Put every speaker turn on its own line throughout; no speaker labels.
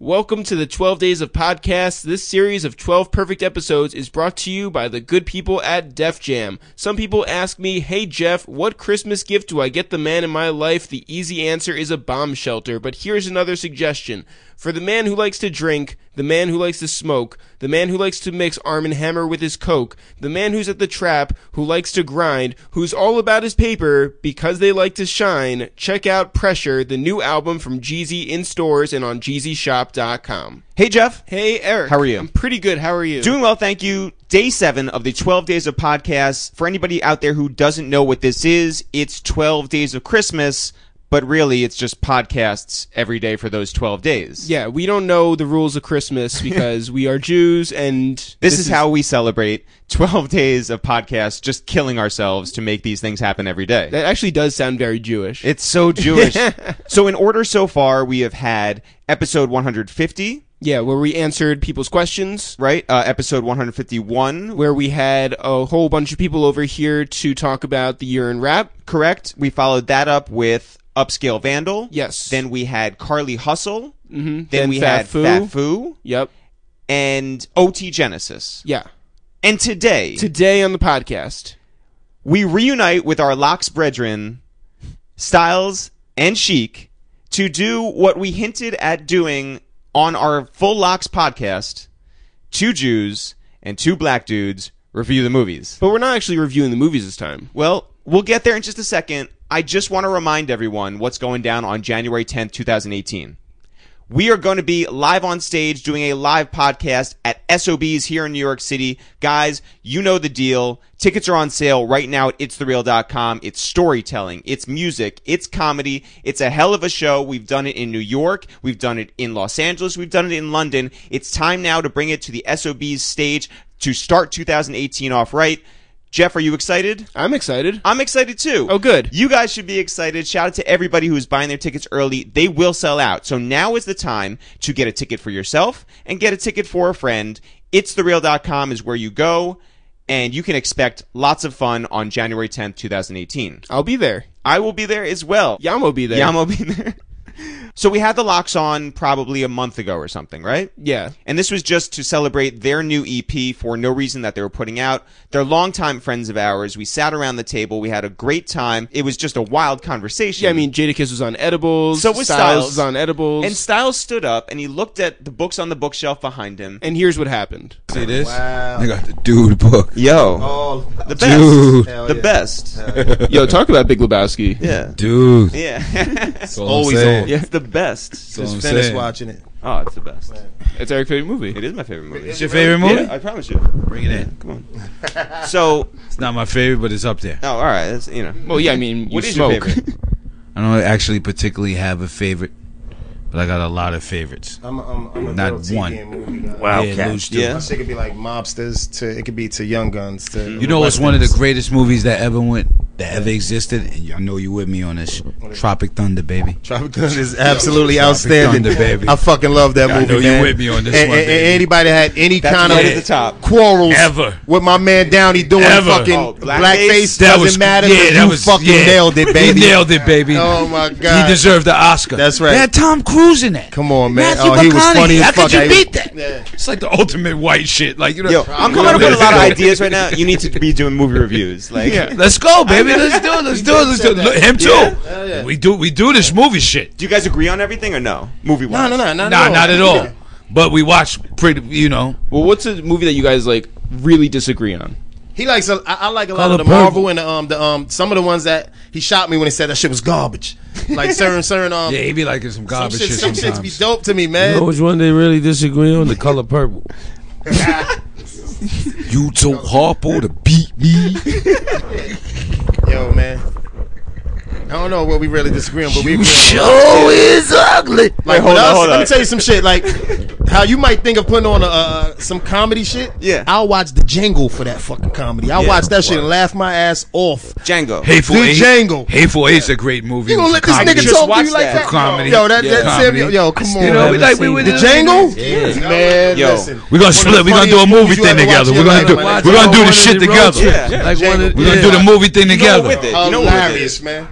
Welcome to the 12 Days of Podcast. This series of 12 perfect episodes is brought to you by the good people at Def Jam. Some people ask me, Hey Jeff, what Christmas gift do I get the man in my life? The easy answer is a bomb shelter, but here's another suggestion. For the man who likes to drink, the man who likes to smoke, the man who likes to mix Arm & Hammer with his Coke, the man who's at the trap, who likes to grind, who's all about his paper because they like to shine, check out Pressure, the new album from Jeezy in stores and on JeezyShop.com.
Hey, Jeff.
Hey, Eric.
How are you?
I'm pretty good. How are you?
Doing well, thank you. Day seven of the 12 Days of Podcasts. For anybody out there who doesn't know what this is, it's 12 Days of Christmas, but really it's just podcasts every day for those 12 days.
yeah, we don't know the rules of Christmas because we are Jews and
This, is, how we celebrate 12 days of podcasts, just killing ourselves to make these things happen every day.
that actually does sound very Jewish.
it's so Jewish. so, in order so far, we have had episode 150,
yeah, where we answered people's questions.
right? Uh, episode 151,
where we had a whole bunch of people over here to talk about the urine rap.
correct? We followed that up with Upscale Vandal.
Yes.
Then we had Carly Hustle. Mm-hmm. Then,
Then
we
Fat
had
Fu.
Fat Fu
Yep.
and OT Genesis.
Yeah.
And today
Today on the podcast.
we reunite with our Locks brethren, Styles and Chic, to do what we hinted at doing on our full Locks podcast: two Jews and two black dudes review the movies.
But we're not actually reviewing the movies this time.
Well, we'll get there in just a second. I just want to remind everyone what's going down on January 10th, 2018. We are going to be live on stage doing a live podcast at SOBs here in New York City. Guys, you know the deal. Tickets are on sale right now at itsthereal.com. It's storytelling, it's music, it's comedy. It's a hell of a show. We've done it in New York, we've done it in Los Angeles, we've done it in London. It's time now to bring it to the SOBs stage to start 2018 off right. Jeff, are you excited?
I'm excited.
I'm excited too.
Oh, good.
You guys should be excited. Shout out to everybody who's buying their tickets early. They will sell out. So now is the time to get a ticket for yourself and get a ticket for a friend. It's thereal.com is where you go and you can expect lots of fun on January 10th, 2018.
I'll be there.
I will be there as well.
Yam will be there.
Yamo be there. so we had the locks on probably a month ago or something, right?
Yeah.
And this was just to celebrate their new EP for no reason that they were putting out. They're longtime friends of ours. We sat around the table. We had a great time. It was just a wild conversation.
Yeah, I mean, Jadakiss was on edibles.
So was
Styles.
Styles.
was on edibles.
and Styles stood up and he looked at the books on the bookshelf behind him.
and here's what happened.
See this? I got the dude book.
Yo,
All
the best.
dude.
Hell
The
yeah.
best.
Yo, talk about Big Lebowski.
Yeah.
Dude.
Yeah. it's
all I'm saying.
It's the best.
That's what
just
I'm
finished
saying.
watching it.
Oh, it's the best.
It's Eric's favorite movie.
It is my favorite movie.
It's your favorite movie?
Yeah, I promise you.
Bring it in.
Come on. So,
It's not my favorite, but it's up there.
oh, all right. That's, you know.
Well, yeah, I mean, you
What is
smoke.
your favorite?
I don't actually particularly have a favorite, but I got a lot of favorites.
I'm, I'm, I'm a
Not
real TV
one.
and movie guy.
Yeah, Luge, too.
Yeah.
That shit could be like mobsters to it could be to young guns to
You know, it's one of the greatest movies that ever went, that ever existed, and y'all know you with me on this. Tropic Thunder, baby.
Tropic Thunder is absolutely
Tropic
outstanding.
Thunder, baby.
I fucking love that
I
movie.
know you
man.
with me on this
and,
one,
and- and
baby.
anybody had any
That's
kind
right
of
at the top.
quarrels
Ever.
with my man Downey doing
Ever.
fucking
Oh, blackface?
blackface
That
doesn't
was-
matter.
yeah, that
you
was-
fucking
yeah.
nailed it, baby.
He nailed it, baby.
Oh my
He
god.
deserved the Oscar.
That's right.
They had Tom Cruise in that.
Come on, man.
Matthew
Oh, he was
McConaughey.
funny as
How
fuck.
could you
I-
beat that?
Yeah.
It's like the ultimate white shit. Like you know,
Yo, I'm coming up with a lot of ideas right now. You need to be doing movie reviews. Like,
Let's go, baby. Let's do it. Let's do it. Let's do it. Look, Him too. We do. We do this movie shit.
do you guys agree on everything or no? Movie
No,
wise.
no, no,
Nah, not at all. But we watch pretty. You know,
Well, what's a movie that you guys, like, really disagree on?
He likes a, I, I like a lot
Color
of the
purple.
Marvel and the, um the um some of the ones that he shot me when he said that shit was garbage. Like certain certain um
yeah, he be liking some
some
garbage
shit,
shit
some shits be
sometimes.
dope to me,
You know
man.
which one they really disagree on? The color purple.
You told Harpo to beat me.
Yo, man. I don't know what we really disagree on, but we agree on. a lot.
Show is Oh, ugly.
Like,
hold
with
on,
us,
hold
let me
on.
tell you some shit. Like, how you might think of putting on a, uh, some comedy shit.
Yeah.
I'll watch the Django for that fucking comedy. I'll
Yeah,
watch that shit and
wow.
laugh my ass off.
Django.
Hateful
The
Eight.
Django.
Hateful Eight's a great movie.
You gonna
It was
let
a
this
comedy.
nigga
Just
talk to
watch
you like
that.
that?
Comedy.
Yo, that,
Yeah.
that
Comedy.
Samuel, yo, come on.
You know,
man.
we like we
The
were
Django? Man,
Yo.
listen.
We're gonna split. We're gonna do a movie thing together. We're gonna do.
watch
We're gonna do the shit together.
Yeah.
Like one of,
We're gonna do the movie thing
You know
together.
what with it. You know what with
Hilarious,
it.
man.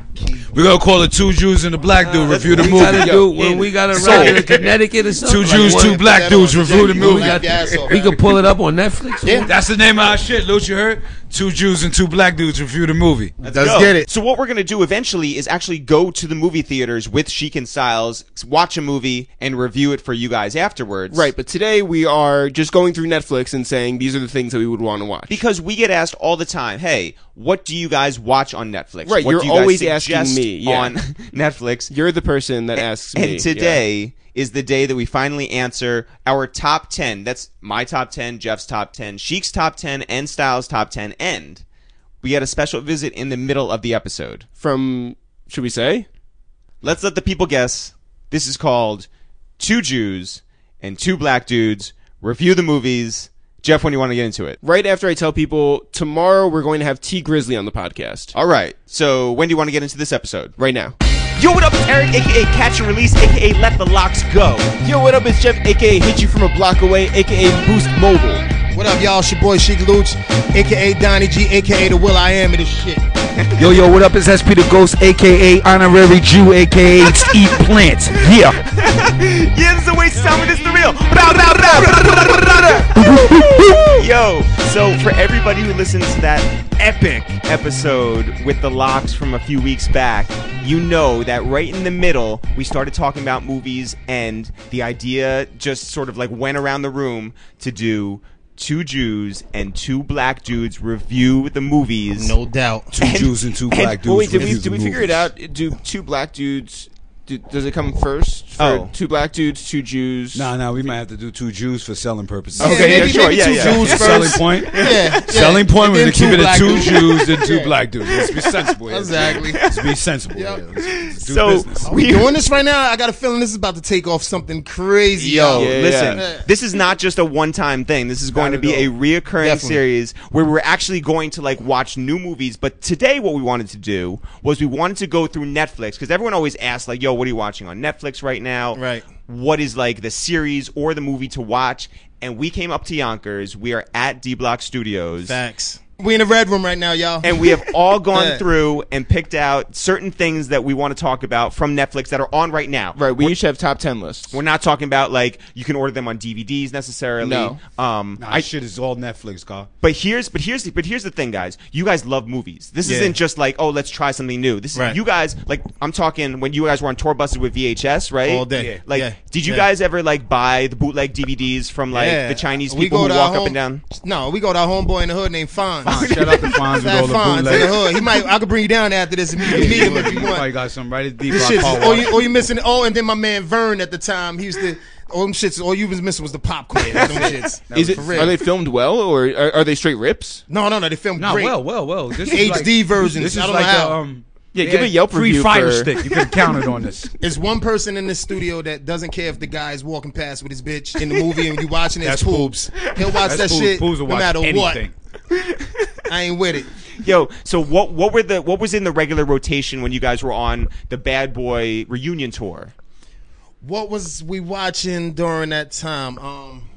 We're gonna call it Two Jews and a Black Dude review the
We gotta
movie.
do when we got a record in Connecticut or something.
Two
like
Jews,
one-
two black dudes review the movie.
We, got,
Your ass off,
we
man.
could pull it up on Netflix.
Yeah.
That's the name of our shit, Luch. You heard? Two Jews and two black dudes review the movie.
Let's
go.
get it.
Oh, So what we're gonna do eventually is actually go to the movie theaters with Sheik and Styles, watch a movie, and review it for you guys afterwards.
Right, but today we are just going through Netflix and saying these are the things that we would want to watch.
Because we get asked all the time, hey, what do you guys watch on Netflix?
Right,
What
you're
do you guys
always asking
suggest
me, yeah.
on Netflix.
You're the person that asks me.
and today is the day that we finally answer our top 10. That's my top 10, Jeff's top 10, Sheik's top 10, and Styles' top 10. And we had a special visit in the middle of the episode.
yeah. from should we say?
Let's let the people guess. This is called Two Jews and Two Black Dudes Review the Movies. Jeff, when do you want to get into it?
Right after I tell people tomorrow we're going to have T Grizzly on the podcast.
All right. So, when do you want to get into this episode?
Right now.
Yo, what up? It's Eric, aka Catch and Release, aka Let the Locks Go.
Yo, what up? It's Jeff, aka Hit You From a Block Away, aka Boost Mobile.
What up, y'all? It's your boy Sheik Luch, aka Donnie G, aka the Will I Am of this shit.
Yo, yo, what up? It's SP the Ghost, aka Honorary Jew, aka Eat Plants. Yeah.
Yeah, this is the way to tell me this is the real. Yo, so for everybody who listens to that epic episode with the locks from a few weeks back, you know that right in the middle, we started talking about movies, and the idea just sort of like went around the room to do two Jews and two black dudes review the movies.
No doubt.
Two Jews and two black dudes.
Well, wait, did we,
review
did
the
we figure it
movies.
out? Do two black dudes? Do, does it come first? For
Oh.
two black dudes, two Jews.
Nah, nah, we might have to do two Jews for selling purposes.
Okay, yeah,
maybe-
sure,
maybe
yeah,
two
yeah.
Jews first.
Selling point.
Yeah, yeah.
Selling point.
And
We're
then
gonna keep it at
black
two
dudes.
Jews and two black dudes. Let's be sensible. here.
Exactly.
Let's be sensible. here.
Yep.
Let's- let's do
So
business.
Are we doing this right now? I got a feeling this is about to take off something crazy.
Yo,
Yeah,
listen,
yeah.
this is not just a one-time thing. This is going to
at
be a
all.
reoccurring
Definitely.
series where we're actually going to like watch new movies. But today, what we wanted to do was we wanted to go through Netflix because everyone always asks, like, "Yo, what are you watching on Netflix right now?
Right.
What is like the series or the movie to watch?" And we came up to Yonkers. We are at D Block Studios.
Facts. We in the red room right now, y'all.
And we have all gone
Yeah.
through and picked out certain things that we want to talk about from Netflix that are on right now.
Right. We each have top ten lists.
We're not talking about like you can order them on DVDs necessarily.
No.
Um,
Nah,
I,
shit is all Netflix, car.
but here's but here's the, but here's the thing, guys. You guys love movies. This
Yeah.
isn't just like oh let's try something new. This
Right.
is you guys like I'm talking when you guys were on tour buses with VHS, right?
All day. Yeah.
Like,
Yeah.
did you
Yeah.
guys ever like buy the bootleg DVDs from like
Yeah.
the Chinese
We
people
go
who
to
walk up
our home-
and down?
No, we go to our homeboy in the hood named Fonz.
Shout out to Fonz with
It's that
all the
Fonz in the
bootlegs.
hood. He might. I could bring you down after this and meet meet him if you want.
Probably got some right at deep
This
rock
shit's
Hall.
all you, all you missing. Oh, and then my man Vern at the time, he used to. All them shits. All you was missing was the popcorn. Them shits. That
Is
was
it?
for real.
Are they filmed well, or are, are they straight rips?
no, no, no. They filmed
Nah,
great.
well, well, well. This is like,
HD versions.
This is
I don't
like
know how.
a, um,
Yeah,
they
give a
had
Yelp
free
review
fire
for-
stick. You could have counted on this.
It's one person in the studio that doesn't care if the guy's walking past with his bitch in the movie and you watching it. it's
That's
Poobs. He'll watch that
That's cool.
shit
Fools
no
will watch
matter
anything.
what. I ain't with it.
Yo, so what what were the what was in the regular rotation when you guys were on the Bad Boy reunion tour?
What was we watching during that time? Um,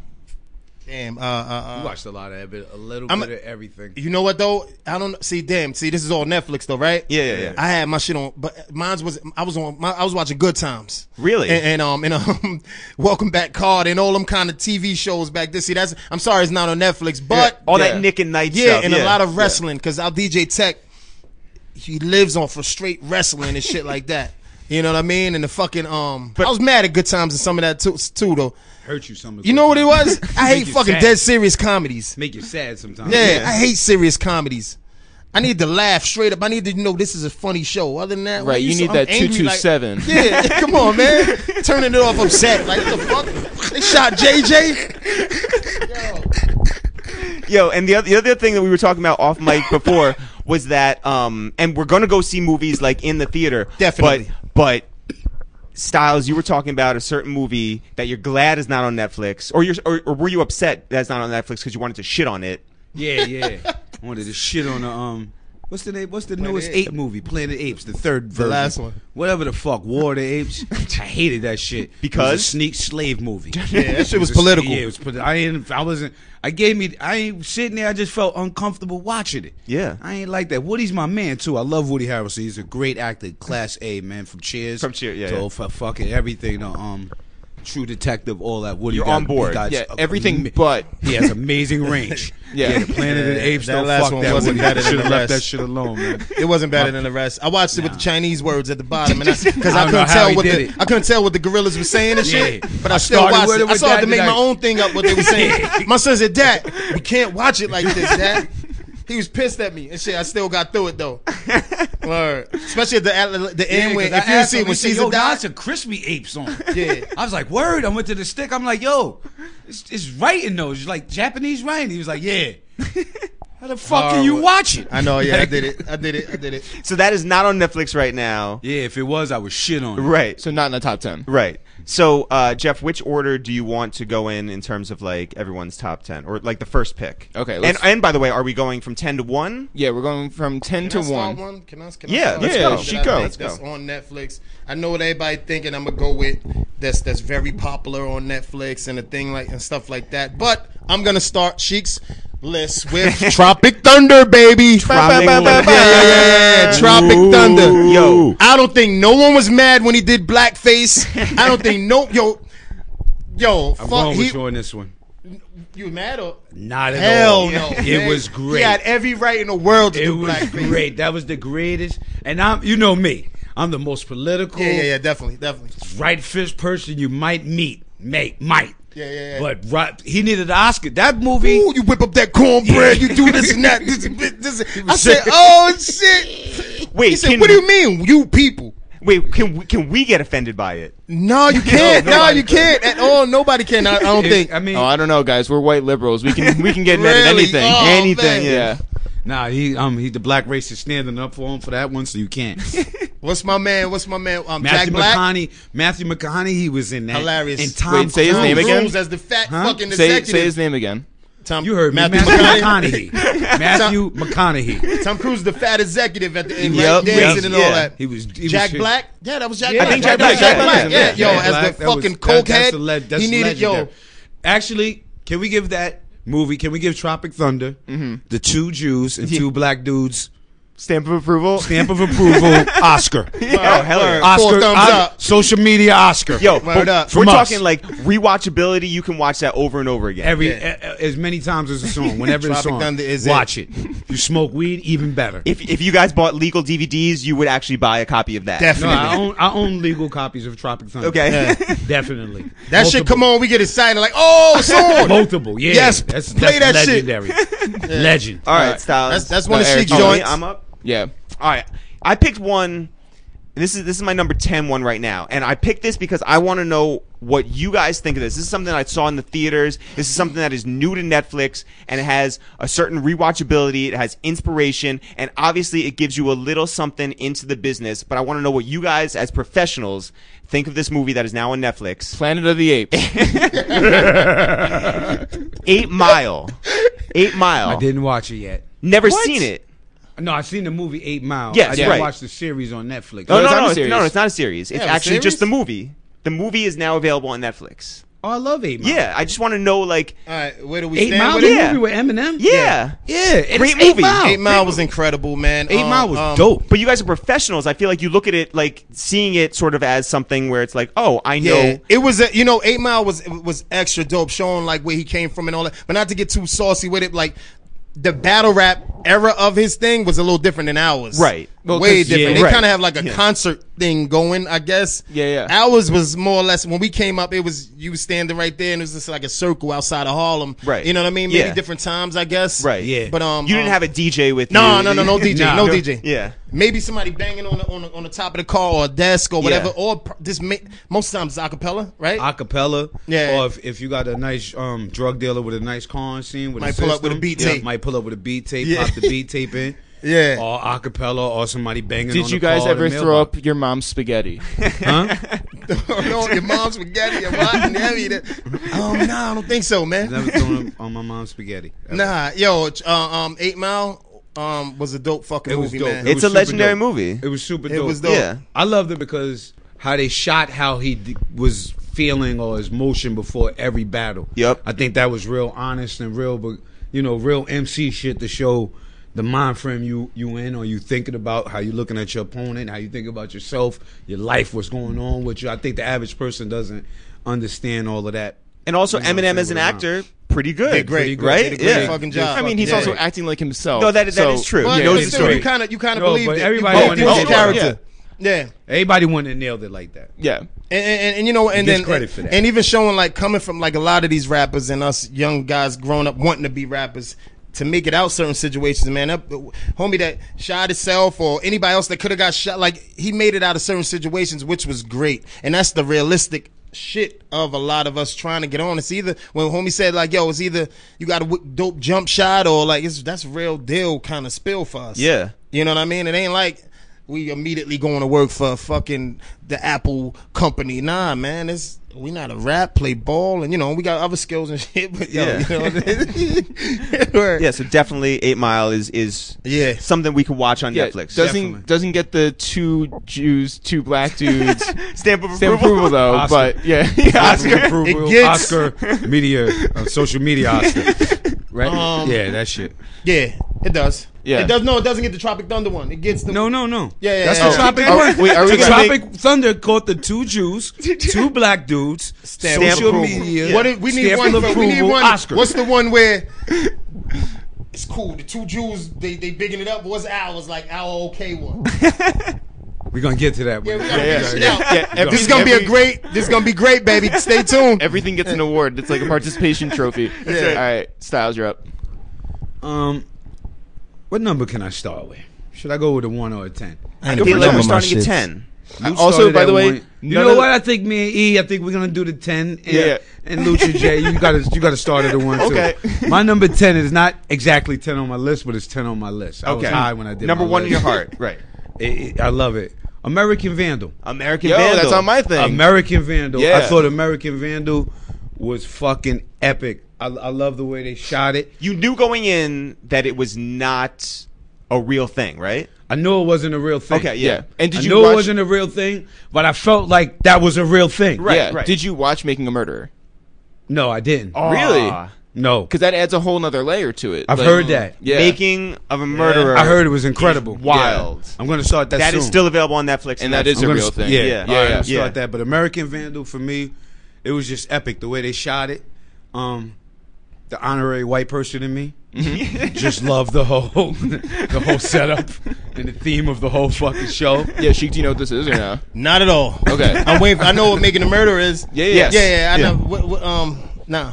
damn. Uh, uh, uh,
I watched a lot of it, a little
I'm-
bit of everything.
You know what though? I don't see. Damn. See, this is all Netflix though, right?
Yeah, yeah, yeah.
I had my shit on, but mine's was I was on. My, I was watching Good Times.
Really?
And, and, um and um, Welcome Back Card and all them kind of TV shows back this. See, that's I'm sorry, it's not on Netflix, but
All
Yeah.
that Nick and Night
yeah,
stuff.
and a lot of wrestling because our DJ Tech, he lives on for straight wrestling and shit like that. You know what I mean? And the fucking um, I was mad at Good Times and some of that too, too though.
Hurt you some. of the
You know what it
time.
was? I hate
you
fucking
sad.
dead serious comedies.
Make you sad sometimes.
Yeah, I hate serious comedies. I need to laugh straight up. I need to know this is a funny show. Other than that,
Right,
like,
you need
I'm
that
angry, like-
227.
yeah, come on, man. Turning it off upset. Like what the fuck? They shot JJ.
Yo, and the other, the other thing that we were talking about off mic before was that, um, and we're gonna go see movies like in the theater.
Definitely.
But, but Styles, you were talking about a certain movie that you're glad is not on Netflix, or you're, or, or were you upset that's not on Netflix because you wanted to shit on it?
Yeah, yeah. I wanted to shit on the um
What's the name? What's the newest ape movie? Planet Apes, the third version.
last one.
Whatever the fuck, War of the Apes. I hated that shit It was a
Because?
sneak slave movie. Yeah,
that shit was political.
Yeah, it was. polit- I didn't. I wasn't. I gave me. I ain't sitting there. I just felt uncomfortable watching it.
Yeah.
I ain't like that. Woody's my man too. I love Woody Harrelson. He's a great actor, class A man from Cheers.
From Cheer- yeah,
to
yeah.
fu- fucking everything. To, um, True Detective, all that. Woody,
You're
got-
on board.
he got
Yeah,
a-
everything
ama-
but
he has amazing range.
Yeah.
the Planet of the Apes.
That
don't
last
fuck
one
that
wasn't
Woody.
better than
Shoulda
the
left that
rest.
shit alone, man.
It wasn't better than the rest. I watched it with the Chinese words at the bottom, and because I, 'cause
I
I,
don't know
couldn't
how he
tell what
did
the,
it.
I couldn't tell what the gorillas were saying and shit.
Yeah.
But
I
I still
started
watched
with
it.
it
I
with
still had
that,
to make
like-
my own thing up what they were saying. my son said, "Dad, we can't watch it like this, Dad." He was pissed at me and shit. I still got through it though. Word. Especially at the at the end when if you didn't see it when
she's
Caesar died.
a crispy ape song.
Yeah.
I was like, word. I went to the stick. I'm like, yo, it's, it's writing those. It's like Japanese writing. He was like, yeah. How the fuck can you
Horrible.
watch it?
I know. Yeah, I did it. I did it. I did it.
So that is not on Netflix right now.
Yeah, if it was, I would shit on it.
Right.
So not in the top ten.
Right. So, uh, Jeff, which order do you want to go in in terms of like everyone's top ten or like the first pick?
Okay,
And
let's-
and by the way, are we going from ten to one?
Yeah, we're going from ten
Can
to
I start
one.
one? Can I, can
Yeah,
I start
let's
one
go.
that I
Chico.
think
Let's go.
That's on Netflix. I know what everybody thinking. I'm gonna go with that's that's very popular on Netflix and a thing like and stuff like that. But I'm gonna start Sheik's list with Tropic Thunder, baby.
Tropic
yeah, yeah, yeah, yeah. Tropic Thunder.
Yo.
I don't think no one was mad when he did blackface. I don't think no yo. Yo,
I'm
fuck,
going
he,
with you on this one.
you mad or
Not at all.
hell no?
It
man.
was great.
He had every right in the world to
It
do
was
blackface.
great. That was the greatest. And I'm, you know me. I'm the most political,
Yeah, yeah, yeah, definitely, definitely.
right fist person you might meet, mate, might.
Yeah, yeah, yeah.
But right, he needed an Oscar. That movie.
Ooh, you whip up that cornbread,
Yeah.
you do this and that. This, this, this. I said, oh shit.
Wait,
he said,
can-
what do you mean, you people?
Wait, can we, can we get offended by it?
No, you can't. No,
nobody
you can't at all. Nobody can. I, I don't
it-
think.
I mean,
Oh, I don't know, guys. We're white liberals. We can we can get mad at
Really?
anything.
Oh,
anything. Yeah.
man.
Nah, he um he the black racist standing up for him for that one, so you can't.
What's my man? What's my man? Um, Jack
Matthew
Black.
McConaughey, Matthew McConaughey, he was in that.
Hilarious.
And Tom
Wait, say his
Cruise.
name again?
Cruise as the fat
Huh?
fucking
Say
executive.
say his name again.
Tom,
You heard me,
Matthew
Matthew
McConaughey.
McConaughey. Matthew McConaughey.
Tom Cruise, the fat executive at the end, right?
Yep,
dancing
yep,
and
yeah.
all that.
He was he
Jack
was,
Black? Yeah, that was Jack
Yeah,
Black.
I think Jack Black,
Jack
Jack
Black.
Black.
Yeah, yo,
Jack
as
Black,
the
that was-
fucking
that- that's the le-
cokehead.
that's
he needed, yo.
legendary. Actually, can we give that movie? Can we give Tropic Thunder
Mm-hmm.
the two Jews and two black dudes
Stamp of approval.
stamp of approval Oscar?
Oh hell yeah.
Four
Oscar,
thumbs
Os-
up.
social media Oscar.
Yo,
Word
but
up.
we're
From us.
talking like rewatchability. You can watch that over and over again.
Every
Yeah.
a- a- as many times as the song, whenever the
Tropic
song,
Thunder is it.
watch it. You smoke weed, even better.
if if you guys bought legal DVDs, you would actually buy a copy of that.
no,
Definitely.
I own, I own legal copies of Tropic Thunder.
Okay.
definitely.
That shit come on, we get excited like, oh, soon.
Multiple, yeah.
Yes,
that's,
play
that's
that shit.
legendary. Legend.
All
All
right,
right.
Styles.
That's that's one
No,
of
Eric,
Sheik's
oh,
Oh, me?
joints.
I'm up.
Yeah.
All right, I picked one. This is this is my number 10 one right now, and I picked this because I want to know what you guys think of this. This is something I saw in the theaters. This is something that is new to Netflix, and it has a certain rewatchability. It has inspiration, and obviously, it gives you a little something into the business. But I want to know what you guys, as professionals, think of this movie that is now on Netflix.
Planet of the Apes.
Eight Mile. Eight Mile.
I didn't watch it yet.
Never seen it.
No, I seen the movie Eight Mile.
Yes,
I didn't
right.
watch the series on Netflix.
No,
Oh,
no,
it's not a
no, it's-
series.
no, it's not a series. It's
Yeah, a
actually just
series?
the movie. The movie is now available on Netflix.
Oh, I love Eight Mile.
Yeah, I just want to know, like,
All right, where do we
Eight
stand
Mile,
with
the
it?
Yeah.
movie with Eminem.
yeah.
yeah. it's
Great
Eight
movie.
Mile.
Eight Mile was incredible, man.
Eight
Um,
Mile was
um,
dope.
But you guys are professionals. I feel like you look at it like seeing it sort of as something where it's like, oh, I know.
Yeah, it was. A, you know, Eight Mile was was extra dope, showing like where he came from and all that. But not to get too saucy with it, like the battle rap era of his thing was a little different than ours.
Right. Well,
way
'cause-
different.
yeah,
they
right.
kind of have like a concert thing going, I guess.
Yeah, yeah.
Ours was more or less when we came up, it was you standing right there, and it was just like a circle outside of Harlem.
Right.
You know what I mean? Maybe
Yeah.
different times, I guess.
Right.
Yeah.
But um,
You didn't
um,
have a DJ with
No,
you.
no, no, no DJ,
Nah.
no DJ.
Yeah.
Maybe somebody banging on the, on the on the top of the car or a desk or whatever.
Yeah.
Or pr- this ma- most times it's acapella, right?
acapella.
Yeah.
Or if, if you got a nice um, drug dealer with a nice con scene, with
Might
a
pull up with a
system,
beat
yeah,
tape.
Might pull up with a beat tape.
Yeah.
Pop the beat tape in.
Yeah.
Or acapella, or somebody banging. on
Did
the
you guys
car or the
ever throw
mailbox.
up your mom's spaghetti?
Huh?
no, your mom's spaghetti and watching heavy. that- Um, no, I don't think so, man.
Never thrown up on my mom's spaghetti. ever.
Nah, yo, uh, um, Eight Mile um, was a dope fucking
It was
movie,
dope.
man.
It
It's
was
a
super
legendary
dope.
movie.
It was super dope.
It was dope.
Yeah.
I loved it because how they shot how he d- was feeling or his motion before every battle.
Yep.
I think that was real honest and real, but you know, real MC shit to show the mind frame you you in or you thinking about how you looking at your opponent, how you think about yourself, your life, what's going on with you. I think the average person doesn't understand all of that.
And also,
You know what I'm
Eminem
saying,
as an
with
actor, pretty good.
Did great,
Pretty good.
right?
Did a great
Yeah.
fucking job.
I mean, he's
Yeah.
also acting like himself.
No, that that
so-
is true.
But,
He
Yeah,
but
knows
it's
the
still,
story.
you kind of you kind of
No,
believed
but
it.
everybody
you
wanted
believed
to
in
see
the
it.
character. yeah.
Everybody wouldn't have nailed it like that.
Yeah.
And, and, and you know, and
Gets
then
credit for that.
and even showing like coming from like a lot of these rappers and us young guys growing up wanting to be rappers to make it out certain situations, man. That homie that shot himself or anybody else that could have got shot, like he made it out of certain situations, which was great. And that's the realistic shit of a lot of us trying to get on. It's either when homie said like, "Yo, it's either you got a w- dope jump shot or like it's that's real deal kind of spill for us."
Yeah.
You know what I mean? It ain't like we immediately going to work for fucking the Apple company. Nah, man, it's we not a rap, play ball, and you know we got other skills and shit. But yo,
Yeah.
you know what I mean?
Yeah, so definitely Eight Mile is is
Yeah.
something we can watch on
Yeah,
Netflix.
doesn't
definitely.
doesn't get the two Jews, two black dudes
Stamp of
stamp
approval.
approval though,
Oscar.
but yeah, yeah.
Oscar,
It gets-
Oscar media, uh, social media Oscar. Right? yeah, that shit.
yeah, it does.
Yeah.
it does. No, it doesn't get the Tropic Thunder one. It gets the
No, no, no.
Yeah, yeah,
That's
yeah.
the Tropic
Oh,
Thunder.
wait, are we
The
gonna
Tropic Thunder caught the two Jews, two black dudes,
Stamp
social
approval.
media.
What if, we need
stamp
one.
of
For, we need
approval,
one.
Oscar.
What's the one where? It's cool. The two Jews, they they bigging it up. but What's ours? Like our okay one.
We're going to get to that.
Yeah,
one.
we gotta
Yeah,
figure it
yeah,
out.
yeah. Every-
This is gonna be a
every-
great. This is gonna be great, baby. Stay tuned.
Everything gets an award. It's like a participation trophy. All right, Styles, you're up.
Um, What number can I start with? Should I go with a 1 or a 10?
I
I feel like we're starting at ten.
You
also,
started
by
at
the way,
one. you
none
know
of-
what? I think me and E, I think we're gonna do the ten. And,
Yeah.
and Lucha J, you gotta you gotta start at the one.
Okay.
too. my number ten is not exactly ten on my list, but it's ten on my list. I was high when I did
number
my
one in
list.
your heart. Right.
It- it- I love it. American Vandal.
American
Yo,
Vandal.
that's on my thing.
American Vandal.
Yeah.
I thought American Vandal was fucking epic. I, I love the way they shot it.
you knew going in that it was not a real thing, right?
I knew it wasn't a real thing.
Okay, yeah.
yeah. And did
I
you
knew
watch,
it wasn't a real thing, but I felt like that was a real thing.
Right,
yeah.
right.
Did you watch Making a Murderer?
No, I didn't.
Really?
Ah.
No.
Because that adds a whole nother layer to it.
I've heard that.
Yeah.
Making of a Murderer.
I heard it was incredible.
wild.
I'm going to start that.
That
soon.
is still available on Netflix.
And that is
that's-
I'm
a
gonna
real
s-
thing.
Yeah,
Yeah.
yeah.
Yeah,
I'm
yeah.
gonna start
Yeah.
that. But American Vandal for me, it was just epic the way they shot it. Um, the honorary white person in me just loved the whole the whole setup and the theme of the whole fucking show.
Yeah, Sheik, do you know what this is or no?
Not at all.
Okay.
I'm waiting. For, I know what making a murderer is.
Yeah, yeah,
yeah. Yeah, I
Yeah.
know. What, what, um, nah.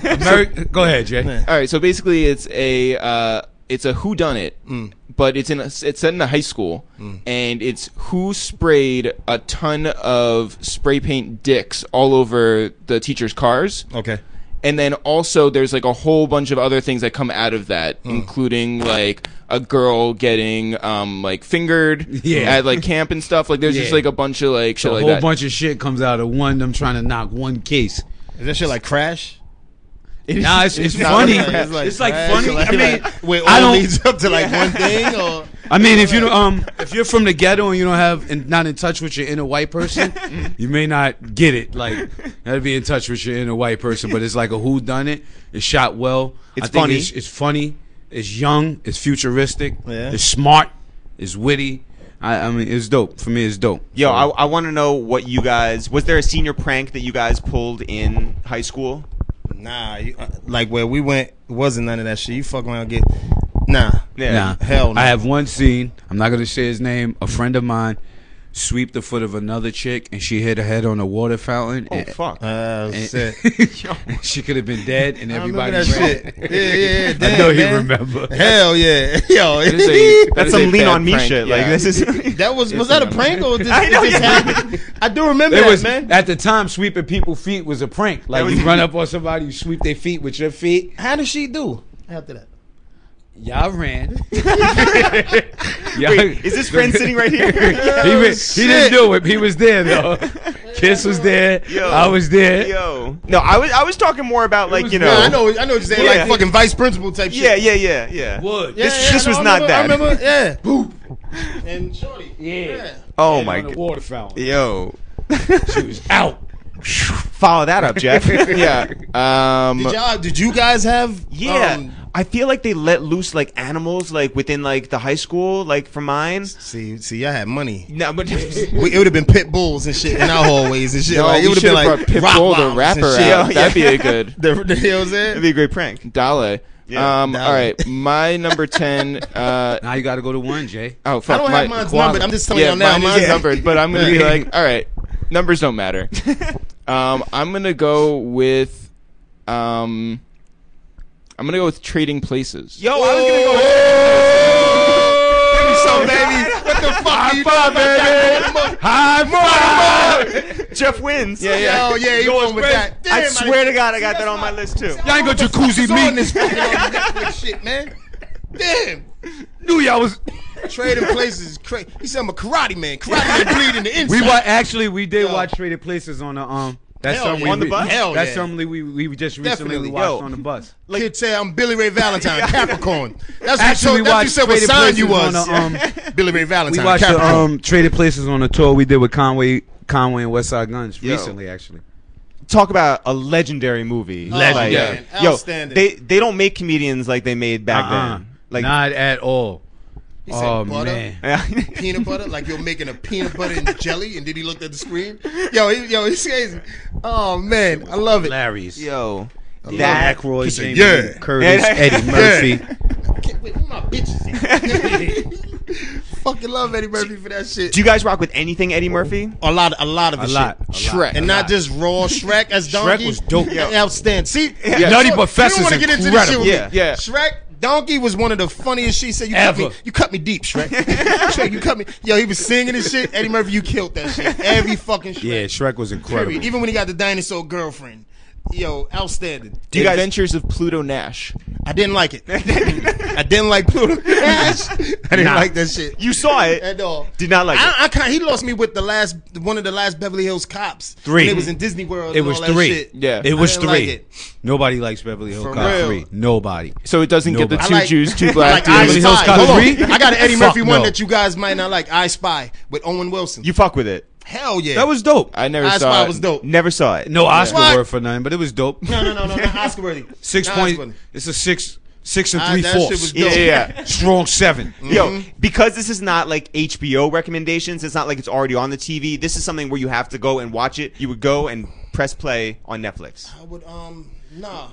Ameri- Go ahead, Jay.
Yeah.
All right, so basically, it's a uh, it's a who done it,
Hmm.
but it's in a, it's set in a high school, and it's who sprayed a ton of spray paint dicks all over the teachers' cars.
Okay.
And then also there's like a whole bunch of other things that come out of that,
Hmm.
including like a girl getting um like fingered
Yeah.
at like camp and stuff. Like there's just
Yeah.
like a bunch of like shit
A
like
whole
that.
bunch of shit comes out of one. I'm trying to knock one case.
Is that shit like Crash?
It is-
Nah, it's, it's,
not
funny.
like that.
It's like, funny.
Like,
I mean,
like, where
I don't-
all leads up to like one thing, or
I mean, if you don't, um, if you're from the ghetto and you don't have and not in touch with your inner white person, you may not get it. Like, that'd be in touch with your inner white person, but it's like a who done it. It's shot well.
It's
I think
funny.
It's, it's funny. It's young. It's futuristic.
Yeah.
It's smart. It's witty. I, I mean, it's dope. For me, it's dope.
Yo, I, I want to know what you guys. Was there a senior prank that you guys pulled in high school?
nah, you, uh, like where we went it wasn't none of that shit. You fuck around, and get nah.
Nah,
Hell no.
I have one scene. I'm not gonna say his name. A friend of mine sweep the foot of another chick, and she hit her head on a water fountain.
Oh
and,
fuck!
Uh, shit.
and she could have been dead, and
I
everybody.
remember that
ran.
shit. Yeah, yeah, yeah. Damn,
I know you
man.
remember.
Hell yeah, yo.
It is a- that
That's
is a
some lean
bad
on me
prank,
shit. Like
yeah.
this is.
That was was that a prank or did, I
know,
this
yeah.
happen? I do remember
It
that,
was
man.
at the time sweeping people's feet was a prank. Like
was-
you run up on somebody, you sweep their feet with your feet.
How did she do after that?
Y'all ran.
Yeah.
Wait, is this friend sitting right here?
he, was, he didn't do it. He was there though. Kiss was there.
Yo.
I was there.
Yo, no, I was I was talking more about like you know,
Yeah, I know. I know what you're saying.
Yeah.
Like fucking vice principal type shit.
yeah, yeah, yeah, yeah.
Wood.
Yeah,
This-
yeah,
this
no,
was
I
not
remember,
bad.
I remember. Yeah. Boop. And shorty. Yeah.
Oh
on
my
the
god,
water fountain.
yo,
Out.
follow that up, Jeff. yeah, um,
Did y'all? Did you guys have?
yeah.
um,
I feel like they let loose like animals like within like the high school like from mine.
see, see, I had money.
No, but
We, it would have been pit bulls and shit in our hallways and shit.
No,
like, it
we
would have
should
been
have
like
brought Pitbull
Rottweilers
the
and
rapper
shit. Oh,
Yeah,
out.
yeah.
That'd be a good
The, you know what I'm saying?
that'd be a great prank.
Dale.
Yeah,
um,
Dale.
All right, my number ten. Uh,
Now you got to go to one, Jay.
oh fuck,
don't
my,
have mine's numbered. I'm just telling
yeah,
y'all now,
Mine is
mine's-
numbered, but I'm gonna be
Yeah.
like, all right, numbers don't matter. um, I'm gonna go with, um, I'm gonna go with trading places.
Yo, I was gonna
so
go. baby.
High five, baby! High five!
Jeff wins.
Yeah, yeah.
Oh yeah, you going with that? Damn,
I swear to God, I got that on my list too.
Y'all ain't go jacuzzi
saw
me.
this fucking on Netflix shit, man. Damn.
Knew y'all was.
Trading places is crazy. He said I'm a karate man. Karate man bleed in the inside.
We wa- actually we did
Yo.
watch Traded Places on the um. That's
Hell
something
yeah.
we
On the bus?
Hell
that's
yeah.
something we we just recently
Definitely.
watched
Yo.
on the bus.
Like, Kid say I'm Billy Ray Valentine, Capricorn. That's what,
Actually,
so,
we
that's what you
watched
said what
Traded
sign you was.
Places on the,
Billy Ray
We
Valentine,
watched the
Capricorn.
um, Traded Places on a tour we did with Conway Conway and Westside Guns recently, actually.
Talk about a legendary movie.
Legendary.
Like, yo,
Outstanding.
they they don't make comedians like they made back
Uh-uh.
then. Like,
Not at all.
he said
Oh
butter,
man.
peanut butter, like you're making a peanut butter and jelly. And then he looked at the screen. Yo, he, yo, he's crazy. Oh man, I love it.
Hilarious.
yo,
That
that
Aykroyd,
said,
Jamie
"Yeah."
Lee Curtis,
Yeah.
Eddie Murphy.
Can't wait, where my bitches? at? Fucking love Eddie Murphy for that shit.
Do you guys rock with anything Eddie Murphy?
a lot, a lot of the
A lot,
shit.
a lot,
Shrek,
a
and not
lot.
just raw Shrek as Donkey.
was dope.
Yeah. Outstanding. See,
Nutty
You don't-
Professor's
You don't wanna get into this shit with
incredible.
me.
Yeah, yeah.
Shrek, Donkey was one of the funniest shit. He said you cut me,
Ever.
you cut me deep, Shrek. Shrek, you cut me. Yo, he was singing and shit. Eddie Murphy, you killed that shit. Every fucking Shrek.
Yeah, Shrek was
Period.
incredible.
Even when he got the dinosaur girlfriend. Yo, outstanding.
The Adventures of Pluto Nash.
I didn't like it. I didn't like Pluto. I didn't
Nah.
like that shit
You saw it.
at all.
Did not like
I, I kind he lost me with the last one of the last Beverly Hills cops.
Three.
And it was in Disney World.
It
and
was
all that
three.
shit.
Yeah.
It was
I didn't like
three.
it.
Nobody likes Beverly Hills
For
Cop
real.
three. Nobody.
So it doesn't get the
Nobody.
two
I like-
Jews, two
I
black
like
dudes.
I
Beverly Hills
Spy.
Cop
Hold on.
three?
I got an Eddie
Fuck
Murphy one
no.
that you guys might not like. I Spy with Owen Wilson.
You fuck with it.
hell yeah.
That was dope.
I never
I
saw
Spy
it.
was dope.
Never saw it.
No Oscar
What?
word for nothing, but it was dope.
No, no, no, no, not Oscar worthy.
Six
Not
point.
Oscar worthy.
It's a six, six and
Ah,
three
that shit
fourths.
was dope. Mm.
Yeah, yeah. yeah.
Strong seven.
Yo,
Mm-hmm.
because this is not like HBO recommendations, it's not like it's already on the TV. This is something where you have to go and watch it. You would go and press play on Netflix.
I would um nah.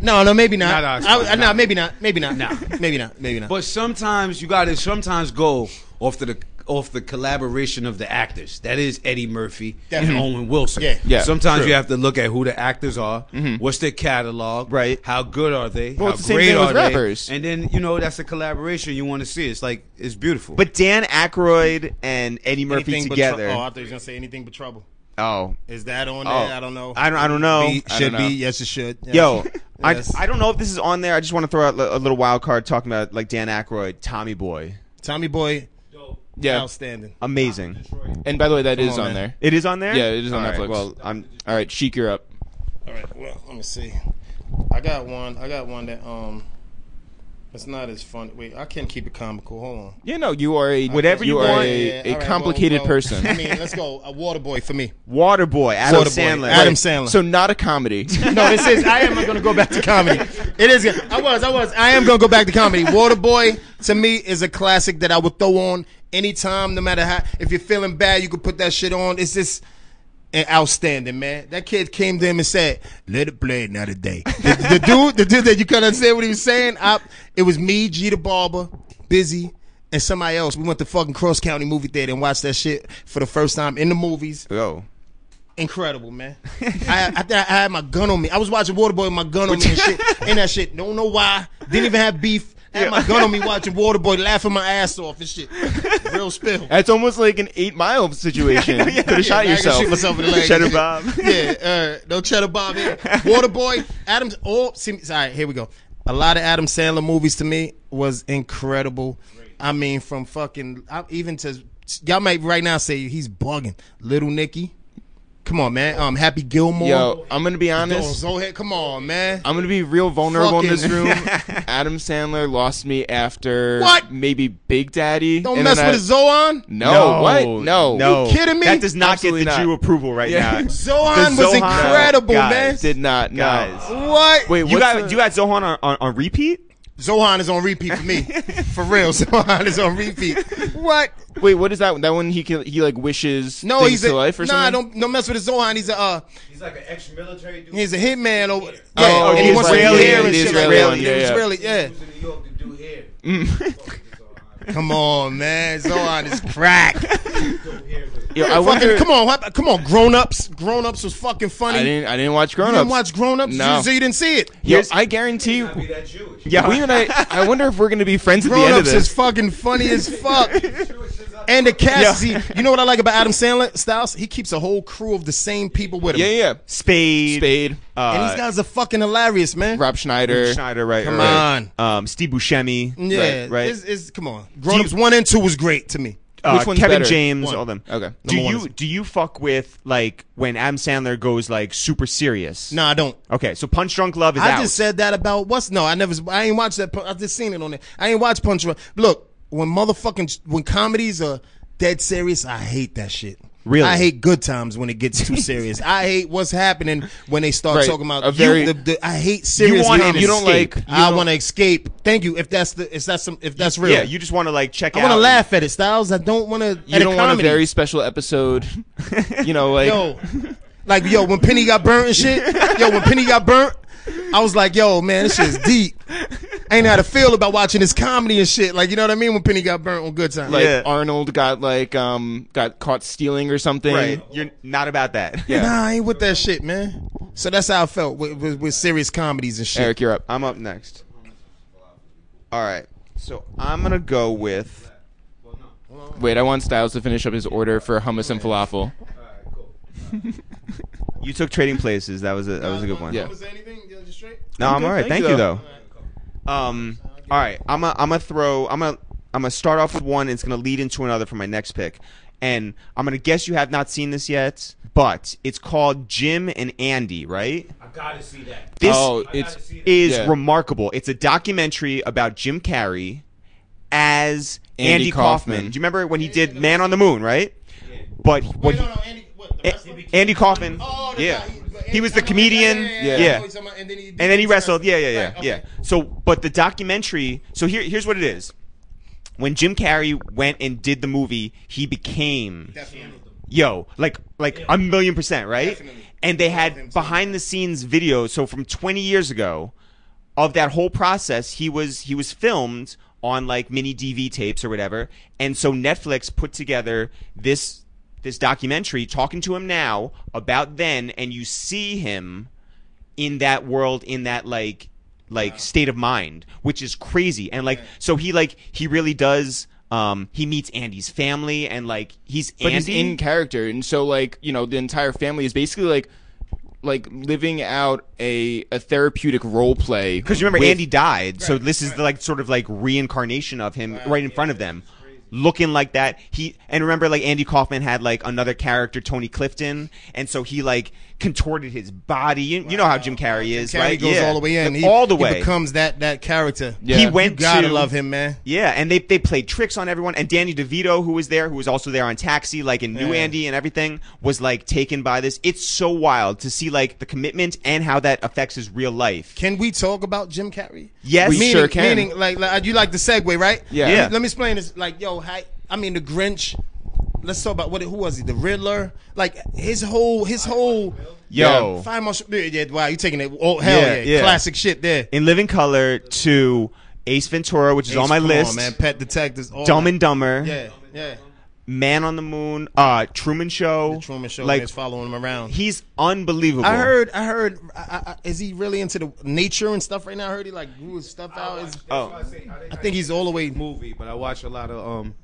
no, no, maybe not.
Not Oscar,
I would- uh,
nah.
nah, maybe not. Maybe not. Maybe not. Maybe not.
But sometimes you got to sometimes go off to the off the collaboration of the actors. That is Eddie Murphy
Definitely.
and Owen Wilson.
Yeah.
Yeah,
Sometimes
true. Mm-hmm.
you have to look at who the actors are, what's their catalog,
Right.
How good are they?
Well,
how
it's the same
great
thing
are
with
they?
rappers.
And then you know that's a collaboration you want to see. It's like it's beautiful.
But Dan Aykroyd and Eddie Murphy
anything
together.
But trou- oh, I thought you was gonna say anything but trouble.
oh,
Is that on
Oh.
there? I don't know.
I don't. I don't know.
Be-
I
should
don't
be.
know.
Yes, it should. Yes.
Yo, I,
Yes.
I don't know if this is on there. I just want to throw out li- a little wild card talking about like Dan Aykroyd, Tommy Boy,
Tommy Boy,
Yeah,
outstanding.
amazing.
and by the way, that is
on,
on,
man.
there.
It is on there.
Yeah, it is on
All right,
Netflix.
well, I'm
All right, Sheik, you're up.
All right. Well, let me see. I got one. I got one that um, it's not as funny. Wait, I can keep it comical. Hold on.
Yeah, no, you are a
Whatever you
are
want.
a, a
all right, well,
complicated
well,
person.
I mean, let's go. A water boy for me.
Waterboy, Adam
Waterboy.
Sandler.
Adam
Right.
Sandler.
so not a comedy.
no, this is. I am going to go back to comedy. It is. I was. I was. I am going to go back to comedy. Waterboy to me is a classic that I would throw on anytime, no matter how. If you're feeling bad, you could put that shit on. It's just an outstanding, man. That kid came to him and said, "Let it play another day." The, the dude, the dude that you couldn't understand what he was saying. I, it was me, G the barber, busy. And somebody else, we went to fucking Cross County Movie Theater and watched that shit for the first time in the movies
Yo,
incredible, man. I, I think I had my gun on me. I was watching Waterboy with my gun on me and shit. And that shit, don't know why. Didn't even have beef. Had my gun on me watching Waterboy laughing my ass off and shit. Real spill.
That's almost like an eight mile situation. Could have shot
Yeah, I can
yourself.
shoot myself in the leg.
Cheddar Bob.
yeah, uh, no cheddar bob here. Waterboy, Adams. Oh, see, me- sorry, here we go. a lot of Adam Sandler movies to me was incredible. I mean, from fucking I, even to y'all might right now say he's bugging. Little Nicky, come on, man. Um, Happy Gilmore.
Yo, I'm gonna be
Yo,
honest.
Zohan, come on, man.
I'm gonna be real vulnerable in this
Fucking-
room. Adam Sandler lost me after
What?
maybe Big Daddy.
Don't
and
mess
then I-
with Zohan.
No, what? No,
no.
You kidding me?
That does not
Absolutely
get the
not.
Jew approval right
Yeah.
now.
Zohan
The
was
Zohan-
incredible,
Guys,
man.
did not. No.
Guys.
What?
Wait,
you
what's
got
the-
you got Zohan on, on, on repeat?
Zohan is on repeat for me, for real. Zohan is on repeat. What?
Wait, what is that? That one he can, he like wishes
No,
things
he's
to
a
life or
nah.
something.
Don't don't mess with his Zohan. He's a uh,
He's like an ex-military dude.
he's a hitman or yeah.
Oh,
and he
he's
wants to
Israeli.
hair
Yeah,
and
the
shit like
Israeli
that.
one,
yeah,
He was
yeah.
really- yeah.
He was in New York to do hair.
Mm.
Come on, man. Zohan is crack.
Yo, I wonder.
fucking, come on, what- come on. Grown ups, grown ups was fucking funny.
I didn't. I didn't watch Grown
you
Ups.
didn't watch Grown Ups,
No.
so you didn't see it.
Yo, I guarantee. you-
Be that Jewish.
Yeah, we and I. I wonder if we're gonna be friends at the
Grown
end of
Ups is
this.
fucking funny as fuck. and the cast, see, you know what I like about Adam Sandler Styles? He keeps a whole crew of the same people with him.
Yeah, yeah.
Spade.
Spade,
Uh,
And these guys are fucking hilarious, man.
Rob Schneider.
Schneider, right?
Come
right. Um, Steve Buscemi.
Yeah,
Right. right.
It's, it's, come on. Grown Ups one and two was great to me.
Uh,
Which one's
Kevin
better?
James,
One.
all them.
Okay.
Do
Number one
you
is-
do you fuck with like when Adam Sandler goes like super serious?
No, I don't.
Okay, so Punch Drunk Love is
I
out.
just said that about what's no. I never. I ain't watched that. pu- I just seen it on there. I ain't watched Punch Drunk. Look, when motherfucking when comedies are dead serious, I hate that shit.
Really?
I hate good times when it gets too serious. I hate what's happening when they start
Right.
talking about
A
you-
very-
the, the, I hate serious.
want-
comedy.
you don't
like- you
I
don't-
want to escape. Thank you. If that's the if that's some if that's real.
yeah, you just want to like check
I
out.
want to laugh at it, Styles. I don't want to.
You don't want a very special episode. You know, like
yo, like yo, when Penny got burnt and shit, yo, when Penny got burnt, I was like, yo, man, this shit's deep. I ain't know how to feel about watching this comedy and shit. Like, you know what I mean? When Penny got burnt on Good Time,
like
Yeah.
Arnold got like um got caught stealing or something.
Right. You're not about that.
Yeah.
nah, I ain't with that shit, man. So that's how I felt with, with, with serious comedies and shit.
Eric, you're up.
I'm up next. All right. So I'm gonna go with.
Wait, I want Styles to finish up his order for hummus and falafel.
You took Trading Places. That was a that was a good one.
Yeah.
No, I'm,
good,
all right.
thank
Thank,
you,
you though. Um. All right. I'm a I'm a throw. I'm a I'm gonna start off with one. and It's gonna lead into another for my next pick, and I'm gonna guess you have not seen this yet, but it's called Jim and Andy, right?
I gotta see that.
This
oh,
I
it's
gotta see that.
is
yeah.
remarkable. It's a documentary about Jim Carrey as Andy,
Andy
Kaufman.
Kaufman.
Do you remember when he did Man on the Moon, right? But what he-
Andy, what,
A- Andy Kaufman.
Oh,
yeah. he was the comedian.
yeah,
Yeah.
yeah.
And then he,
And then he wrestled. Yeah, yeah, yeah, yeah. So, but the documentary. So here, here's what it is. When Jim Carrey went and did the movie, he became yo like like a million percent right.
Definitely.
And they
him
had
so
behind the scenes videos. So from 20 years ago, of that whole process, he was he was filmed on like mini DV tapes or whatever. And so Netflix put together this this documentary talking to him now about then, and you see him in that world in that like like state of mind which is crazy and like so he like he really does um he meets andy's family and like he's
but
andy
he's in character, and so like you know the entire family is basically like like living out a a therapeutic role play.
because remember
with-
andy died so this is the, like sort of like reincarnation of him right in front of them looking like that he and remember like andy kaufman had like another character tony clifton and so he like contorted his body you, you know how jim carrey is
Carrey
right
goes
Yeah.
all the way in.
Like,
he,
all the
he
way
becomes that that character.
Yeah.
he
You
went
You gotta
to,
love him, man.
Yeah, and they they played tricks on everyone. And Danny DeVito, who was there, who was also there on Taxi, like in New
Yeah.
Andy and everything, was like taken by this. It's so wild to see like the commitment and how that affects his real life.
Can we talk about Jim Carrey?
Yes. We
meaning,
sure can.
Meaning, like, like, you like the segue, right?
Yeah.
Let me-
Yeah.
Let, me explain this. Like, yo, hi, I mean, the Grinch. Let's talk about what? Who was he? The Riddler. Like his whole, his whole.
Yo,
Five months. Yeah, yeah, wow, you taking it? Oh hell
Yeah,
yeah,
yeah.
classic shit there.
in Living Color to Ace Ventura, which is on my
Come
list.
man. Pet detectives. all
Dumb
that.
and Dumber,
Yeah, yeah.
Man on the Moon, uh, Truman Show,
The Truman Show.
Like
Like following him around.
he's unbelievable.
I heard. I heard. I, I, I- is he really into the nature and stuff right now? I heard he like grew his stuff out. It's-
Oh,
I think he's all the way.
movie, but I watch a lot of um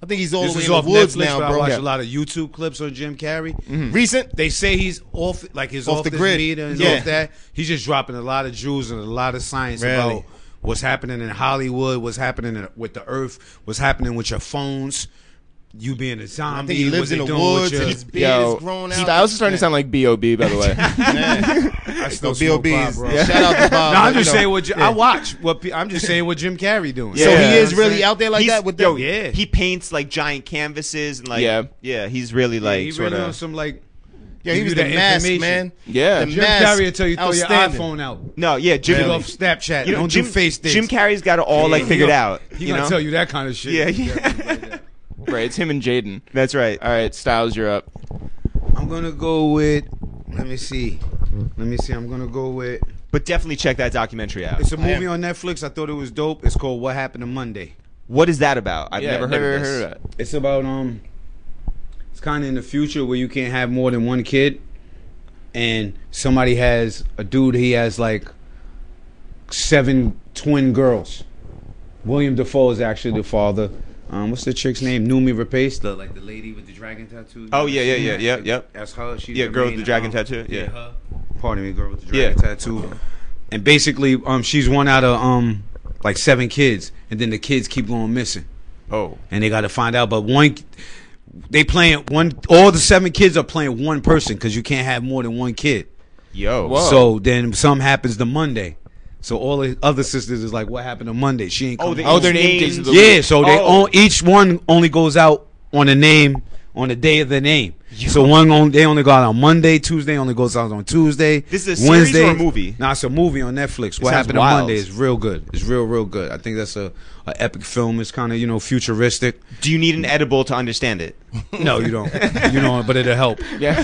I think he's all
This
the way
is
in the
off
woods
Netflix,
now,
but I
bro.
watch a lot of YouTube clips on Jim Carrey.
Recent.
They say he's off, like he's
Off
off,
the
the this
grid.
meter and
Yeah.
off that. He's just dropping a lot of jewels and a lot of science
Really?
about what's happening in Hollywood, what's happening in, with the Earth, what's happening with your phones, you being a zombie.
I think he
what
lives
they
in the
doing with
woods
your-
and his beard
Yo,
is grown out.
Styles is starting to sound like B.O.B., by the way.
I still
So
smoke
B.O.B.
pot,
's.
bro.
Shout out to Bob.
No, I'm just
you know.
saying what Jim- I watch. What pe- I'm just saying what Jim Carrey doing.
So
Yeah.
he is
You know what I'm
really
saying?
out there like
He's-
that with
yo,
them.
yeah.
He paints like giant canvases and like
Yeah.
yeah, he's really like
he
sort
really on
of
some like.
Yeah, he
give
was
you
the
that
mask,
information.
man.
Yeah.
The
Jim
Jim
mask,
Carrey until you throw your
outstanding.
iPhone out.
no, yeah, Jim.
Get off Snapchat.
You know,
don't
Jim,
do face things.
Jim Carrey's got it all like
He
figured
gonna-
out.
He
you
gonna
know,
tell you that kind of shit.
yeah, yeah.
Right, it's him and Jaden.
that's right.
All right, Styles, you're up.
I'm gonna go with. Let me see. Let me see. I'm gonna go with.
But definitely check that documentary out.
It's a movie on Netflix. I thought it was dope. It's called What Happened to Monday.
What is that about? I've
Yeah,
never heard of this.
that.
It's about um. It's kind of in the future where you can't have more than one kid, and somebody has a dude. He has like seven twin girls. William Defoe is actually the father. Um, what's the chick's name? Numi Rapace, the like the lady with the dragon tattoo.
Oh, yeah, yeah, yeah, yeah, yeah.
That's her. She's
Yeah,
the
girl with
main,
the dragon
um,
tattoo, yeah.
her. Pardon me, girl with the
Yeah.
dragon tattoo. And basically, um, she's one out of um like seven kids, and then the kids keep going missing,
Oh,
and they got to find out. But one, they playing one. All the seven kids are playing one person because you can't have more than one kid.
yo.
Oh,
Whoa.
So then some happens to Monday. So all the other sisters is like, what happened to Monday? She ain't.
Oh,
come
they-
home.
Oh, their name
Names.
is the
Yeah, so they
Oh.
on, each one only goes out on a name on the day of the name. So one on, they only go out on Monday, Tuesday only goes out on Tuesday.
This is a series or a movie?
Nah, it's a movie on Netflix. what
sounds
happened
wild.
on Monday is real good. It's real, real good. I think that's a, a epic film. It's kind of you know futuristic.
Do you need an edible to understand it?
No, you don't. you don't. But it'll help.
Yeah.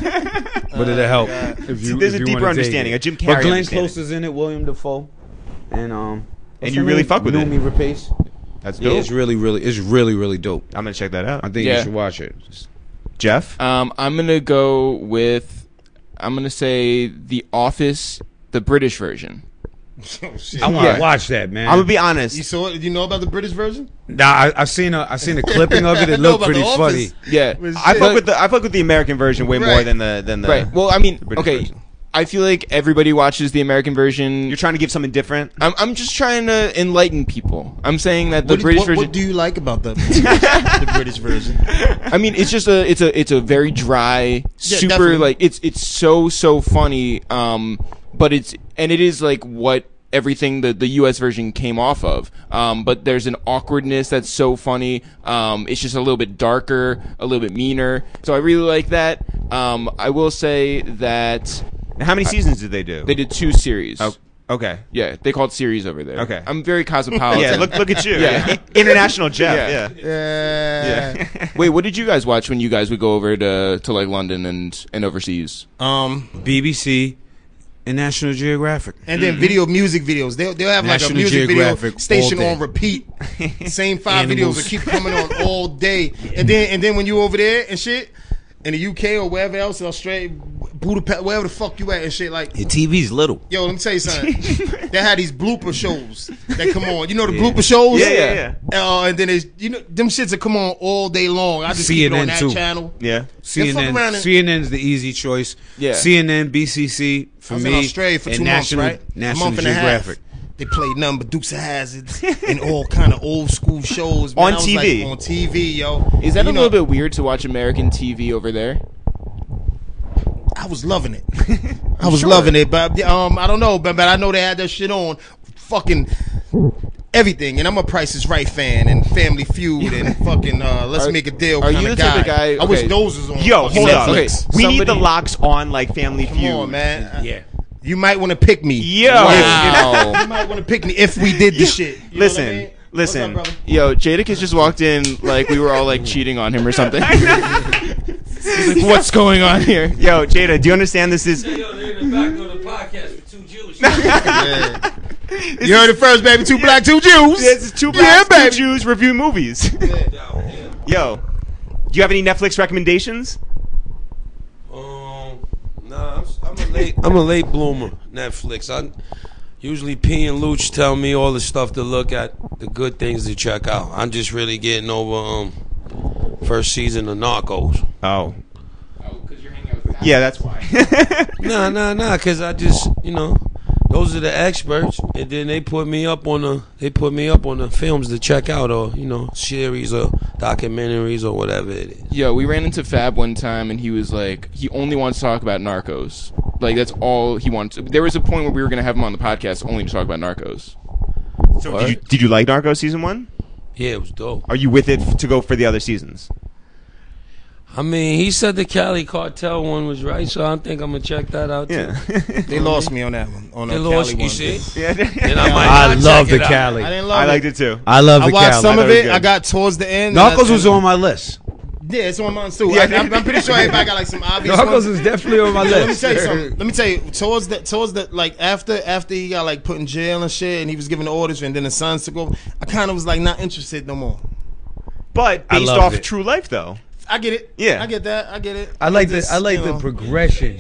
But it'll help. If
See, Oh, there's a
wanna
deeper
dig
understanding,
it.
a Jim Carrey
But Glenn
understanding.
Close is in it. William Defoe, and um,
And you really fuck with it.
Numi Rapace.
That's
Yeah,
dope.
it's really, really, it's really, really dope.
I'm gonna check that out. Uh,
I think
Yeah.
you should watch it.
Jeff.
Um, I'm gonna go with. I'm gonna say The Office, the British version.
Oh, shit.
I want to
Yeah.
watch that, man.
I'm gonna be
You
honest.
saw it? You know about the British version?
nah, I, I seen a, I seen a clipping of it.
I
It
know
looked
about
pretty
The
funny.
Office.
Yeah.
I fuck
But-
with the I fuck with the American version way more
Right.
than the than the.
Right. Well, I mean,
British
okay.
version.
I feel like everybody watches the American version.
You're trying to give something different.
I'm, I'm just trying to enlighten people. I'm saying that the
What-
British
what,
version.
What do you like about the, the British version?
I mean, it's just a it's a it's a very dry, super
definitely.
like it's it's so so funny. Um, but it's and it is like what everything the the U.S. version came off of. Um, but there's an awkwardness that's so funny. Um, it's just a little bit darker, a little bit meaner. So I really like that. Um, I will say that
How many seasons did they do?
they did two series.
Oh, okay.
Yeah, they called series over there.
Okay.
I'm very cosmopolitan.
Yeah, look look at you.
Yeah.
I- International Jeff.
Yeah.
Yeah.
Yeah.
Wait, what did you guys watch when you guys would go over to to like London and and overseas?
Um,
BBC and National Geographic.
and then video music videos. They'll, they'll have
Mm-hmm. National
like a music video
Geographic
station
all day.
on repeat. Same five videos
Animals.
that keep coming on all day. And then and then when you over there and shit in the UK or wherever else, in Australia, Budapest, wherever the fuck you at and shit, like
Your TV's little.
yo, let me tell you something. they had these blooper shows that come on. You know the blooper shows,
Yeah, yeah,
Uh, and then it's you know them shits that come on all day long. I just keep it on
CNN
that
too.
channel.
Yeah.
Yeah, fuck
CNN,
around and-
CNN's the easy choice.
Yeah.
CNN, BCC for
I was
me.
in Australia for
and
two
National,
months, right?
National
a month and
Geographic.
a half. They played nothing but Dukes of Hazards and all kind of old school shows man.
On
I was like,
TV.
on TV, yo.
Is that
You
a
know,
little bit weird to watch American TV over there?
I was loving it. I was loving it, but um, I don't know, but, but I know they had that shit on, fucking everything. And I'm a Price Is Right fan and Family Feud and fucking uh, Let's
Are-
Make a Deal
are
kind
you
of
the type
guy.
of guy-
I wish
okay.
those was on.
Yo,
fucking
hold up.
Okay,
Netflix.
We need the
somebody-
locks on like Family
Come
Feud.
on, man.
Yeah.
You might want to pick me.
Yo.
Wow. you might want to pick me if we did this shit. You know what I
Listen,
mean?
listen.
What's up, brother?
Yo, Jadek has just walked in like we were all like cheating on him or something. He's like, what's going on here?
Yo, Jada, do you understand this is
Yo, they're in the back of the podcast with two Jews.
You heard it first, baby. Two black, two Jews.
this is two blacks, two Jews review movies? Yo, do you have any Netflix recommendations?
Um, nah, I'm, I'm a late. I'm a late bloomer. Netflix. I usually P and Luch tell me all the stuff to look at, the good things to check out. I'm just really getting over um first season of Narcos.
Oh. Yeah, that's why.
Nah, nah, nah. Cause I just, you know, those are the experts, and then they put me up on the, they put me up on the films to check out, or you know, series or documentaries or whatever it is.
Yo, we ran into Fab one time, and he was like, he only wants to talk about Narcos. Like that's all he wants. There was a point where we were gonna have him on the podcast only to talk about Narcos.
So did you, did you like Narco season one?
Yeah, it was dope.
Are you with it f- to go for the other seasons?
I mean, he said the Cali Cartel one was right, so I think I'm gonna check that out. too.
Yeah.
They lost me on that one. On
They
the
lost,
Cali
you
one.
see?
yeah.
Then I might
I
not
love the
check it out.
I
Cali.
didn't love
I liked
it.
it too.
I love
I
the
watched
Cali.
some
I thought it
of
was
it.
good.
I got towards the end.
Narcos
I-
was on my list.
Yeah, it's on mine too.
Yeah.
I, I'm, I'm pretty sure everybody got like some obvious. ones.
Narcos is definitely on my
Yeah, let me
list.
tell you something. Let me tell you. Towards the towards the like after after he got like put in jail and shit, and he was giving the orders, and then the sons took over. I kind of was like not interested no more.
But
I
based
loved
off
it.
true life though.
I get it.
Yeah.
I get that. I get it.
I like the
this.
I like the progression.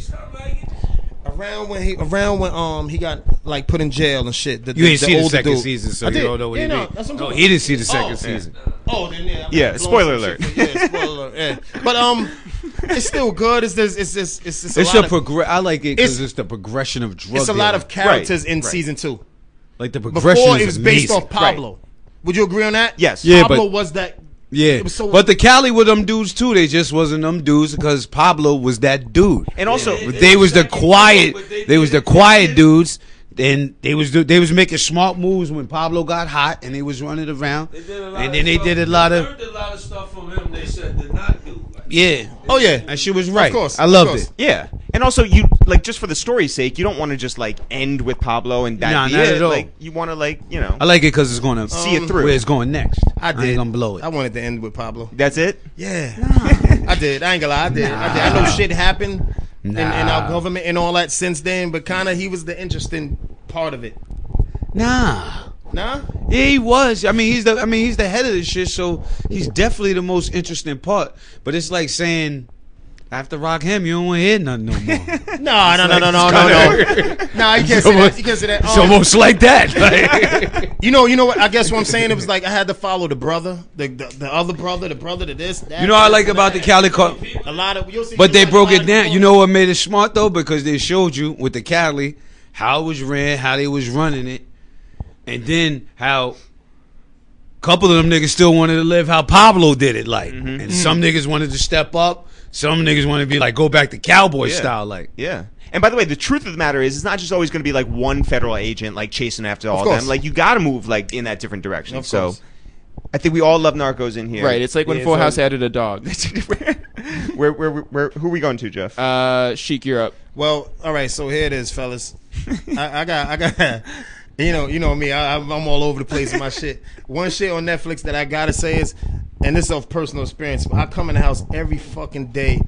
around when he around when um he got like put in jail and shit. The,
You ain't
the
see the
older
second
dude.
season, so
I
you
did.
don't know what
yeah,
he
no,
mean.
that's what I'm
No,
talking
he didn't see the
Oh,
second
yeah.
season.
Oh, then yeah. I'm
Yeah,
blowing
spoiler
some shit
alert.
for- Yeah, spoiler alert. Yeah. But um, it's still good. It's just it's just it's just a
It's a
lot of,
progress. I like it because
It's-
it's, the progression of drugs.
it's a lot of characters in
right.
season two.
like the progression.
Before
is
it was based
amazing.
off Pablo. Would you agree on that?
Yes.
Yeah,
Pablo
but-
was that.
Yeah,
It was so-
but the Cali with them dudes too. They just wasn't them dudes because Pablo was that dude.
And also
But they was the quiet. They was the quiet dudes. And they was do- they was making smart moves when Pablo got hot, and they was running around. And then they did a lot of
a lot of stuff from him. They said did not do.
yeah.
Oh yeah.
And she was right.
course,
I
of
loved
course.
it.
Yeah, and also you like just for the story's sake, you don't want to just like end with Pablo and that
Nah,
be
not
it.
at all.
Like you want to like you know
I like it because it's gonna Um,
see it through.
where it's going next.
I did.
ain't gonna blow it.
I wanted to end with Pablo.
That's it.
Yeah, I did. I ain't gonna lie. I did. I did. I know shit happened in, in
Nah.
our government and all that since then, but kind of he was the interesting part of it.
nah.
Nah,
Yeah, he was. I mean, he's the. I mean, he's the head of this shit, so he's definitely the most interesting part. But it's like saying, after Rock Him, you don't want to hear nothing no more.
no, no, no, no, no, no, no. Nah, you can't say that. You can't say that.
it's
Um,
almost like that. Like,
you know, you know what? I guess what I'm saying it was like I had to follow the brother, the the, the other brother, the brother to this. That,
you know, what I
this,
like
and
about the
that.
Cali Car-
A lot of, you'll see
But they
like, a
broke
lot
it
of
down.
people-
You know what made it smart though? Because they showed you with the Cali how it was ran, how they was running it, and then how a couple of them niggas still wanted to live how Pablo did it, like. And some niggas wanted to step up, some niggas wanted to be like go back to cowboy
Yeah.
style, like.
Yeah. And by the way, the truth of the matter is, it's not just always going to be like one federal agent like chasing after all of
course.
them. Like you got to move like in that different direction.
Of
so
course.
I think we all love Narcos in here.
Right. It's like when
Yeah,
Full
so-
House added a dog.
where, where, where, who are we going to, Jeff?
Uh, Sheik, you're up.
Well, all right. So here it is, fellas. I, I got, I got. You know, you know me. I, I'm I'm all over the place with my shit. One shit on Netflix that I gotta say is, and this is of personal experience. I come in the house every fucking day,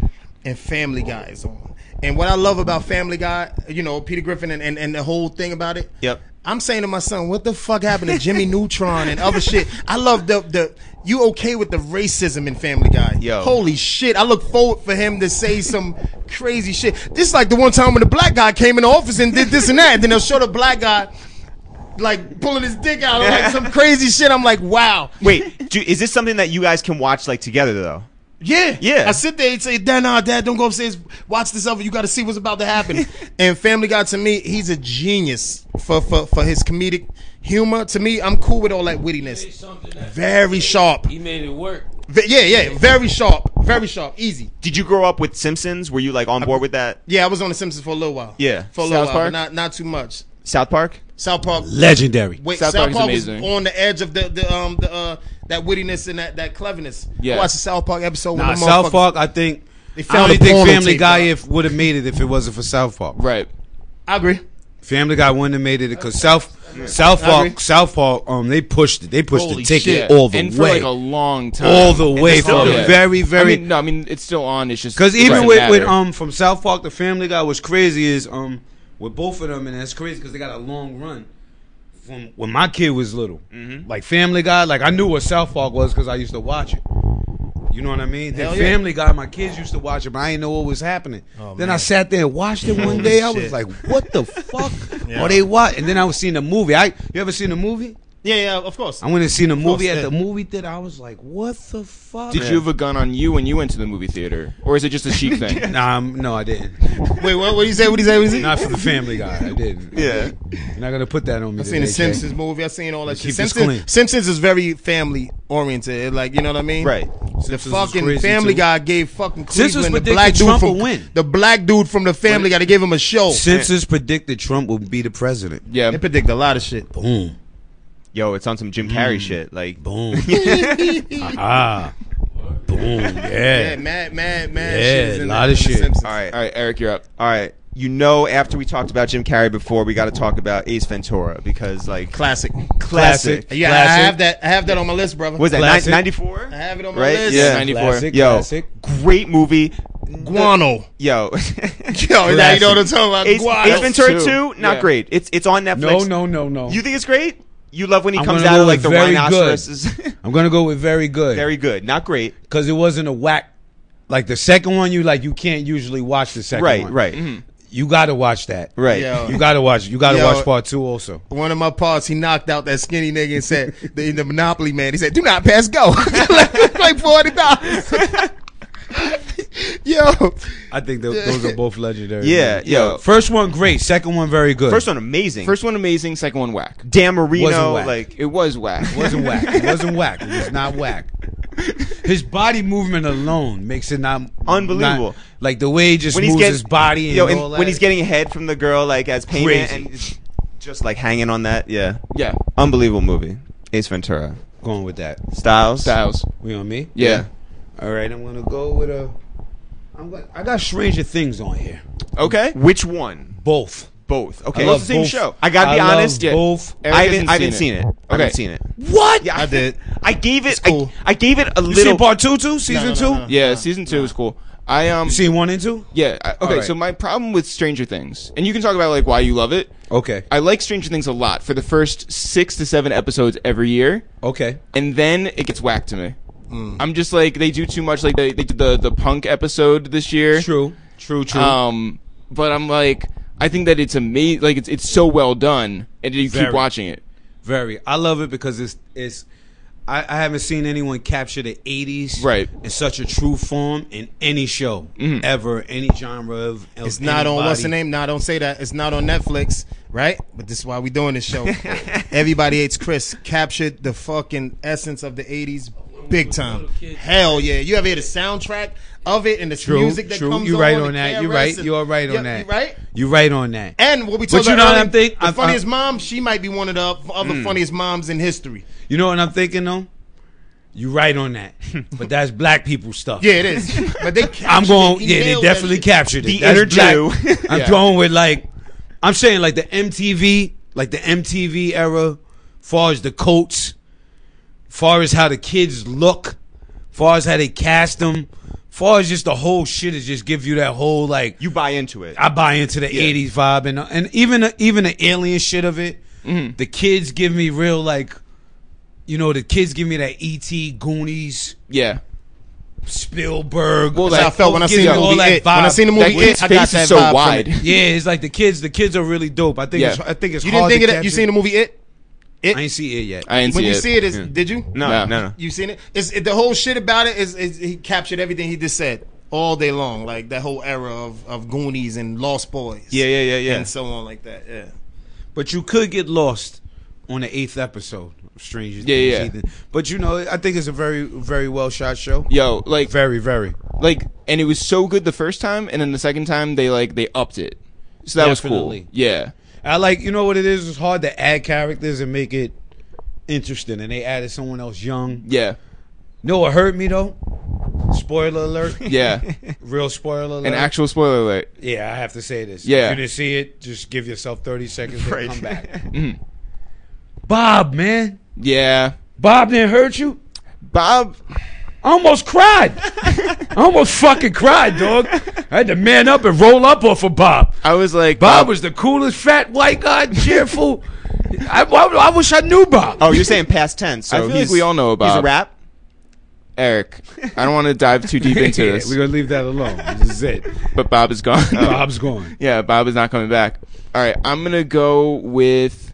and Family Guy is on. And what I love about Family Guy, you know, Peter Griffin and, and, and the whole thing about it.
Yep.
I'm saying to my son, what the fuck happened to Jimmy Neutron and other shit? I love the the you okay with the racism in Family Guy.
Yo.
Holy shit. I look forward for him to say some crazy shit. This is like the one time when the black guy came in the office and did this and that, and then they'll show the black guy like pulling his dick out like some crazy shit. I'm like, wow.
Wait, do, is this something that you guys can watch like together though?
Yeah.
Yeah.
I sit there and say, Dad, nah, Dad, don't go upstairs. Watch this over. You got to see what's about to happen. and Family Guy, to me, he's a genius for, for, for his comedic humor. To me, I'm cool with all that wittiness. Very sharp.
He made it work.
Ve- yeah, yeah. Very sharp. Very sharp. Easy.
Did you grow up with Simpsons? Were you like on board with that?
Yeah, I was on The Simpsons for a little while.
Yeah.
For a little
South
while,
Park?
but not, not too much.
South Park.
South Park.
Legendary.
Wait,
South
South,
Park is
Park was
amazing.
on the edge of the, the um the uh that wittiness and that, that cleverness.
Yeah.
I watched the South Park episode when
Nah,
the
South
motherfuckers-
Park, I think.
They
I
found
only
a porn
think
on
Family
tape,
Guy
dog.
if would have made it if it wasn't for South Park.
Right.
I agree.
Family Guy wouldn't have made it because South South Park
agree.
South Park um they pushed it. They pushed
Holy
the ticket
shit.
all the
and for
way.
like a long time.
all the way
still
for
do
a
it.
very very
I mean, no, I mean it's still on. It's just
because even
doesn't
with, with
matter.
um from South Park the Family Guy was crazy is um with both of them and that's crazy because they got a long run from when my kid was little
Mm-hmm.
like Family Guy like I knew what South Park was because I used to watch it you know what I mean then
Hell yeah. Oh,
Family Guy my kids used to watch it but I didn't know what was happening then I sat there and watched it one day I was
Shit.
like what the fuck are they what and then I was seeing the movie I you ever seen the movie
Yeah, yeah, of course.
I went and seen a movie at
yeah.
the movie theater. I was like, what the fuck?
Did you have a gun on you when you went to the movie theater, or is it just a chic thing?
Nah, I'm, no, I didn't.
Wait, what? What do you say? What do you say? What do you say?
Not for the Family Guy. I didn't.
Yeah.
You're not gonna put that on me.
I seen the Simpsons movie. I seen all that
Keep this
shit. Simpsons,
clean.
Simpsons is very family oriented. Like you know what I mean?
Right.
the
Simpsons was
fucking
crazy,
Family
too.
Guy gave fucking
Simpsons
Cleveland the
predicted
black dude
Trump
from
would win.
the black dude from the Family Guy. They gave him a show.
Simpsons predicted Trump would be the president.
Yeah,
They predict a lot of shit.
Boom,
Yo, it's on some Jim
Mm.
Carrey shit. Like,
boom. ah, boom.
Yeah,
Yeah.
mad, mad, mad.
Yeah,
shit is in
a lot
the-
of
in the
shit.
Simpsons.
all right,
All right, Eric, you're up.
all right. You know, after we talked about Jim Carrey before, we got to talk about Ace Ventura because, like,
Classic.
classic.
Yeah, I
Classic.
have that. I have that on my list, brother.
What was that
Classic.
ninety four?
I have it on my
Right?
list.
Yeah.
94.
Classic,
Yo,
classic.
great movie.
Guano.
Yo,
Yo, now you know what I'm talking about.
Ace,
Guano.
Ace Ventura
Two.
two, not
Yeah.
great. It's it's on
No,
Netflix.
no, no, no.
You think it's great? You love when he
I'm
comes
gonna
out
go
of like
with
the
very good.
rhinoceros. is-
I'm gonna go with very good.
Very good, not great.
because it wasn't a whack. Like the second one, you like you can't usually watch the second
Right,
one.
right,
You gotta watch that.
right.
Yo.
You gotta watch. You gotta
Yo.
watch part two also.
one of my parts, he knocked out that skinny nigga and said, the, the Monopoly man, he said, do not pass go. like, like $40. Yo,
I think tho- those are both legendary.
Yeah,
movies.
yo.
First one great. Second one very good.
First one amazing. First
First one amazing, second one whack.
Dan Marino,
Wasn't whack.
like
It was whack.
wasn't whack. It wasn't whack. It was not whack. His body movement alone makes it not
Unbelievable.
not- like the way he just
when he's
moves
getting
his body and
yo,
all that.
when he's getting head from the girl, like as payment
Crazy.
and it's just like hanging on that. Yeah,
yeah,
unbelievable movie. Ace Ventura,
going with that.
Styles.
Styles.
We on me?
Yeah.
All right. I'm gonna go with a. I'm gonna, I got Stranger Things on here.
Okay.
Which one?
Both.
Both. Okay,
love
it's the same
both.
show. I gotta be
love
honest.
yeah.
Both.
Eric
I haven't,
hasn't
I haven't seen
seen
it.
it.
I
Okay.
haven't seen it.
What?
Yeah,
I did.
I gave it.
cool.
I, I gave it a
You
little.
seen part two too? Season
no,
two?
no, no.
Yeah, season two was cool. I um
You seen one and two?
yeah I, okay.
Alright.
So my problem with Stranger Things, and you can talk about like why you love it.
Okay.
I like Stranger Things a lot for the first six to seven episodes every year,
Okay.
and then it gets whacked to me. I'm just like they do too much. Like they, they did the the punk episode this year.
True. True. True.
Um, but I'm like, I think that it's amazing. Like it's it's so well done, and you
Very.
keep watching it.
Very. I love it because it's it's. I, I haven't seen anyone capture the '80s
Right.
in such a true form in any show ever, any genre of. of
Mm-hmm. it's not on, what's the
anybody.
name? Nah, don't say that. It's not on Netflix, right? But this is why we doing this show. Everybody Hates Chris captured the fucking essence of the 80s big time. Hell yeah. You ever hear the soundtrack of it and the
True.
music that
true.
comes
you
on?
right
the
on that. You're
KRS
right.
and-
You're right on
Yeah,
that.
you Right?
You're right on that.
And what we
But
talked
you
about
know what
earlier,
I'm think-
the
I'm- Mm.
funniest
I'm-
mom, she might be one of the other funniest moms in history.
you know what I'm thinking though. You're right on that. but that's black people stuff.
Yeah, it is. But they captured
I'm going.
it,
Yeah, they
emailed
definitely
that shit.
captured it.
The
That's
inner
black.
Jew.
I'm
Yeah.
going with like, I'm saying like the MTV, like the MTV era, far as the coats, far as how the kids look, far as how they cast them, far as just the whole shit is just give you that whole like
you buy into it.
I buy into the '80s vibe and and even even the alien shit of it. The kids give me real like, you know, the kids give me that ET Goonies.
Yeah.
Spielberg.
Well,
That's how I felt when I seen the
all
movie
that
It. When I
vibe.
seen the
That
movie
kid's
It, I got
face
that
is so
vibe from
wide.
it.
Yeah, it's like the kids. The kids are really dope. I think.
Yeah.
It's, I think it's.
You didn't
hard
think
to
of that? You
capture.
seen the movie It? It.
I ain't see it yet.
I didn't
when
see
you
it.
see it, is did you?
no,
Yeah.
no, no.
You seen it? It's, it? The whole shit about it is, is he captured everything he just said all day long, like that whole era of, of Goonies and Lost Boys.
Yeah, yeah, yeah, yeah.
And so on like that. Yeah.
But you could get lost on the eighth episode of Stranger Things.
yeah.
Ethan. But you know, I think it's a very, very well shot show.
Yo, like
Very, very.
like and it was so good the first time and then the second time they like they upped it. So that was
Definitely.
cool. Yeah.
I like. You know what it is? It's hard to add characters and make it interesting. And they added someone else young.
Yeah.
No, it hurt me though. Spoiler alert.
Yeah.
Real spoiler alert.
An actual spoiler alert.
Yeah, I have to say this.
Yeah.
If you didn't see it, just give yourself 30 seconds to
Right.
come back.
Mm-hmm.
Bob, man.
Yeah.
Bob didn't hurt you?
Bob
I almost cried. I almost fucking cried, dog. I had to man up and roll up off of Bob.
I was like
Bob was the coolest fat white guy, cheerful. I, I- I wish I knew Bob.
Oh, you're saying past tense. So
I feel like
he's-
we all know
He's a
about-
rap.
Eric. I don't want to dive too deep into this.
We're going to leave that alone. This is it.
but Bob is gone.
Bob's gone.
yeah, Bob is not coming back. All right, I'm going to go with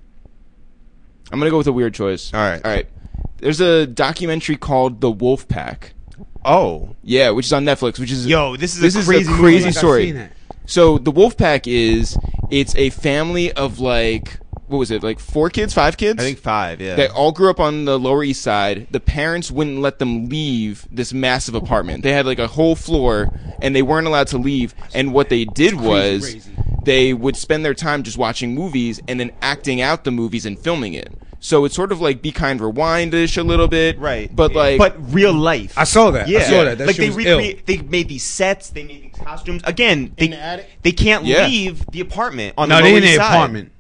I'm gonna go with a weird choice.
All right.
all right. There's a documentary called The Wolf Pack.
Oh,
Yeah, which is on Netflix. Which is
Yo, this is a
this
crazy
is a
movie.
crazy
Like, I've
story.
seen that.
So the Wolf Pack is it's a family of like what was it like four kids, five kids?
I think five. Yeah.
They all grew up on the Lower East Side. The parents wouldn't let them leave this massive apartment. They had like a whole floor, and they weren't allowed to leave. And what they did was
crazy.
they would spend their time just watching movies and then acting out the movies and filming it. So it's sort of like Be Kind Rewindish a little bit,
right.
But like,
but real life.
I saw that.
Yeah,
I saw that. That
like
shit
they
was ill.
recre- they made these sets, they made these costumes. Again, they
the attic?
they can't
Yeah.
leave the apartment on
No,
the
they
Lower
in
East
the
Side.
apartment.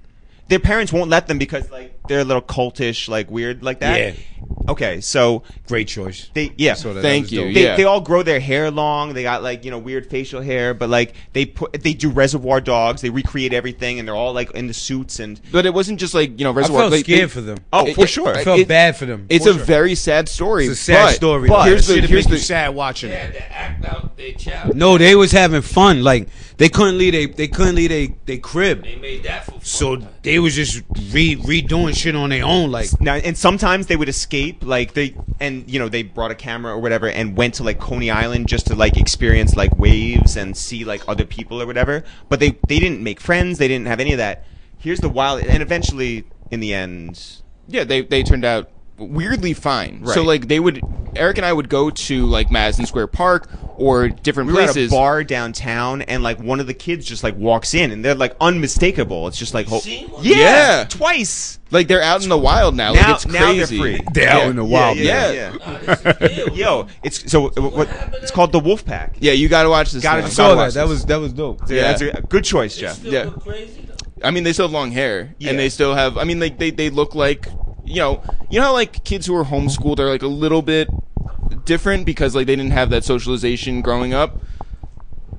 Their parents won't let them because like they're a little cultish, like weird, like that.
Yeah.
Okay, so
Great choice.
they yeah.
Saw that. That
thank
was
you.
dope.
They,
yeah.
they all grow their hair long. They got like you know weird facial hair, but like they put they do Reservoir Dogs. They recreate everything, and they're all like in the suits and
but it wasn't just like you know
I
Reservoir.
felt
like, they-
scared for them.
oh
It-
for
it-
sure.
I felt
it-
bad for them.
It's
For
a
sure.
very sad story.
It's a sad
but-
story.
But
though.
here's the
Should've
here's
made
the
you sad watching it.
to act out their child.
No, they was having fun. Like they couldn't leave. They they couldn't leave. They they crib.
They made that for fun.
So they was just re redoing shit on their own. Like
Now, and sometimes they would escape, like they, and you know, they brought a camera or whatever, and went to like Coney Island just to like experience like waves and see like other people or whatever. But they they didn't make friends. They didn't have any of that. Here's the wild, and eventually, in the end,
yeah, they they turned out weirdly fine. So
Right.
like they would Eric and I would go to like Madison Square Park or different
we were at a
places.
bar downtown, and like one of the kids just like walks in, and they're like unmistakable. It's just like, ho-
seen one?
yeah,
Yeah.
twice.
Like they're out in the wild now.
Now-
like it's crazy.
now they're free.
they
Yeah.
out in the wild.
yeah, yeah.
Nah, this is ill.
Yo, it's so uh, what, what it's called the Wolf Pack.
Yeah, you got to watch this.
Gotta
now.
just Gotta
saw that.
watch
That
this.
was that was dope.
Yeah, that's a, good choice,
They
Jeff.
still
Yeah.
look crazy though.
I mean, they still have long hair,
Yeah.
and they still have. I mean, like they they look like you know you know how like kids who are homeschooled are like a little bit different because like they didn't have that socialization growing up.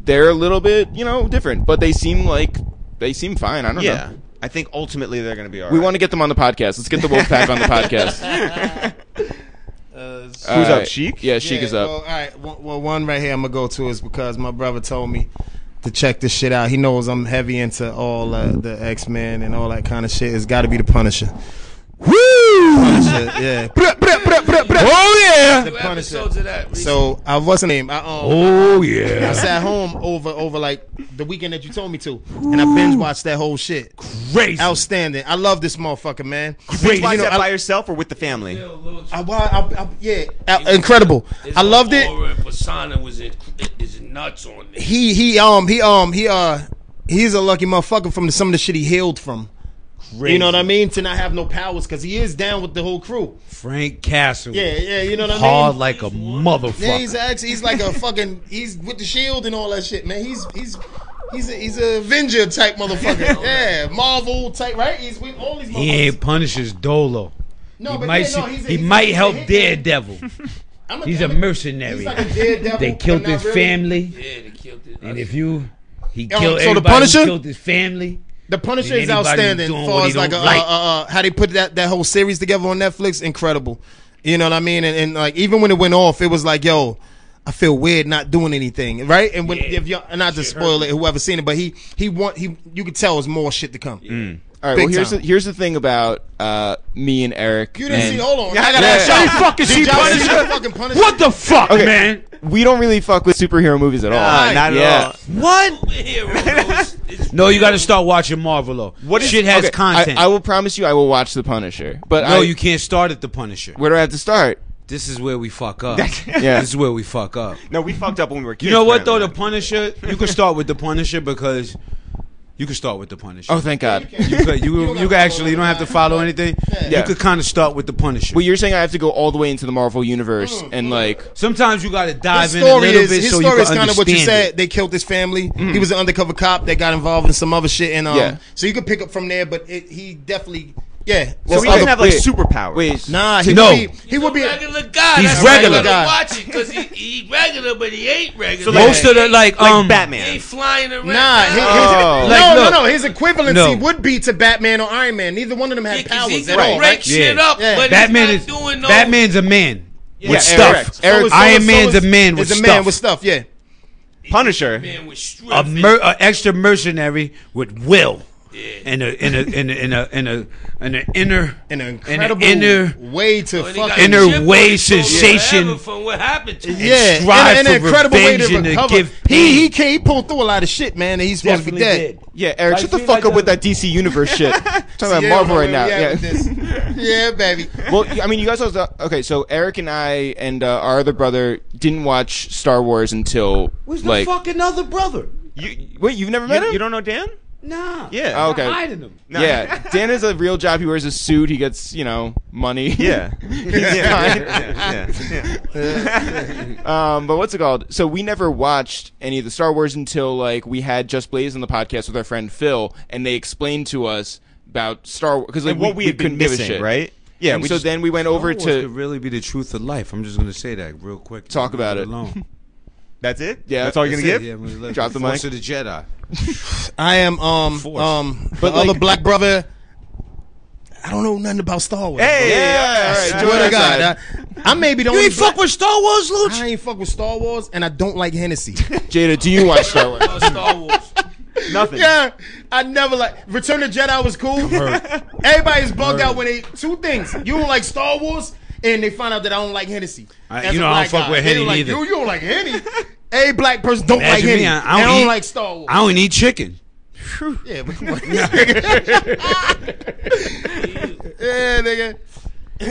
They're a little bit you know different, but they seem like they seem fine. I don't
Yeah,
know.
I think ultimately they're gonna be all right.
We want to get them on the podcast. Let's get the Wolfpack on the podcast.
Who's
All
up,
right.
Sheik?
Yeah, Sheik
Yeah,
is up.
Well, all right. Well, well, one right here I'm gonna go to is because my brother told me to check this shit out. He knows I'm heavy into all uh, the X Men and all that kind of shit. It's got to be the Punisher. Woo! Punisher, yeah.
Oh
The
Two
Punisher.
episodes of that.
So I what's the name? I um,
Oh
I
yeah,
sat home over over like the weekend that you told me to, and I binge watched that whole shit.
crazy.
Outstanding. I love this motherfucker, man.
Did you watch
You know,
that
I-
by yourself or with the family?
Yo, Lil
I, wa- I, I, yeah, uh, incredible. I loved it.
Aura and persona was in, is nuts on me.
he he um he um he uh he's a lucky motherfucker from the, some of the shit he healed from. You know what I mean? To not have no powers because he is down with the whole crew.
Frank Castle.
Yeah, yeah. You know what I
hard
mean?
like a motherfucker.
yeah, he's actually he's like a fucking he's with the shield and all that shit, man. He's he's. He's a, he's a Avenger type motherfucker. yeah, Marvel type, right? He's with all these
he
motherfuckers.
ain't punishes Dolo.
No,
he
but
might,
yeah, no,
see-
he's a-
he
he's a-
might
he's a
help
hitman.
Daredevil. He's a mercenary.
He's like a daredevil,
they
but
killed
not
his
really.
family,
Yeah, they killed it.
and if you, he
Oh,
killed
so the
everybody. who
Punisher?
killed his family.
The Punisher
Did
is
anybody
outstanding.
doing
As
what
far
he
as like,
don't
a,
like?
Uh, uh, uh, how they put that, that whole series together on Netflix, incredible. You know what I mean? And, and like even when it went off, it was like, yo, I feel weird not doing anything, right? And when if y'all, and not to spoil it, whoever seen it, but he he want he you could tell it's more shit to come.
Mm.
All right.
Big
Well, here's the,
time.
here's the thing about uh, me and Eric.
You didn't
and-
see? Hold on, I gotta
yeah.
ask y'all.
Did
fuck is
Did
he
y'all see
Punisher?
the fucking Punisher?
What the fuck,
Okay.
man?
We don't really fuck with superhero movies at all.
Nah, not at
Yeah.
all.
What?
Hero, though, it's- it's
No, you got to
real.
start watching Marvel. Though.
What is-
shit has
Okay,
content?
I, I will promise you, I will watch The Punisher. But
no,
I,
you can't start at the Punisher.
Where do I have to start?
This is where we fuck up.
Yeah.
This is where we fuck up.
No, we fucked up when we were kids.
You know what though? The
apparently.
Punisher. You can start with the Punisher because you can start with the Punisher.
Oh, thank God.
You could, you, you,
don't
could
gotta
actually you don't have to follow anything.
Yeah.
You could kind of start with the Punisher.
Well, you're saying I have to go all the way into the Marvel universe and like.
Sometimes you got to dive
His
in a
story
little
is
bit
his
so you
story
can
is kind of what you
understand
said.
it. Mm-hmm.
They killed his family. He was an undercover cop that got involved in some other shit, and um,
Yeah.
so you could pick up from there. But it, he definitely, yeah.
So he
Well,
doesn't
other-
have like
wait.
superpowers.
Wait,
Nah, he
No.
would be. He
He's
would
a
be.
regular guy.
He's
That's why
regular
you
guy.
gotta Watch it because he, he regular, but he ain't regular.
like-
Most of the like
like
um
he
Batman.
ain't flying around. Uh,
Nah,
Oh.
he, no,
Like,
no,
look.
no. His equivalency
No.
would be to Batman or Iron Man. Neither one of them had
Yeah, 'cause
powers
he
at
can
all.
break
Right?
shit
Yeah.
up,
Yeah.
but
Batman
he's
is
not doing no.
Batman's a man with
Yeah,
stuff.
Eric. Eric-
So is-
Iron
so
Man's
is-
a man with
is a
stuff.
man with stuff. Yeah,
Punisher.
Man with strength.
a mer- a extra mercenary with will. and a and a and a and a and a, and a inner
an
an
incredible
inner-
way to
When he got
fucking
inner
chip on his
way
shoulder
sensation.
forever From what happened to him.
yeah,
strive
and, and
for
an incredible way
revenge
to
and to
recover.
give
he he came, he pulled through a lot of shit, man. And he's supposed
Definitely
to be dead.
did.
Yeah, Eric,
Like,
shut the
see,
fuck
like
up with
the-
that DC Universe shit. Talking about
Yeah,
Marvel
where
right
we
now.
at
Yeah.
with this? yeah, baby.
well, I mean, you guys also okay. So Eric and I and uh, our other brother didn't watch Star Wars until
Where's the
like
fucking other brother?
you. Wait, you've never met
You,
him?
you don't know Dan?
Nah.
Yeah.
Oh, okay.
I'm hiding him.
Yeah, Dan has a real job. He wears a suit. He gets you know money.
Yeah. yeah.
fine.
yeah, yeah, yeah.
Um, but what's it called? So we never watched any of the Star Wars until like we had Just Blaze on the podcast with our friend Phil, and they explained to us about Star Wars because like,
And what we had been
couldn't give a
missing,
shit.
right? Yeah.
and
we
so
just-
then we went over
Star Wars could
to
really be the truth of life. I'm just gonna say that real quick.
Talk
Leave
about it.
Alone.
that's it.
Yeah,
That's all you're
that's
gonna give.
Yeah, we left
Drop the
Force
mic.
of the Jedi.
I am um um but the other black brother. I don't know nothing about Star Wars.
Hey,
Yeah,
yeah,
all right,
bro.
join
swear
us
to God,
on.
I, I maybe don't.
You ain't fuck with Star Wars, Luch?
I ain't fuck with Star Wars, and I don't like Hennessy.
Jada. Do you watch Star Wars?
Star Wars.
nothing.
yeah, I never like Return of the Jedi was cool. Everybody's bugged out when they two things. You don't like Star Wars, and they find out that I don't like Hennessy.
I-
As
you
a
know, I
black
don't fuck with
They
Henny
like,
neither.
You, you don't like Henny. Every black person don't like
Imagine
Henny.
me,
I,
I-
don't,
I don't eat-
like Star Wars.
I don't eat chicken.
yeah, but yeah, nigga.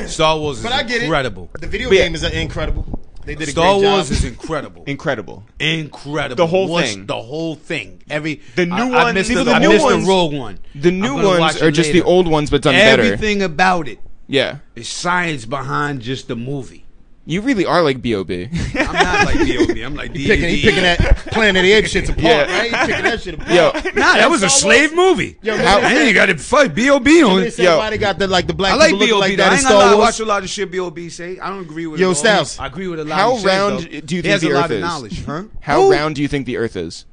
Star Wars is
But I get it.
incredible.
The video game is uh, incredible. They did a
Star
great
Wars
job.
is incredible.
Incredible.
incredible.
The whole
What's
thing.
The whole thing. Every
The new
I, I
ones-
missed
even
the,
the
I
new
missed
ones-
the rogue one.
The
I'm
new
gonna watch
ones
it
are just the
later.
old ones, but done better.
Everything about it
Yeah,
is science behind just the movie.
you really are like Bob.
I'm not like B.O.B. I'm like D.
picking, he picking that Planet of the Apes shit apart,
Yeah.
right? He picking that shit apart.
Yo,
Nah, that was a slave movie.
Yo,
I
man.
ain't got to fight B.O.B. on
They
it.
say
Yo.
why they got the like the black
I like B.O.B.
people looking like
though.
that
I
in
ain't gonna lie, I
Star Wars.
watch a lot of shit B.O.B. say. I don't agree with
Yo,
it all.
Styles.
I agree with a lot
How
of shit,
round
though.
do you think
He has
the
a lot
Earth
of
is?
knowledge. Huh?
how
Who?
round do you think the Earth is?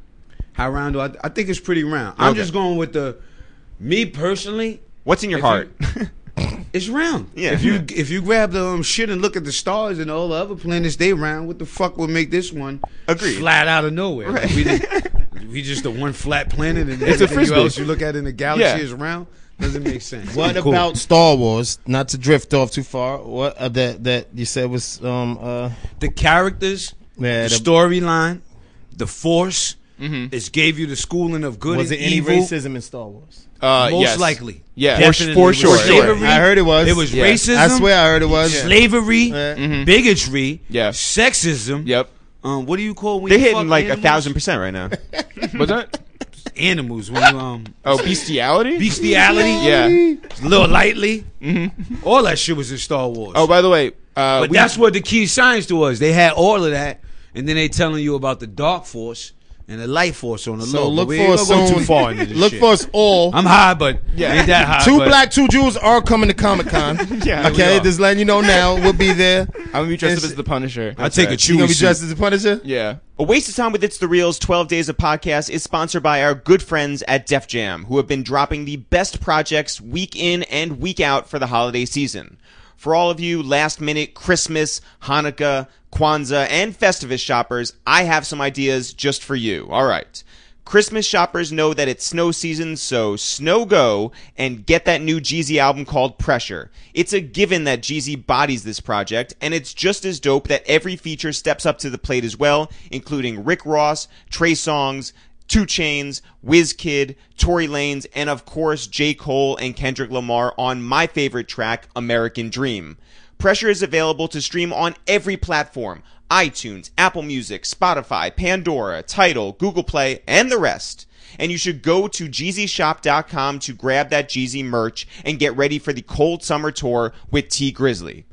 How round do I? I think it's pretty round. I'm
Okay.
just going with the. Me personally,
What's in your
If
heart?
it's round.
Yeah.
If you if you grab the um, shit and look at the stars and all the other planets, they round. What the fuck would make this one
Agreed.
flat out of nowhere? Like, we, just, we just the one flat planet,
It's
and
a
everything
frisbee.
else you look at in the galaxy
Yeah.
is round. Doesn't make sense.
What
Cool.
about Star Wars? Not to drift off too far. What uh, that that you said was um uh
the characters,
Yeah,
the
the-
storyline, the force? It gave you the schooling of good
was
and
it any
evil.
racism in Star Wars?
Uh,
Most
yes.
likely.
Yeah,
For-
Definitely
for
was
sure.
slavery.
I heard it was.
It was
Yeah.
racism.
I swear I heard it was.
Slavery,
Yeah.
bigotry,
Yeah.
sexism.
Yep.
Um, what do you call when
They're
you
hitting
fuck
like a
animals?
thousand percent right now.
What's that?
animals when you um
Oh, bestiality.
bestiality,
yeah.
little lightly, all that shit was in Star Wars.
Oh, by the way, uh,
but
we,
that's what the key science to was. They had all of that, and then they telling you about the dark force and the light force on the
So
low. but
look
we
for
ain't
us
gonna go
soon.
too far into this
look
shit.
for us all.
I'm high, but
Yeah.
ain't that high?
two
but
black, two Jews are coming to Comic Con.
Yeah, we
okay,
are.
just letting you know now. We'll be there.
I'm gonna be dressed up
It's-
as the Punisher.
I take a
You
chewy
gonna be
suit.
dressed as the Punisher?
Yeah.
A Waste of Time with It's the Reels 12 Days of Podcast is sponsored by our good friends at Def Jam, who have been dropping the best projects week in and week out for the holiday season. For all of you last minute Christmas, Hanukkah, Kwanzaa, and Festivus shoppers, I have some ideas just for you. All right. Christmas shoppers know that it's snow season, so snow go and get that new Jeezy album called Pressure. It's a given that Jeezy bodies this project, and it's just as dope that every feature steps up to the plate as well, including Rick Ross, Trey Songs, Two Chains, Wiz Kid, Tory Lanez, and of course J. Cole and Kendrick Lamar on my favorite track, American Dream. Pressure is available to stream on every platform iTunes, Apple Music, Spotify, Pandora, Tidal, Google Play, and the rest. And you should go to jeezyshop.com to grab that Jeezy merch and get ready for the cold summer tour with T Grizzly.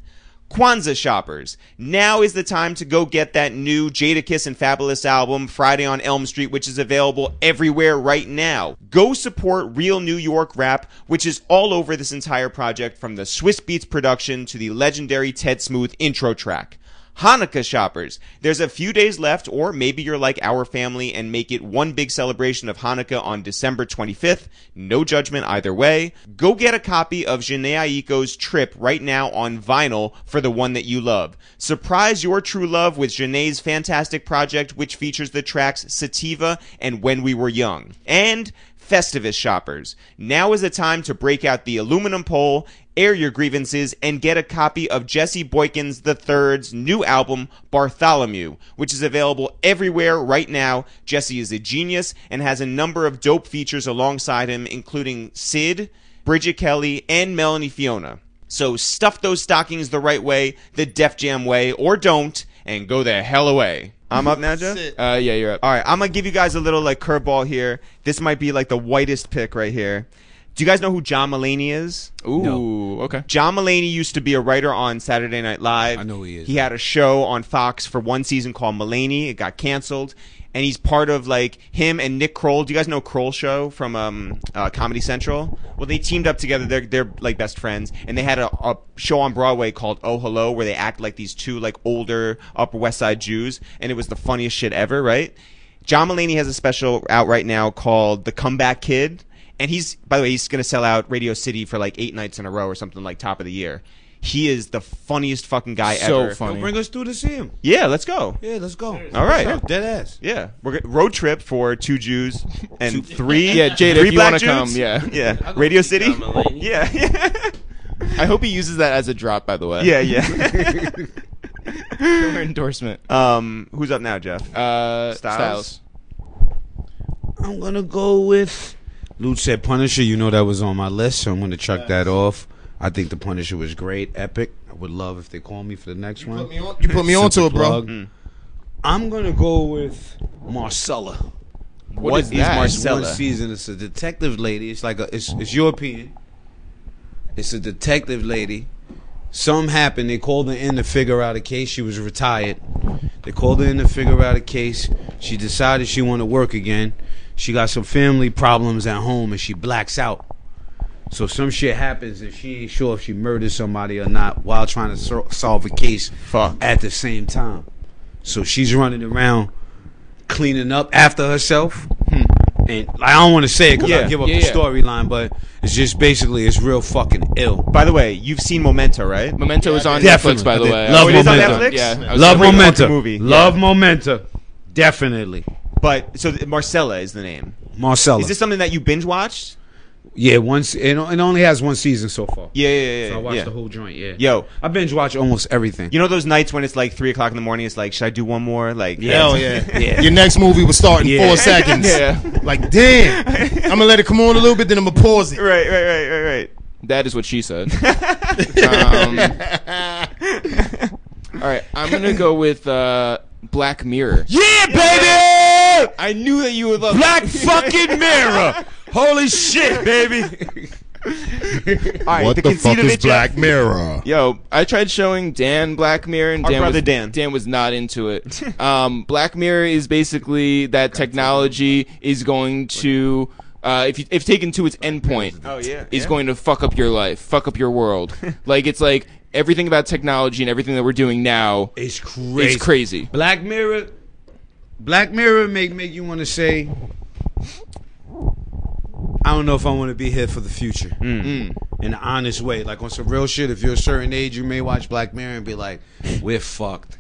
Kwanzaa shoppers, now is the time to go get that new Jadakiss and Fabulous album, Friday on Elm Street, which is available everywhere right now. Go support Real New York Rap, which is all over this entire project from the Swiss Beats production to the legendary Ted Smooth intro track. Hanukkah shoppers. There's a few days left, or maybe you're like our family and make it one big celebration of Hanukkah on December 25th. No judgment either way. Go get a copy of Janae Aiko's Trip right now on vinyl for the one that you love. Surprise your true love with Janae's fantastic project, which features the tracks Sativa and When We Were Young. And Festivus shoppers. Now is the time to break out the aluminum pole, air your grievances, and get a copy of Jesse Boykins III's new album, Bartholomew, which is available everywhere right now. Jesse is a genius and has a number of dope features alongside him, including Sid, Bridget Kelly, and Melanie Fiona. So stuff those stockings the right way, the Def Jam way, or don't, and go the hell away. I'm up now, Jeff?
That's it.
Uh, yeah, you're up.
All right, I'm gonna give you guys a little like curveball here. This might be like the whitest pick right here. Do you guys know who John Mulaney is?
Ooh, okay.
John Mulaney used to be a writer on Saturday Night Live.
I know he is.
He had a show on Fox for one season called Mulaney. It got canceled, and he's part of like him and Nick Kroll. Do you guys know Kroll show from um, uh, Comedy Central? Well, they teamed up together. They're they're like best friends, and they had a, a show on Broadway called Oh Hello, where they act like these two like older Upper West Side Jews, and it was the funniest shit ever, right? John Mulaney has a special out right now called The Comeback Kid. And he's, by the way, he's going to sell out Radio City for like eight nights in a row or something like top of the year. He is the funniest fucking guy
So
ever.
funny.
Bring us through to see him.
Yeah, let's go.
Yeah, let's go.
All right.
Yeah, Dead ass.
Yeah, we're go- road trip for two Jews and three.
Yeah, Jada,
three
if you
black
wanna come,
Jews.
yeah.
yeah. Radio City.
John Mulaney.
Yeah, yeah,
I hope he uses that as a drop, by the way.
yeah, yeah.
For endorsement.
um, who's up now, Jeff?
Uh, Styles.
Styles.
I'm gonna go with. Luke said Punisher. You know that was on my list, so I'm gonna check that off. I think the Punisher was great, epic. I would love if they call me for the next one.
Put me on- You put me
Simple
onto it, bro.
plug. Mm. I'm gonna go with Marcella.
what
is that?
It's
Marcella.
One season. It's a detective lady. It's like a. It's, it's European. It's a detective lady. Something happened. They called her in to figure out a case. She was retired. They called her in to figure out a case. She decided she wanted to work again. She got some family problems at home and she blacks out. So some shit happens and she ain't sure if she murdered somebody or not while trying to so- solve a case
Fuck.
at the same time. So she's running around cleaning up after herself. And like, I don't want to say it because
Yeah,
I give up
yeah,
the
yeah.
storyline, but it's just basically it's real fucking ill.
By the way, you've seen Memento, right?
Memento is on
Definitely.
Netflix, by the
I
way.
did. Love
Oh, it is on
Memento.
Netflix? Yeah. I was gonna
Love
bring it up.
Momenta,
movie.
love Momenta, definitely.
But so th- Marcella is the name.
Marcella,
Is this something that you binge watched?
yeah, once it, it only has one season so far.
Yeah, yeah, yeah.
so
yeah,
I watched
yeah.
the whole joint. Yeah,
Yo,
I binge watch almost everything.
you know those nights when it's like three o'clock in the morning? It's like, should I do one more? Like,
Hell yeah.
Yeah.
Your next movie was starting
Yeah.
four seconds.
Yeah.
Like, damn. I'm going to let it come on a little bit, then I'm going to pause it.
Right, right, right, right, right.
That is what she said. um, all right, I'm gonna go with uh, Black Mirror.
yeah, baby,
I knew that you would love
black fucking mirror. Holy shit, baby.
All right, the, conceit of it, Jeff-
Mirror?
Yo, I tried showing Dan Black Mirror, and
Our
Dan
brother
was,
Dan.
was not into it. um, Black Mirror is basically that technology is going to, uh, if you, if taken to its endpoint,
Oh, yeah,
is
yeah.
going to fuck up your life, fuck up your world. like it's like everything about technology and everything that we're doing now
It's crazy.
is crazy.
Black Mirror. Black Mirror make make you want to say, I don't know if I want to be here for the future.
Mm.
Mm. In an honest way, like on some real shit. If you're a certain age, you may watch Black Mirror and be like, "We're fucked."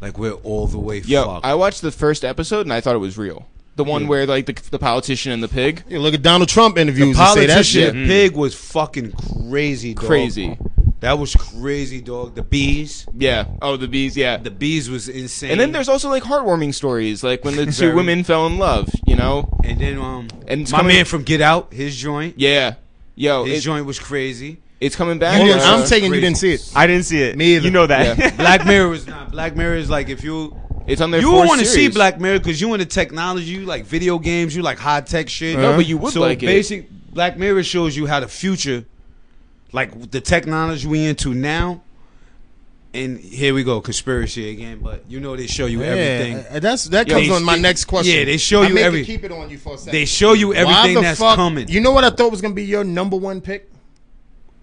Like we're all the way
Yo,
fucked.
I watched the first episode and I thought it was real. The one where like the, the politician and the pig.
You look at Donald Trump interviews and say
Politician
that shit.
pig was fucking crazy. Dog.
Mm. Crazy.
That was crazy, dog. The bees.
Yeah. Oh, the bees. Yeah.
The bees was insane.
and then there's also like heartwarming stories, like when the two
Very.
women fell in love. You know.
and then um
And it's
my
coming-
man from Get Out, his joint.
Yeah. Yo,
His
it,
joint was crazy.
it's coming back.
Hold
uh,
on, I'm taking you
crazy.
didn't see it.
I didn't see it.
Me either.
You know that.
Yeah.
Black Mirror is not. Black Mirror is like if you
it's on their.
you
fourth
want to see
series.
Black Mirror because you into technology, you like video games, you like high tech shit.
No, but you would
so
like it.
basic, Black Mirror shows you how the future, like the technology we into now. And here we go, conspiracy again. But you know they show you everything.
Yeah, uh, that's that
Yo,
comes
they
on my
sh-
next question.
yeah, they show
I
you
may could
every-
Keep it on you for a second.
They show you everything
Why the
that's
fuck-
coming.
You know what I thought was gonna be your number one pick?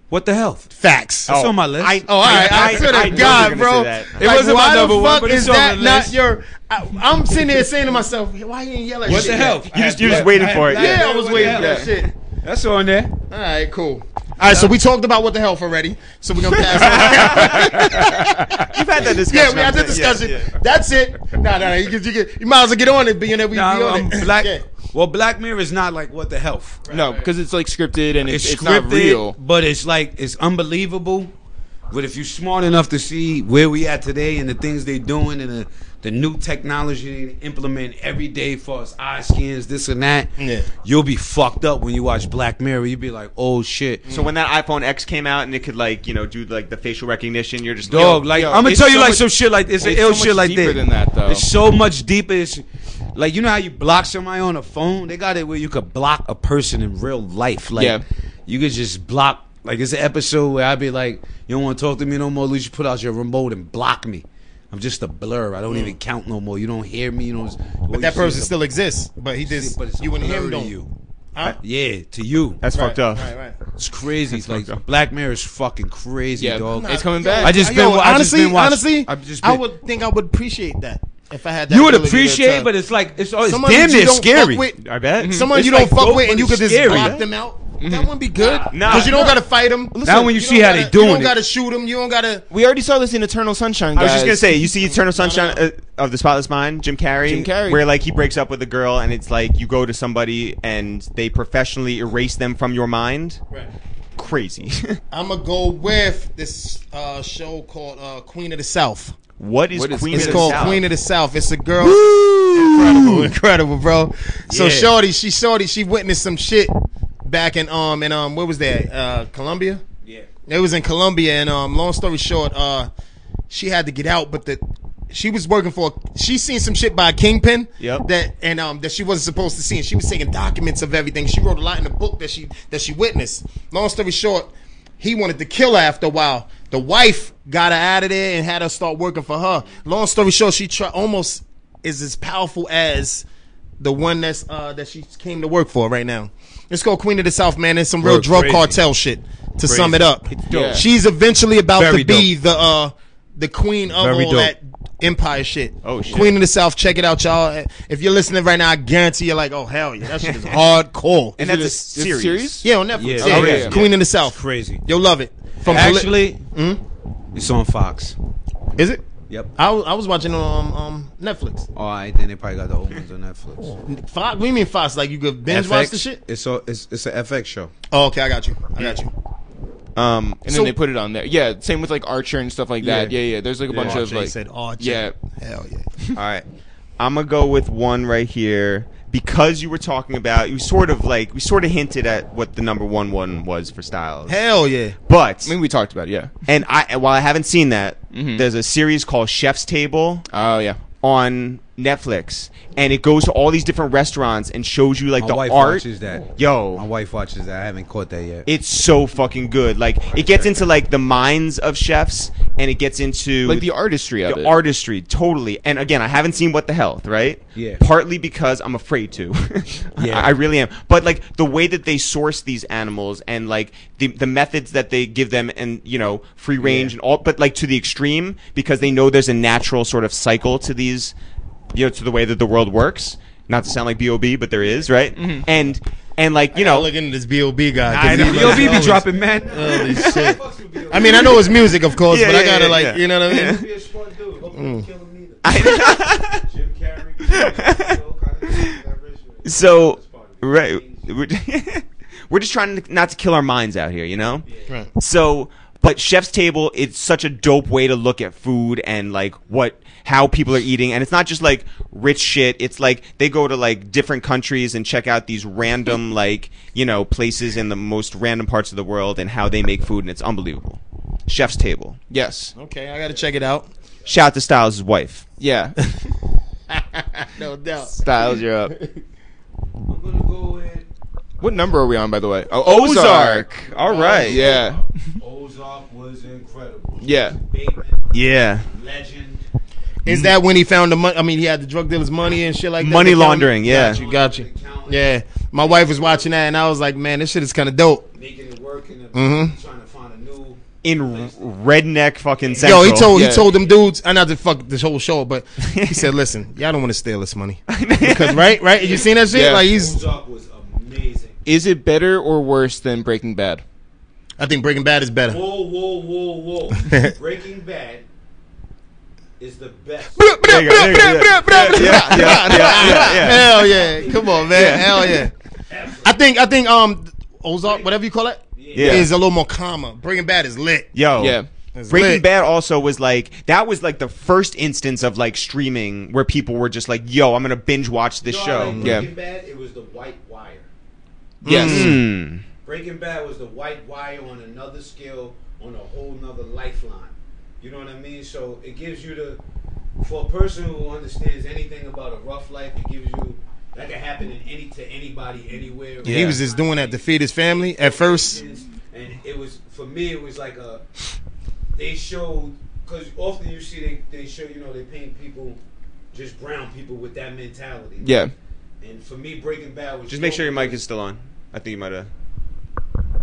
what the hell?
Facts.
That's on my list.
I,
Oh, all right. I,
I-
swear to
I know
God,
you were
bro.
gonna say that.
It wasn't my
why
number
the
one,
fuck
but
is
it's on
that
the
not
list.
your? I, I'm sitting there saying to myself, why you ain't yell at
What
shit?
the hell?
You just, you're just waiting for it.
Yeah, I was
What
waiting
the
for that shit.
That's on there.
All right, cool. All right, so we talked about what the hell already. So we're gonna pass. on.
You've had that discussion.
yeah, we had that
Yeah,
discussion.
yeah.
That's it. No, no, no. You, get- you, get- you might as well get on it, being that we
Nah,
be on
I'm
it.
black.
Yeah.
Well, Black Mirror is not like what the health.
no, because it's like scripted and it's,
It's,
it's,
scripted,
not real.
but it's like it's unbelievable. But if you're smart enough to see where we at today and the things they're doing and the, the new technology they implement every day for us eye scans, this and that,
Yeah.
you'll be fucked up when you watch Black Mirror. You'll be like, oh shit.
So when that iPhone X came out and it could like you know do like the facial recognition, you're just
Dog, like I'm gonna
it's
tell you
so
like
much-
some shit like it's,
it's
ill
so much
shit like
deeper
that.
than that, though.
It's so much deeper. It's like you know how you block somebody on a phone. They got it where you could block a person in real life. Like
Yeah.
you could just block. Like it's an episode where I'd be like, "You don't want to talk to me no more. Luis, You put out your remote and block me. I'm just a blur. I don't even count no more. You don't hear me. You don't."
But that person still exists. But he just you and him don't.
You.
Huh?
Yeah, to you.
that's
Right,
fucked up.
Right, right.
It's crazy. It's like
fucked up.
Black Mirror is fucking crazy,
Yeah,
dog.
it's coming back.
I just
Yo,
been- I just
honestly,
been watching-
honestly,
I've just
I
been-
would think I would appreciate that if I had that.
you would
ability to
appreciate,
tell-
but it's like it's always
Someone
damn
that you
near
don't
scary.
fuck with- Mm-hmm.
I bet.
someone
it's
you don't
like
fuck
dope,
with
but
and you could
it's
just
scary.
block them out. That wouldn't be good because
Nah,
you don't gotta fight them.
Now when you see
don't
how they
gotta-
doing
you don't
it.
gotta shoot them. You don't gotta.
We already saw this in Eternal Sunshine.
I was just
guys.
gonna say, you see Eternal Sunshine uh, of the Spotless Mind, Jim Carrey,
Jim Carrey.
where like he breaks up with a girl, and it's like you go to somebody and they professionally erase them from your mind. Crazy.
I'm gonna go with this uh, show called uh, Queen of the South.
what is,
What is-
Queen
it's
of
It's
the
called
South?
Queen of the South. It's a girl. Incredible, incredible, bro. So
Yeah.
Shorty, she Shorty, she witnessed some shit back in um in um where was that? Uh Colombia? Yeah. It was in Colombia and um long story short, uh she had to get out, but the she was working for she seen some shit by a kingpin
Yep.
that and um that she wasn't supposed to see and she was taking documents of everything. She wrote a lot in the book that she that she witnessed. Long story short, he wanted to kill her after a while. The wife got her out of there and had her start working for her. Long story short, she try, almost is as powerful as the one that's uh that she came to work for right now. It's called Queen of the South, man. It's some real
Word,
drug
crazy.
cartel shit. To sum it up,
dope.
she's eventually about
Very
to be the uh the queen of
Very
all
dope.
that empire shit.
Oh, shit.
Queen of the South, check it out, y'all. If you're listening right now, I guarantee you're like, oh hell yeah, that shit is hardcore.
Is
And that's
it
a
s- it's
series.
yeah, on Netflix.
Yeah,
Yeah,
okay,
yeah.
yeah.
Queen of the South.
crazy.
You'll love it. From Poli-
Actually, it's on Fox.
is it?
Yep.
I was, I was watching on um, um, Netflix.
All right, then they probably got the old ones on Netflix.
Fox? What do you mean Fox? Like you could binge watch the shit?
It's a, it's it's an FX show.
Oh, okay, I got you. I got you.
Um,
And
So-
then they put it on there. Yeah, same with like Archer and stuff like that.
Yeah.
Yeah, yeah. There's like a bunch
Oh,
of like. Yeah.
Hell
All
yeah.
right, I'm gonna go with one right here because you were talking about you sort of like we sort of hinted at what the number one one was for Styles,
Hell yeah.
but
I mean, we talked about it. Yeah.
and I and while I haven't seen that, there's a series called Chef's Table.
Oh yeah.
on Netflix, and it goes to all these different restaurants and shows you like
My
the
wife
art.
watches that. My
Yo,
wife watches that. I haven't caught that yet.
it's so fucking good. Like it gets into like the minds of chefs, and it gets into
Like the artistry of
the
it.
artistry totally. And again, I haven't seen What the Health, right?
Yeah.
Partly because I'm afraid to.
Yeah.
I, I really am. But like the way that they source these animals and like the the methods that they give them and you know free range and all, but like to the extreme because they know there's a natural sort of cycle to these, you know, to the way that the world works. Not to sound like Bob, but there is, right?
Mm-hmm.
And and like you
Now
know,
look into this B.O.B. guy. 'cause
I know.
he
Yo,
like- "Oh,
B
be dropping man.
Holy shit. I mean, I know it's music, of course,
Yeah,
but I
yeah,
gotta
yeah,
like,
yeah.
you know what I mean?
Be a smart dude.
Jim Carrey.
so right, we're, we're just trying to, not to kill our minds out here, you know.
Right.
So, but Chef's Table, it's such a dope way to look at food and like what, how people are eating. And it's not just like rich shit. It's like they go to like different countries and check out these random, like, you know, places in the most random parts of the world and how they make food. And it's unbelievable. Chef's Table.
Yes.
Okay, I gotta check it out.
Shout out to Styles' wife.
Yeah.
No doubt.
Styles, you're up.
I'm gonna go with
What number are we on, by the way? Oh, Ozark.
All right.
Yeah.
Ozark was incredible.
Yeah.
Bateman,
Yeah.
legend.
Is that when he found the money? I mean, he had the drug dealer's money and shit like that.
Money
They found-
laundering, yeah.
Got you, got you. Yeah. My wife was watching that and I was like, man, this shit is kind of dope.
Making it work and
Mm-hmm.
Mhm.
trying to find a new.
In r- redneck fucking
Yo,
central.
he told
Yeah.
he told them dudes, and not to fuck this whole show, but he said, listen, y'all don't want to steal this money. Because, right? Right? You seen that shit?
Yeah.
Like, he's,
Ozark was amazing.
Is it better or worse than Breaking Bad?
I think Breaking Bad is better.
Whoa, whoa, whoa, whoa! Breaking Bad is the best.
There you go, there you go, yeah. Yeah, yeah, yeah, yeah, yeah.
Hell yeah! Come on, man. Hell yeah! I think I think um Ozark, whatever you call it, is
Yeah.
a little more calmer. Breaking Bad is lit.
Yo,
Yeah.
It's
Breaking
lit.
Bad also was like that was like the first instance of like streaming where people were just like, "Yo, I'm gonna binge watch this show."
Yeah.
Breaking Bad, it was the white wire.
Yes.
Mm.
Breaking Bad was the white wire on another scale, on a whole nother lifeline. You know what I mean? So it gives you the, for a person who understands anything about a rough life, it gives you that can happen in any to anybody anywhere.
He was just doing that to feed his family at first.
And it was for me, it was like a they showed because often you see they they show you know they paint people just brown people with that mentality.
Yeah.
And for me, Breaking Bad was
Just make sure your mic is still on. I think you might have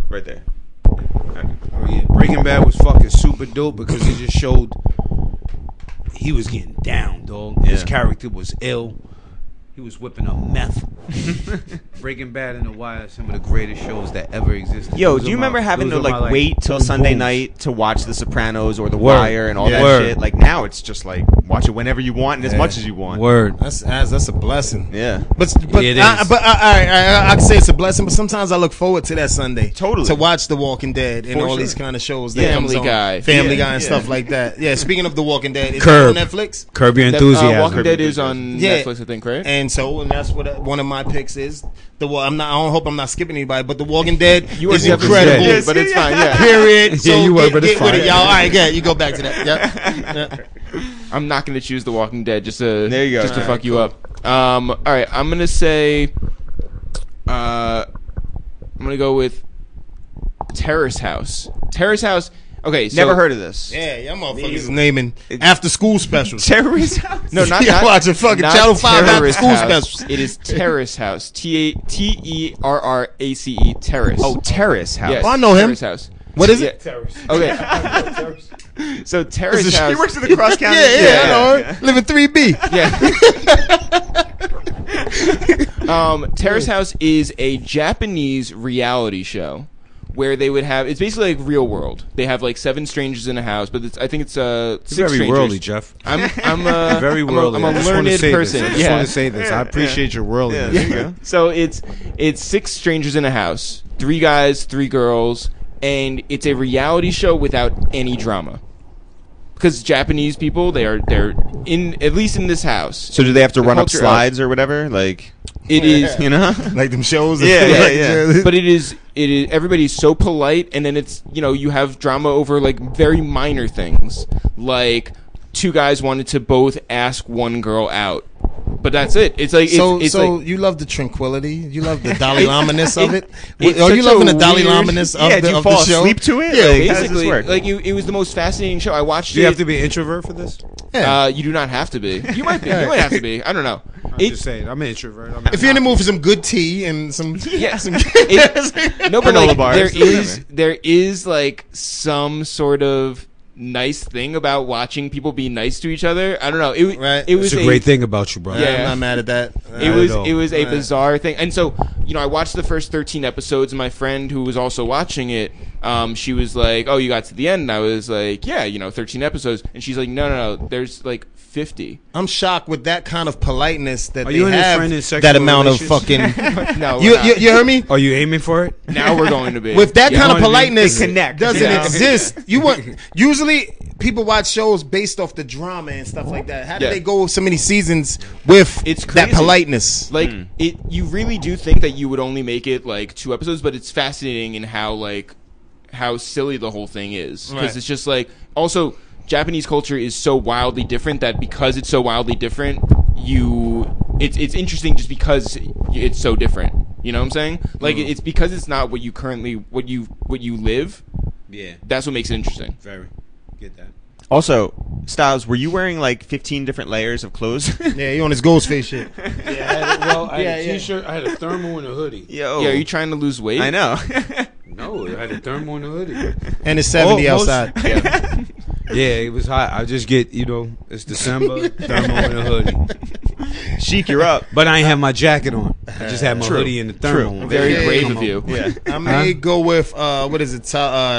right there. Okay.
Oh, yeah, Breaking Bad was fucking super dope because it just showed he was getting down, dog. His
Yeah.
character was ill. He was whipping up meth. Breaking Bad and The Wire, are some of the greatest shows that ever existed.
Yo,
Those
do you
are my-
remember having
those
to
are my,
like wait till Sunday
bones.
night to watch The Sopranos or The
Word.
Wire and all
Yeah.
that
Word.
shit? Like now, it's just like watch it whenever you want and as much as you want.
Word.
That's that's, that's a blessing.
Yeah.
But but
Yeah, it
I,
is.
but I, I, I I can say it's a blessing. But sometimes I look forward to that Sunday
Totally.
to watch The Walking Dead and
For
all
sure.
these kind of shows. That
Yeah.
comes
Family
on.
Guy.
Family
Yeah,
Guy, and
yeah.
stuff like that. Yeah. Speaking of The Walking Dead, is
Curb.
that on Netflix?
Curb Your
That, uh,
Enthusiasm.
Walking Dead is on
Yeah.
Netflix, I think, right?
And so, and that's what uh, one of my picks is. The Wa- I'm not. I don't hope I'm not skipping anybody, but The Walking Dead
you are
is
definitely
incredible.
dead, but it's fine. Yeah.
Period. So
Yeah, you were,
get,
but it's
get with
fine.
it, y'all. All right, yeah, you go back to that. Yep. Yep.
I'm not going to choose The Walking Dead just to
There you go.
just to
All
fuck
right,
you up. Um, all right, I'm going to say, uh, I'm going to go with Terrace House. Terrace House. Okay, so
Never heard of this.
Yeah, y'all motherfuckers naming after school specials.
Terrorist house?
No, not,
Y'all
not
watching fucking
not
Channel 5 after
Terrorist
school
House.
specials.
It is Terrace House. T A T E R R A C E. Terrace.
Oh, terrace house.
Yes,
Oh, I know him.
Terrace House.
What is
Yeah.
it?
Okay, so Terrace
Is it-
House.
She works at the cross county.
Yeah, yeah, I know her. Living 3B.
Yeah. um, Terrace House is a Japanese reality show where they would have it's basically like Real World. They have like seven strangers in a house, but it's, I think it's uh six
Very
strangers.
worldly, Jeff.
I'm I'm a
Very
I'm a-
worldly.
I'm a,
I just wanna
learned
say
person.
This. I just
yeah.
want to say this. I appreciate your
Yeah,
worldliness.
there you
man.
go.
So it's it's six strangers in a house, three guys, three girls, and it's a reality show without any drama. Because Japanese people, they are they're in at least in this house.
So do they have to run up
culture of-
slides or whatever? Like,
It is,
you know?
Like them shows.
Yeah, yeah,
Like,
yeah.
but it is it is everybody's so polite, and then it's you know you have drama over like very minor things, like two guys wanted to both ask one girl out, but that's it. It's like it's,
So,
it's
so
like,
you love the tranquility, you love the Dalai Lama-ness of it.
it's
Are
such
you
a
loving the Dalai
weird-
Lama-ness of
yeah,
the
do you
of the
fall
show?
asleep to it?
Yeah,
Like, how does this
basically
work?
like you, it was the most fascinating show. I watched
Do
it.
you have to be an introvert for this?
Yeah.
Uh, you do not have to be. You might be. You might have to be. I don't know.
I'm
It-
just saying. I'm an introvert. I'm
if you're in the mood for some good tea and some,
Yeah.
some
It- no, but
Granola
like,
bars,
there
whatever.
is there is like some sort of nice thing about watching people be nice to each other. I don't know. It, w-
Right.
it
it's
was
a great thing about you, bro.
Yeah.
I'm not mad at that.
It
Not
was
at all.
it was a
Right.
bizarre thing, and so you know I watched the first thirteen episodes, and my friend who was also watching it, um, she was like, "Oh, you got to the end," and I was like, "Yeah, you know, thirteen episodes," and she's like, "No, no, no, there's like 50.
I'm shocked with that kind of politeness that
Are
they
you and your
have.
friend in sexual
that amount of
relations?
fucking.
No,
you,
we're
you
not.
you hear me?
Are you aiming for it?
now we're going to be
With that
Oh, Yeah.
kind of
know what I mean?
politeness
Oh, They connect.
doesn't
Yeah.
exist. You want usually people watch shows based off the drama and stuff like that. How do
Yeah.
they go so many seasons with
It's
that
crazy.
politeness?
Like it, you really do think that you would only make it like two episodes, but it's fascinating in how like how silly the whole thing is because
Right.
it's just like also Japanese culture is so wildly different that because it's so wildly different, you it's it's interesting just because it's so different. You know what I'm saying? Like
Hmm.
it's because it's not what you currently what you what you live.
Yeah.
That's what makes it interesting.
Very. Get that.
Also, Styles, were you wearing like 15 different layers of clothes?
yeah, you on his ghost face shit.
Yeah, I had, a- well, I
Yeah,
had a
yeah.
t-shirt. I had a thermal and a hoodie.
Oh.
Yo.
Yeah, are you trying to lose weight?
I know.
No, I had a thermal and a hoodie.
And it's 70
Oh, most-
outside.
Yeah.
Yeah, it was hot. I just get, you know, it's December, thermal and a hoodie.
Sheik, you're up.
But I ain't have my jacket on. I just had my hoodie and the thermal.
True.
on.
Very
Yeah,
brave
come
of you.
Yeah, I may go with uh, what is it? Ta-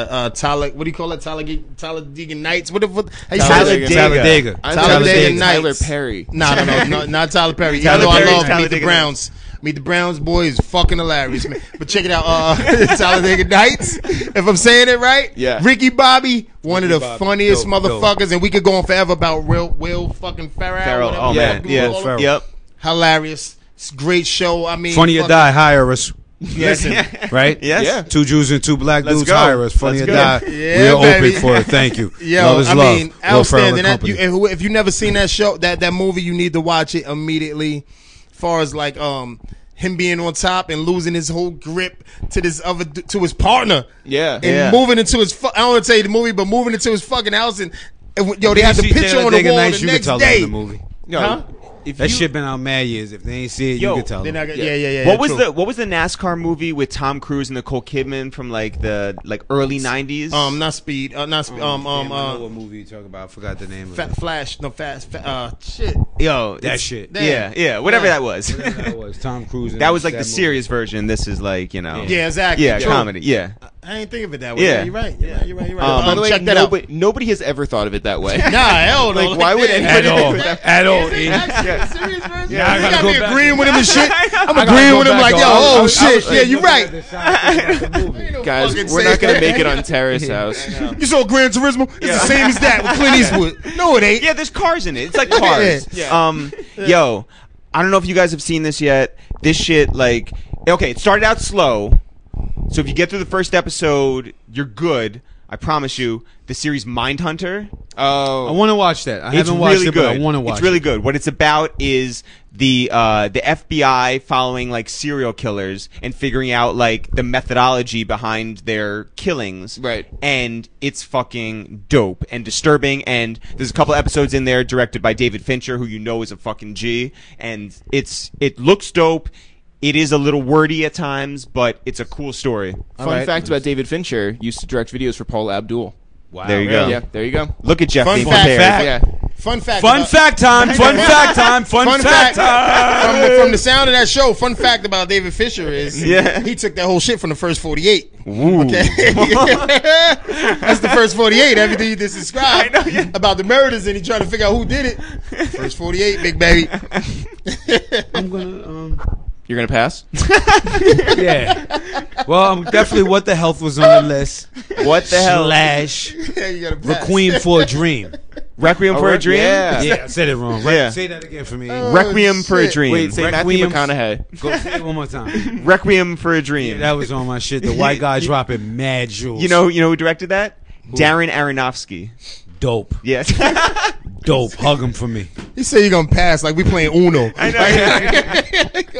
uh, uh, Tyler, what do you call it? Talladega, Talladega Nights. What, if- what how you say that?
Talladega.
Talladega.
I
Tyler
thought
Day
it
and
was Tyler
Knights.
Perry.
No, no, no, no, not Tyler Perry.
Tyler
Tyler Even
Perry's
though I love Meet the
Talladega
Browns. Meet the Browns boy is fucking hilarious, man. But check it out, uh, Talladega Nights. If I'm saying it right,
Yeah.
Ricky Bobby, one of the
Bobby.
funniest
Dope, dope.
motherfuckers, and we could go on forever about real Will fucking Farrell.
Farrell.
whatever
Oh,
the
man.
fuck you
Yeah.
call him.
Yep.
hilarious. It's a great show. I mean,
Funny or
fuck-
die, hire us.
Listen,
Right?
Yes. Yeah.
Two Jews and two black
Let's
dudes
go.
hire us. Funny
Let's
or
go.
die.
Yeah,
We're
baby.
open for it. Thank you.
Yo,
love is
I
love.
mean,
Will Ferrell
outstanding.
and
That, you,
company.
and who- if you've never seen that show, that that movie, you need to watch it immediately. far as like um him being on top and losing his whole grip to this other d- to his partner,
Yeah.
and
Yeah.
moving into his. Fu- I don't want to tell you the movie, but moving into his fucking house and. and w- Yo, they
You
had the
see
picture on the
Talladega
wall
Nights,
the
you can
next
tell
day.
them the movie.
No,
Huh?
if
That
you-
shit been out mad years. If they ain't see it,
Yo,
you can tell
Then I
them.
got,
Yeah.
yeah, yeah, yeah.
What was
true.
the What was the NASCAR movie with Tom Cruise and Nicole Kidman from like the like early '90s?
um not speed uh, not sp- um um
Damn, I know
uh
what movie you talk about. I forgot the name
fa-
of it.
flash no fast fa- uh shit
yo,
That
it's-
shit.
Damn.
Yeah, yeah, whatever
Yeah.
that was.
Whatever that was Tom Cruise. and
that was like the
movie.
serious version. This is like you know.
yeah exactly
Yeah,
true.
comedy. Yeah.
I didn't think of it that way
Yeah.
yeah you're right yeah you're right you're right
Um,
By the
Um,
way,
check that out
nobody, nobody has ever thought of it that way.
Nah, hell no.
Like, why would
that.
anybody
At all.
do that?
At all.
Is it
Yeah.
actually serious, bro?
Yeah, I
you
gotta
got
go
me
back.
agreeing with him and shit. I'm
gotta
agreeing
go
with him
back
like, yo,
on- I
oh
was- I
shit,
was-
yeah, you're right.
Guys, we're not going to make it on Terrace House.
You saw Gran Turismo? It's the same as that with Clint Eastwood. No, it ain't.
Yeah, there's cars in it. It's like cars.
Yeah.
Um, yo, I don't know if you guys have seen this yet. This shit, like, okay, it started out slow. So if you get through the first episode, you're good. I promise you. The series Mindhunter.
I
Oh.
want to watch that. I
It's
haven't watched
really
it,
good.
but I want to watch.
It's really
it.
good. What it's about is the uh, the FBI following like serial killers and figuring out like the methodology behind their killings.
Right.
And it's fucking dope and disturbing. And there's a couple episodes in there directed by David Fincher, who you know is a fucking G. And it's it looks dope. It is a little wordy at times, but it's a cool story.
Uh,
Fun fact about David Fincher used to direct videos for Paul Abdul.
Wow.
There you go.
Yeah, there you go.
Look at Jeff.
Fun
being
fact.
prepared.
fact.
Yeah.
Fun fact.
Fun
about-
fact time. Fun fact time. Fun,
Fun
fact,
fact,
time.
from, the, from the sound of that show, fun fact about David Fisher is
Yeah.
he took that whole shit from the first 48. Okay. That's the first 48, everything you just described about the murders, and he trying to figure out who did it. First 48, big baby.
I'm gonna. Um,
You're going to pass?
yeah. Well, I'm definitely what the health was on the list.
What the hell?
Slash
Yeah, you gotta pass.
Requiem for a Dream.
Requiem for a
Alright,
Dream.
yeah.
Yeah, I said it wrong. Right?
Yeah.
Say that again for me.
Oh,
Requiem for a
shit.
Dream.
Wait, say Matthew
Requiem.
McConaughey.
Go say it one more time.
Requiem for a Dream.
That was on my shit. The white guy dropping mad jewels.
you know, you know who directed that? Darren Aronofsky.
dope,
Yes.
dope. Hug him for me.
He said you're gonna pass like we playing Uno. I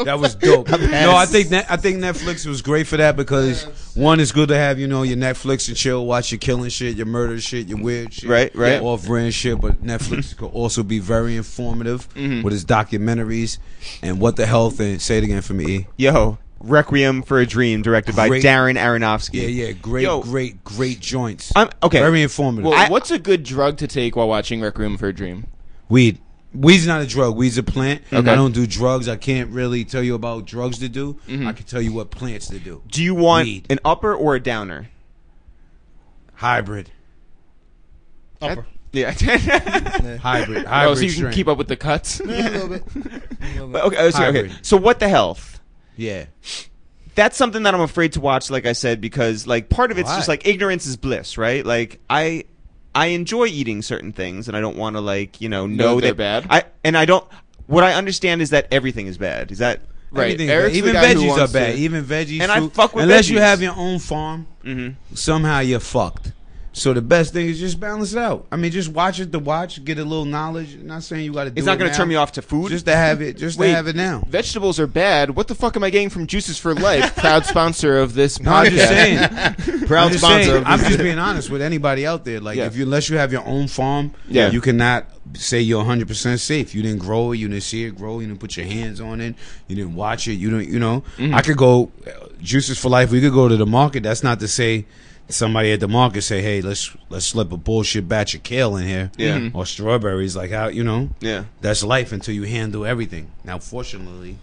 That was dope. No, I think Net- I think Netflix was great for that because one, it's good to have you know your Netflix and chill, watch your killing shit, your murder shit, your weird shit,
Right, right.
your off-brand shit. But Netflix could also be very informative
Mm-hmm.
with its documentaries and what the health. And say it again for me. E.
Yo, Requiem for a Dream, directed by
Great.
Darren Aronofsky.
Yeah, yeah, great,
Yo.
great, great joints.
I'm- okay.
very informative.
Well,
I-
what's a good drug to take while watching Rec Room for a Dream?
Weed. Weed's not a drug. Weed's a plant.
Okay.
I don't do drugs. I can't really tell you about drugs to do.
Mm-hmm.
I can tell you what plants to do.
Do you want
Weed.
an upper or a downer?
Hybrid.
Upper.
Yeah.
Hybrid. Hybrid.
Oh, so you can
strain.
keep up with the cuts?
Yeah, a little bit.
But okay, oh, sorry, okay.
Hybrid.
So what the health?
Yeah.
That's something that I'm afraid to watch, like I said, because like part of it's
Why?
just like ignorance is bliss, right? Like I I enjoy eating certain things and I don't want to like, you know, know,
that
that
they're bad?
I and I don't what I understand is that everything is bad. Is that
Right.
Everything's
Eric's
bad.
the
Even
guy who
veggies are
wants
bad.
to-
Even veggies.
And I
fruit-
fuck with
unless you
veggies.
have your own farm. Somehow you're fucked. So the best thing is just balance it out. I mean, just watch it to watch, get a little knowledge. not saying you got to. do
It's not
going
going to turn me off to food.
Just to have it. Just
Wait.
to have it now.
Vegetables are bad. What the fuck am I getting from Juices for Life? Proud sponsor of this podcast.
No, I'm just saying.
Proud
I'm just
sponsor.
saying-
of
I'm
this.
just being honest with anybody out there. Like,
Yeah.
if you unless you have your own farm,
Yeah.
you cannot say you're 100 percent safe. You didn't grow it. You didn't see it grow. You didn't put your hands on it. You didn't watch it. You don't. You know. I could go uh, juices for life. We could go to the market. That's not to say somebody at the market say, "Hey, let's let's slip a bullshit batch of kale in here,
Yeah.
Mm-hmm.
Mhm.
or strawberries." Like how you know,
Yeah.
that's life until you handle everything. Now, fortunately,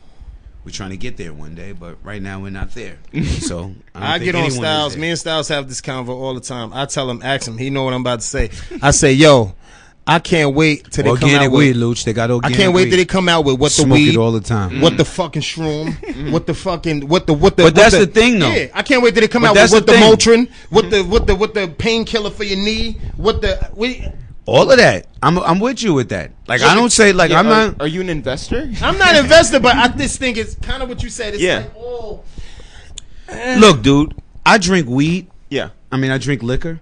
we're trying to get there one day, but right now we're not there. So I, don't
I
think
get on
anyone is
Styles.
there.
Me and Styles have this convo all the time. I tell him, ask him. He know what I'm about to say. I say, yo, I can't wait till they come
organic
out
weed,
with.
Luch. They got
I
organic.
can't wait
weed.
till they come out with what the
smoke
weed, Mm.
it all the time.
what the fucking shroom, what the fucking, what the what the.
But
what
that's the thing, though.
Yeah, I can't wait till they come
But
out
that's
with what
the
the
thing.
Motrin, what the what the what the painkiller for your knee, what the. We,
All of that. I'm I'm with you with that. Like I don't say like
Yeah,
I'm
are,
not.
Are you an investor?
I'm not invested, but I just think it's kind of what you said. It's
Yeah.
like, oh,
Look, dude, I drink weed.
Yeah.
I mean, I drink liquor.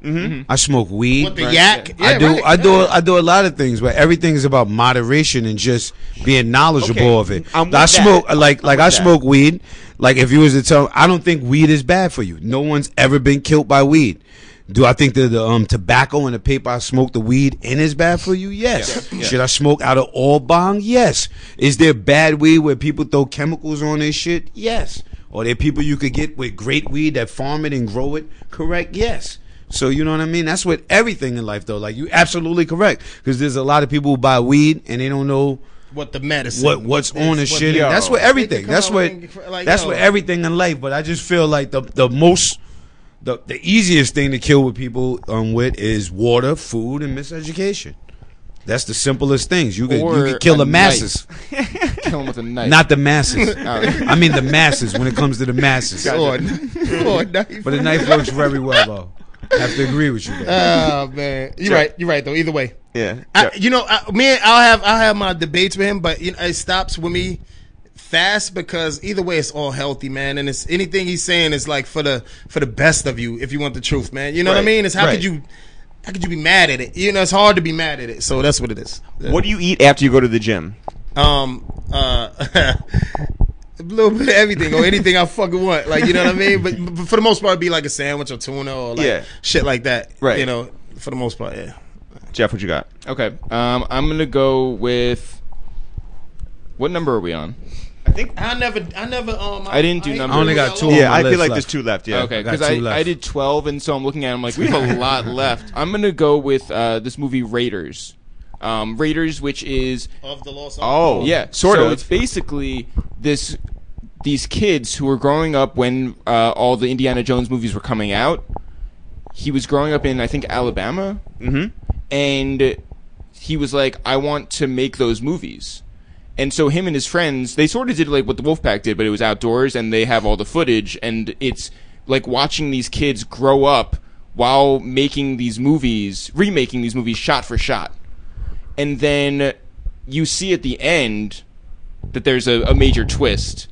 I smoke weed.
what Mm-hmm. the yak.
I
Yeah,
do.
right.
I do. I do a lot of things, but everything is about moderation and just being knowledgeable
Okay,
of it.
I'm with
I
that.
smoke like like I
with that.
smoke weed. Like if you was to tell, I don't think weed is bad for you. No one's ever been killed by weed. Do I think that the um, tobacco and the paper I smoke the weed in is bad for you? Yes.
Yeah, yeah.
Should I smoke out of all bong? Yes. Is there bad weed where people throw chemicals on their shit? Yes. Are there people you could get with great weed that farm it and grow it? Correct. Yes. So you know what I mean? That's with everything in life, though. Like you, absolutely correct. Because there's a lot of people who buy weed and they don't know
what the medicine.
what what's on and
what
shit.
the-
and that's what
They could
everything.
come
That's
out
what
and, like,
that's
yo.
what everything in life. But I just feel like the the most the the easiest thing to kill with people um with is water, food, and miseducation. That's the simplest things. You could you
Or
could kill
a
the masses,
Kill him with a knife.
not the masses. I mean the masses when it comes to the masses.
Lord, Lord, knife.
But the knife works very well though. I have to agree with you. there.
Oh man, you're right. You're right though. Either way,
Yeah.
I, you know, I, me, and- I'll have I'll have my debates with him, but you know, it stops with me fast because either way, it's all healthy, man. And it's anything he's saying is like for the for the best of you, if you want the truth, man. You know what
Right,
I mean? It's how
right.
could you how could you be mad at it? You know, it's hard to be mad at it. So that's what it is.
What do you eat after you go to the gym?
um uh a little bit of everything or anything I fucking want. Like you know what I mean? But, but for the most part it'd be like a sandwich or tuna or like
Yeah.
shit like that.
Right.
You know, for the most part, yeah.
Jeff, what you got?
Okay. Um, I'm gonna go with. What number are we on?
I never I never um
I didn't do numbers.
I only got two. on
Yeah,
my
I feel
list
like
left.
there's two left. Yeah.
okay,
got
because
two
I,
left.
I did 12, and so I'm looking at them like, we have a lot left. I'm going to go with uh, this movie Raiders. Um, Raiders, which is
of the lost
Oh,
yeah,
sort
so
of.
it's basically this these kids who were growing up when uh, all the Indiana Jones movies were coming out. He was growing up in I think Alabama,
Mm-hmm.
and he was like, I want to make those movies. And so him and his friends, they sort of did like what the Wolfpack did, but it was outdoors and they have all the footage and it's like watching these kids grow up while making these movies, remaking these movies shot for shot. And then you see at the end that there's a, a major twist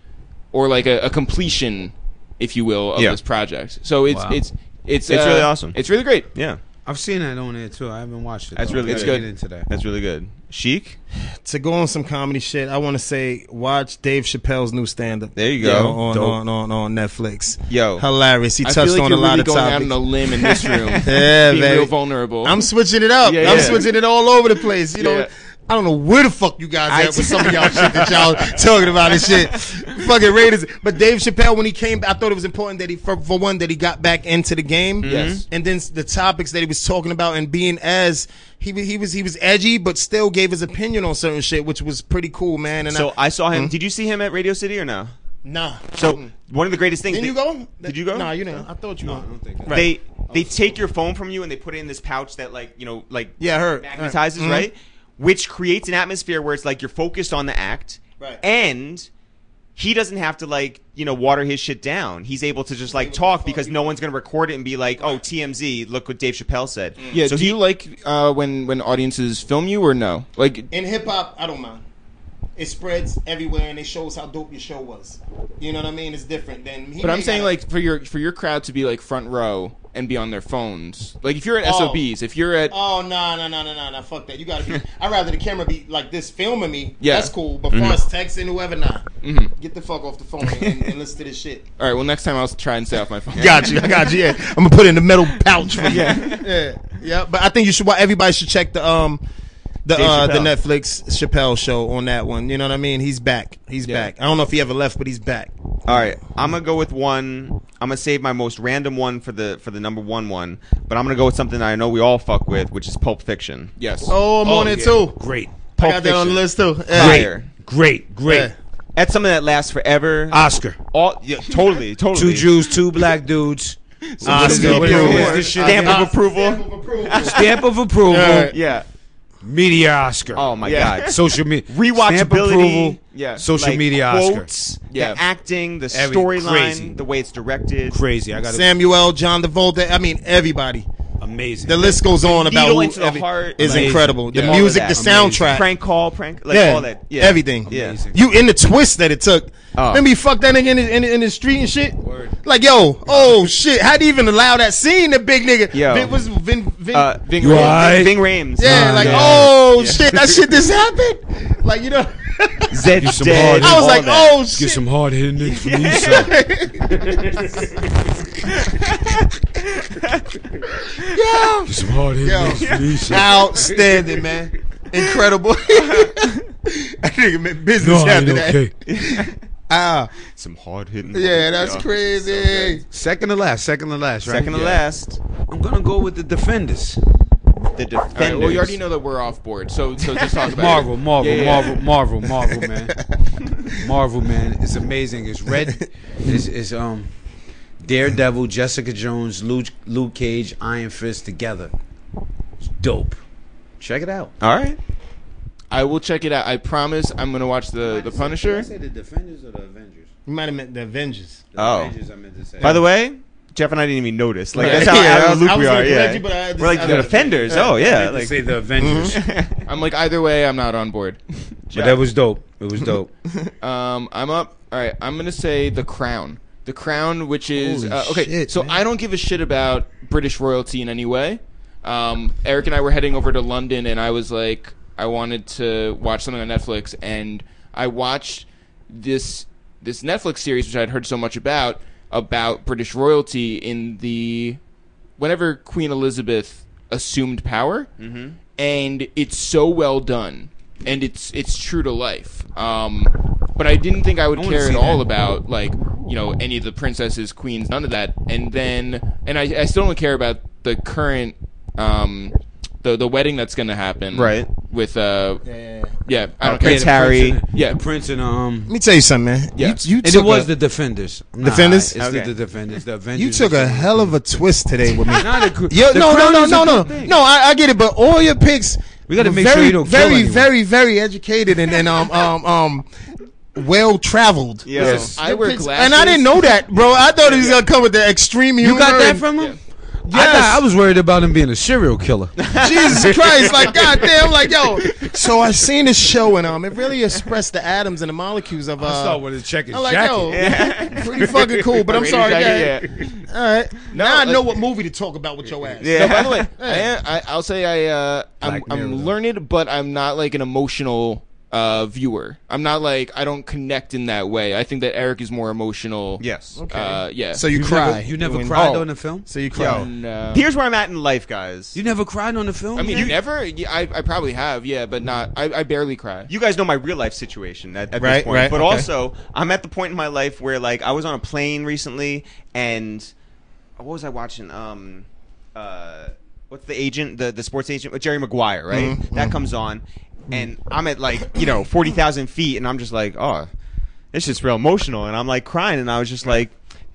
or like a, a completion, if you will, of
Yeah.
this project. So it's
Wow.
it's it's
It's
uh,
really awesome.
It's really great.
Yeah.
I've seen that on there too. I haven't watched it.
That's
though.
really
Let's
good.
Get into that.
That's really good. Chic.
to go on some comedy shit, I wanna say watch Dave Chappelle's new stand up.
There you go.
on,
Dope.
on on on Netflix.
Yo.
Hilarious. He
I
touched
feel like
on
you're
a lot
really
of
going
topics.
out on a limb in this room.
Yeah,
being
baby.
real vulnerable.
I'm switching it up.
Oh. Yeah,
I'm
yeah.
switching it all over the place. You know,
Yeah.
I don't know where the fuck you guys at with some of y'all shit that y'all talking about and shit. Fucking Raiders. But Dave Chappelle, when he came, back, I thought it was important that he, for, for one, that he got back into the game.
Yes.
And then s- the topics that he was talking about and being as he wa- he was he was edgy, but still gave his opinion on certain shit, which was pretty cool, man. And
So
I,
I saw him. Did you see him at Radio City or no?
nah.
So one of the greatest things.
didn't
they-
you go?
Did you go?
Nah, you didn't. I thought you. No, I don't think
They they take your phone from you and they put it in this pouch that like you know like
Yeah, I heard.
magnetizes
Mhm.
right, Mm-hmm. which creates an atmosphere where it's like you're focused on the act
Right.
and. He doesn't have to like you know water his shit down. He's able to just like talk because no one's gonna record it and be like, "Oh, TMZ, look what Dave Chappelle said."
Yeah.
So
do
he-
you like uh, when when audiences film you or no? Like,
in hip hop, I don't mind. It spreads everywhere and it shows how dope your show was. You know what I mean? It's different than. He
but I'm
may
saying
not-
like for your for your crowd to be like front row and be on their phones. Like if you're at
Oh.
SOBs, if you're at
Oh no no no no no no! Fuck that! You gotta be. I'd rather the camera be like this filming me.
Yeah.
that's cool. But far as texting whoever, nah. Get the fuck off the phone and, and listen to this shit.
all right, well next time I'll try and stay off my phone.
Got you. I got you. Yeah. I'm gonna put it in the metal pouch for you. Yeah. yeah. Yeah. But I think you should wa- everybody should check the um the
Dave
uh the
Chappelle.
Netflix Chappelle show on that one. You know what I mean? He's back. He's
Yeah.
back. I don't know if he ever left, but he's back.
All right, I'm gonna go with one. I'm gonna save my most random one for the for the number one one, but I'm gonna go with something that I know we all fuck with, which is Pulp Fiction.
Yes.
Oh, I'm on it
yeah.
too.
Great.
I
Pulp
got that on the
Fiction.
list too. Yeah.
Fire.
Great, great.
Yeah.
That's something that lasts forever.
Oscar.
all yeah, totally,
Two
totally.
Jews, two black dudes.
Oscar
What is
approval.
this? This shit-
Stamp of
Stamp
approval.
of approval.
Stamp of approval.
Yeah.
Yeah.
Media Oscar.
Oh my
Yeah.
god.
Social media.
Rewatchability. Yeah.
Social
like,
media Oscar.
quotes,
Yeah.
The acting, the
Every- crazy.
storyline, the way it's directed.
Crazy. I got to
Samuel, John Travolta. I mean, everybody.
amazing.
The list goes on about
Needle
who
into the
every-
heart.
is
Amazing.
incredible. The
Yeah. All of that.
music, the
Amazing.
soundtrack,
Prank call, prank, like
yeah,
all that. Yeah.
everything.
Yeah.
You in the twist that it took.
Oh.
Remember you fucked that nigga in the, in, the- in the street and shit? Like, yo, oh shit, how'd you even allow that scene, the big nigga?
Yo.
Vin, was Vin, Vin,
Uh, Ving
You
Rhames.
alright?
Ving Rhames.
yeah,
Nah,
like,
nah.
oh shit, that shit just happened. Like, you know,
Zed's
some
dead.
hard-
I was
all
like,
that.
oh
Get
shit.
some hard hitting niggas from the east side.
yo.
Get some hard hitting
Yo.
niggas from the east side.
Outstanding, man. Incredible. that nigga meant
No,
business
I ain't
after that.
okay.
Ah,
Some hard hitting.
yeah, that's crazy.
Second to last. Second to last. Right.
Second to last,
I'm gonna go with the defenders.
the defenders.
All right, well, you already know that we're off board, so so just talk about
Marvel,
it.
Marvel,
Yeah, yeah.
Marvel, Marvel, Marvel, man. Marvel, man. It's amazing. It's red. It's, it's um, Daredevil, Jessica Jones, Luke, Luke Cage, Iron Fist together. It's dope. Check it out.
All right.
I will check it out. I promise. I'm gonna watch the the Punisher.
the Defenders or the Avengers?
You might have meant the Avengers.
Oh. Avengers,
Avengers, I meant to say.
By the way, Jeff and I didn't even notice. Like
Yeah.
that's how
Yeah,
out
I
of
was-
the
I
loop we
was
are.
gonna correct
Yeah.
you, but I
We're like
just-
the
I-
defenders. Oh yeah. Like
say the Avengers,
I'm like either way, I'm not on board.
but that was dope. It was dope.
Um, I'm up. All right, I'm gonna say The Crown. The Crown, which is
Holy
uh, okay.
shit,
so
man.
I don't give a shit about British royalty in any way. Um, Eric and I were heading over to London, and I was like, I wanted to watch something on Netflix, and I watched this this Netflix series which I'd heard so much about about British royalty in the whenever Queen Elizabeth assumed power, and it's so well done, and it's it's true to life. Um, but I didn't think I would care at all about like you know any of the princesses, queens, none of that. And then and I, I still don't care about the current um, the the wedding that's going to happen
Right.
with uh
Yeah.
yeah I don't
Prince
care.
Harry.
Yeah.
yeah, the Prince and um,
Let me tell you something, man.
Yeah.
You, you
And it
took
was
a,
the Defenders. Nah,
Defenders?
It's the-
Okay.
the, Defenders. The Avengers.
You took a hell of a twist today with me.
Not a cr-
Yo,
the
no, no,
crown
no,
is a
no, no,
good thing.
no. I, I get it, but all your picks,
We gotta
were
make sure
very,
you don't kill
very,
anyone.
very, very educated and and um um um well traveled.
Yo.
Yes. I wear glasses.
And I didn't know that, bro. I thought he was gonna come with the extreme humor.
You got that
and-
from him? I,
Yes.
thought- I was worried about him being a serial killer.
Jesus Christ, like goddamn, like yo. So I seen this show and um, it really expressed the atoms and the molecules of uh.
with his
I'm like yo, pretty fucking cool. But I'm
British
sorry, yeah.
jacket, yeah.
All right, now I
like-
know what movie to talk about with your ass.
No, by the way, I am, I, I'll say I uh, I'm,
Black Mirror,
I'm
though.
learned, but I'm not like an emotional uh, viewer. I'm not like I don't connect in that way. I think that Eric is more emotional.
Yes.
Okay. Uh, yeah.
So you,
You
cry.
never, you never
When-
cried
Oh.
on the film.
So you cry.
Yo.
No.
Here's where I'm at in life, guys.
You
You,
never cried on the film.
uh, I mean, you
Jack?
never. yeah, I, I probably have, yeah, but not. I, I barely cry.
guys know my real life situation at, at
Right,
this point.
right,
but
okay.
also, I'm at the point in my life where like I was on a plane recently, and what was I watching? Um, uh, what's the agent? The the sports agent, Jerry Maguire, right?
Mm-hmm.
that comes on, and I'm at like you know forty thousand feet, and I'm just like, oh, this shit's real emotional, and I'm like crying, and I was just like.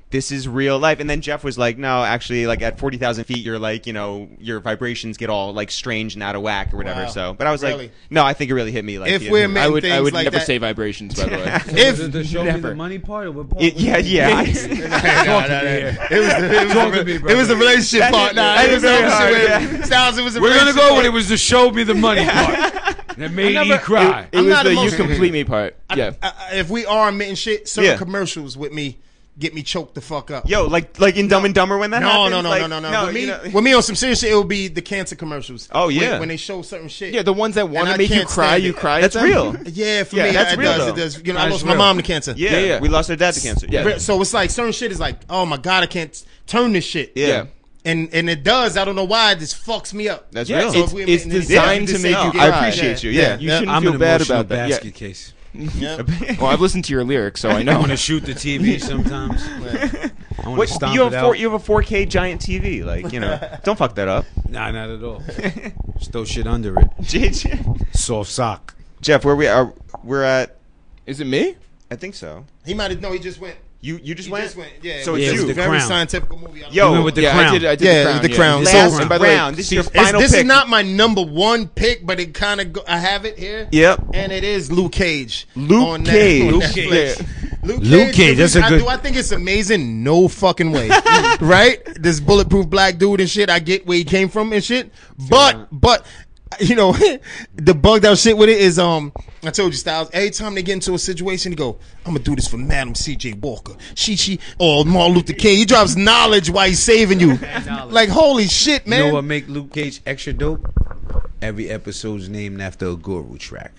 This is real life, and then Jeff was like, "No, actually, like at forty thousand feet, you're like, you know, your vibrations get all like strange and out of whack or whatever."
Wow.
So, but I was
Really?
like, "No, I think it really hit me." Like,
If
yeah.
we're ma-
I would. I
things
would
like
never
that.
say vibrations. By the way.
Was it
If
the show me
never.
the money part or what part?
Y- yeah, yeah, I-
Talk to me. it was the, it was
Talk
the,
to me,
it was the
brother.
relationship part. Nah,
that
it was
is
the
very hard,
relationship.
yeah.
with- Styles, it was the
We're gonna
relationship
go
part.
with it. Was the show me the money part that made
I
me
never-
cry?
It, it
I'm
was
not
the you
emotional.
complete me part. Yeah.
I, I, if we are admitting shit, certain
Yeah.
commercials with me get me choked the fuck up.
yo, like, like in Dumb and Dumber when that
no,
happens,
no, no,
like,
no, no, no, With me,
you know-
with me on some serious shit, it would be the cancer commercials.
Oh,
When-
yeah.
when, they show certain shit.
yeah. The ones that want
I
to make you
can't
cry,
stand
you
it.
cry. at
that's
them.
real.
yeah, for
Yeah,
me,
that's
it
real,
does.
though.
It does. You know, I
That is
lost my
real.
mom to cancer.
Yeah,
Yeah, yeah.
we lost our dad to cancer. Yeah,
Yeah.
So it's like certain shit is like, oh my god, I can't tone this shit.
Yeah.
Yeah.
and and it does. I don't know why. It just fucks me up.
that's
Yeah,
real.
it's,
if we-
it's
and- and-
designed to
Yeah,
oh,
make you
I
cry.
appreciate you, yeah.
You shouldn't
I'm
feel
an
bad
emotional
about that.
basket
Yeah.
case.
Yep.
Well, I've listened to your lyrics, so I know.
want to shoot the TV sometimes. I want
What,
to stomp
you
it
have
out.
four, you have a 4K giant TV, like you know. don't fuck that up.
Nah, not at all. Just throw shit under it.
JJ.
Soft sock.
Jeff, where we are? We're at.
Is it me?
I think so.
He might have. No, he just went.
You you just
He
went.
just went. Yeah.
So
it
Yeah,
it's
was
with
you.
the
Very
crown.
scientific movie. I
Yo,
You
don't
went
know.
with the
yeah,
crown.
I did. I did the
Yeah,
crown.
the
yeah.
crown.
Yeah.
Last
So-
and by the way,
round. this is your
It's,
final
this
pick.
is not my number one pick, but it kind of go, I have it here.
Yep.
and it is Luke Cage.
Luke
on
Cage.
on
Luke
Netflix.
Cage.
Luke
Luke Cage,
do we-
that's a
I-
good-
Do I think it's amazing? No fucking way. right? This bulletproof black dude and shit. I get where he came from and shit. But but you know the bugged out shit with it is um. I told you, Styles. Every time they get into a situation, they go, "I'm gonna do this for Madam C.J. Walker. She she or Martin Luther King. He drops knowledge while he's saving you. like holy shit, man.
You know what make Luke Cage extra dope? Every episode's named after a guru track.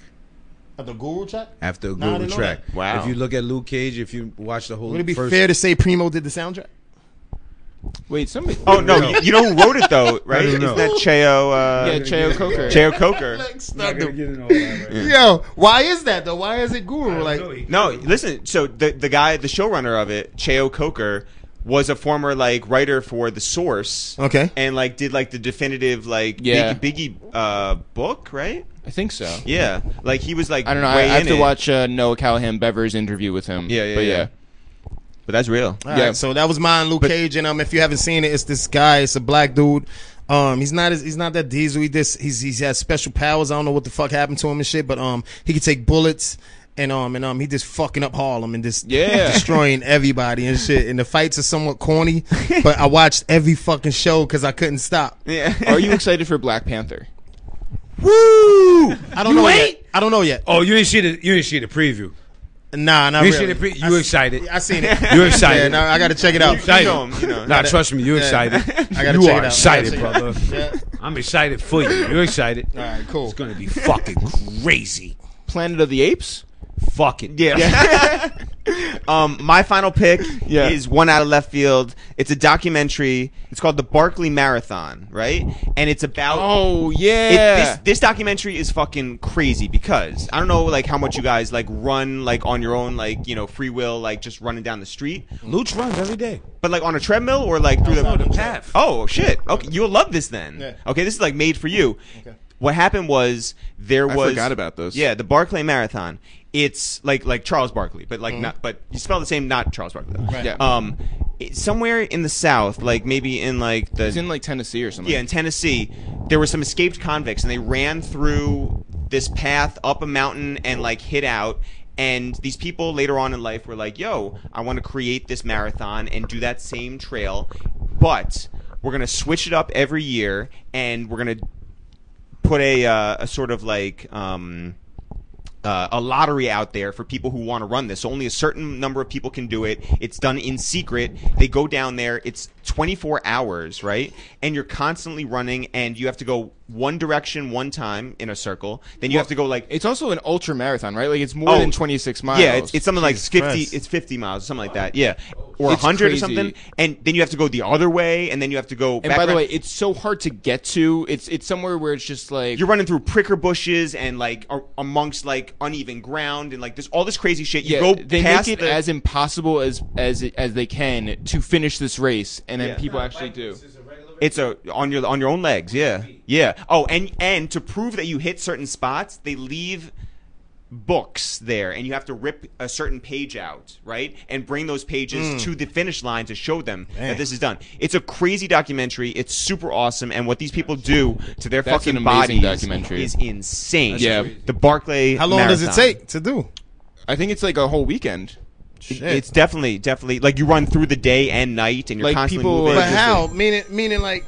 At the Guru track?
After a
No, I
guru
didn't know
track.
that.
Wow.
If you look at Luke Cage, if you watch the whole
Would it be
first,
fair to say Primo did the soundtrack?
Wait, somebody.
Oh no, you, you know who wrote it though, right?
don't
Isn't
know.
that Cheo? Uh,
yeah, Cheo Coker.
Cheo Coker.
Yo, why is that though? Why is it Guru? Like,
No, listen. So the the guy, the showrunner of it, Cheo Coker, was a former like writer for The Source.
Okay.
And like did like the definitive like
Yeah.
Biggie, Biggie uh, book, right?
I think so.
Yeah. Like he was like
I don't know. I, I
Way in
have to
it.
watch uh, Noah Callahan Bever's interview with him.
Yeah, yeah,
but
yeah.
yeah.
But that's real.
All right,
Yeah.
so that was mine, Luke Cage, and um, if you haven't seen it, it's this guy. It's a black dude. Um, he's not as, he's not that diesel. He this he's he's has special powers. I don't know what the fuck happened to him and shit, but um, he can take bullets. And um and um he just fucking up Harlem and just
Yeah.
destroying everybody and shit and the fights are somewhat corny but I watched every fucking show because I couldn't stop.
Yeah.
Are you excited for Black Panther?
Woo!
I don't know yet. I don't know yet.
Oh, you didn't see the you didn't see the preview.
Nah, not
You
Oh, really.
see the pre- you excited?
I seen it.
You excited?
Yeah, no, I gotta check it out.
You know him, you know.
Nah, trust me, you're
Yeah.
excited.
I gotta
you
check
are
it out. I
excited,
gotta check
brother.
Yeah.
I'm excited for you. You're excited.
All right, cool.
It's gonna be fucking crazy.
Planet of the Apes?
Fucking
Yeah. um, my final pick
Yeah.
is one out of left field. It's a documentary. It's called The Barkley Marathon, right? And it's about
Oh
It-
yeah.
this, this documentary is fucking crazy because I don't know like how much you guys like run like on your own like you know free will like just running down the street,
Luch runs every day.
but like on a treadmill or like through the,
path.
Oh shit! Okay, you'll love this then.
Yeah.
Okay, this is like made for you. What happened was there
I
was
forgot about this.
Yeah, the Barclay Marathon. It's like like Charles Barkley, but
Mm-hmm.
like not but you spell the same, not Charles Barkley. though.
Right.
Yeah.
Um, it- somewhere in the South, like maybe in like the
it's in like Tennessee or something.
yeah, in Tennessee, there were some escaped convicts, and they ran through this path up a mountain and like hid out. And these people later on in life were like, "Yo, I want to create this marathon and do that same trail, but we're gonna switch it up every year, and we're gonna put a uh, a sort of like." Um, uh, a lottery out there for people who want to run this. So only a certain number of people can do it. It's done in secret. They go down there. It's 24 hours, right? And you're constantly running, and you have to go one direction one time in a circle. Then you have to go like
It's also an ultra marathon, right? Like it's more
Oh.
than 26 miles.
yeah, it's, it's something like 50.
Christ.
It's 50 miles, something like that. Yeah, or
It's
100
crazy.
or something. And then you have to go the other way, and then you have to go.
and by the way, it's so hard to get to. It's it's somewhere where it's just like
you're running through pricker bushes and like a- amongst like uneven ground and like there's all this crazy shit. You
yeah,
go
they
past
make it
the-
as impossible as as as they can to finish this race, and then
Yeah.
people actually do.
It's a on your on your own legs, yeah, yeah. Oh, and and to prove that you hit certain spots, they leave books there, and you have to rip a certain page out, right, and bring those pages
Mm.
to the finish line to show them that this is done. It's a crazy documentary. It's super awesome, and what these people do to their
That's an
fucking
amazing
bodies
documentary.
is insane.
Yeah. crazy.
the Barclay.
How long does it
Marathon.
take to do?
I think it's like a whole weekend.
Shit.
It's definitely definitely like you run through the day and night, and you're
Like,
constantly
people
moving.
are
But
Interesting.
how? Meaning, meaning like,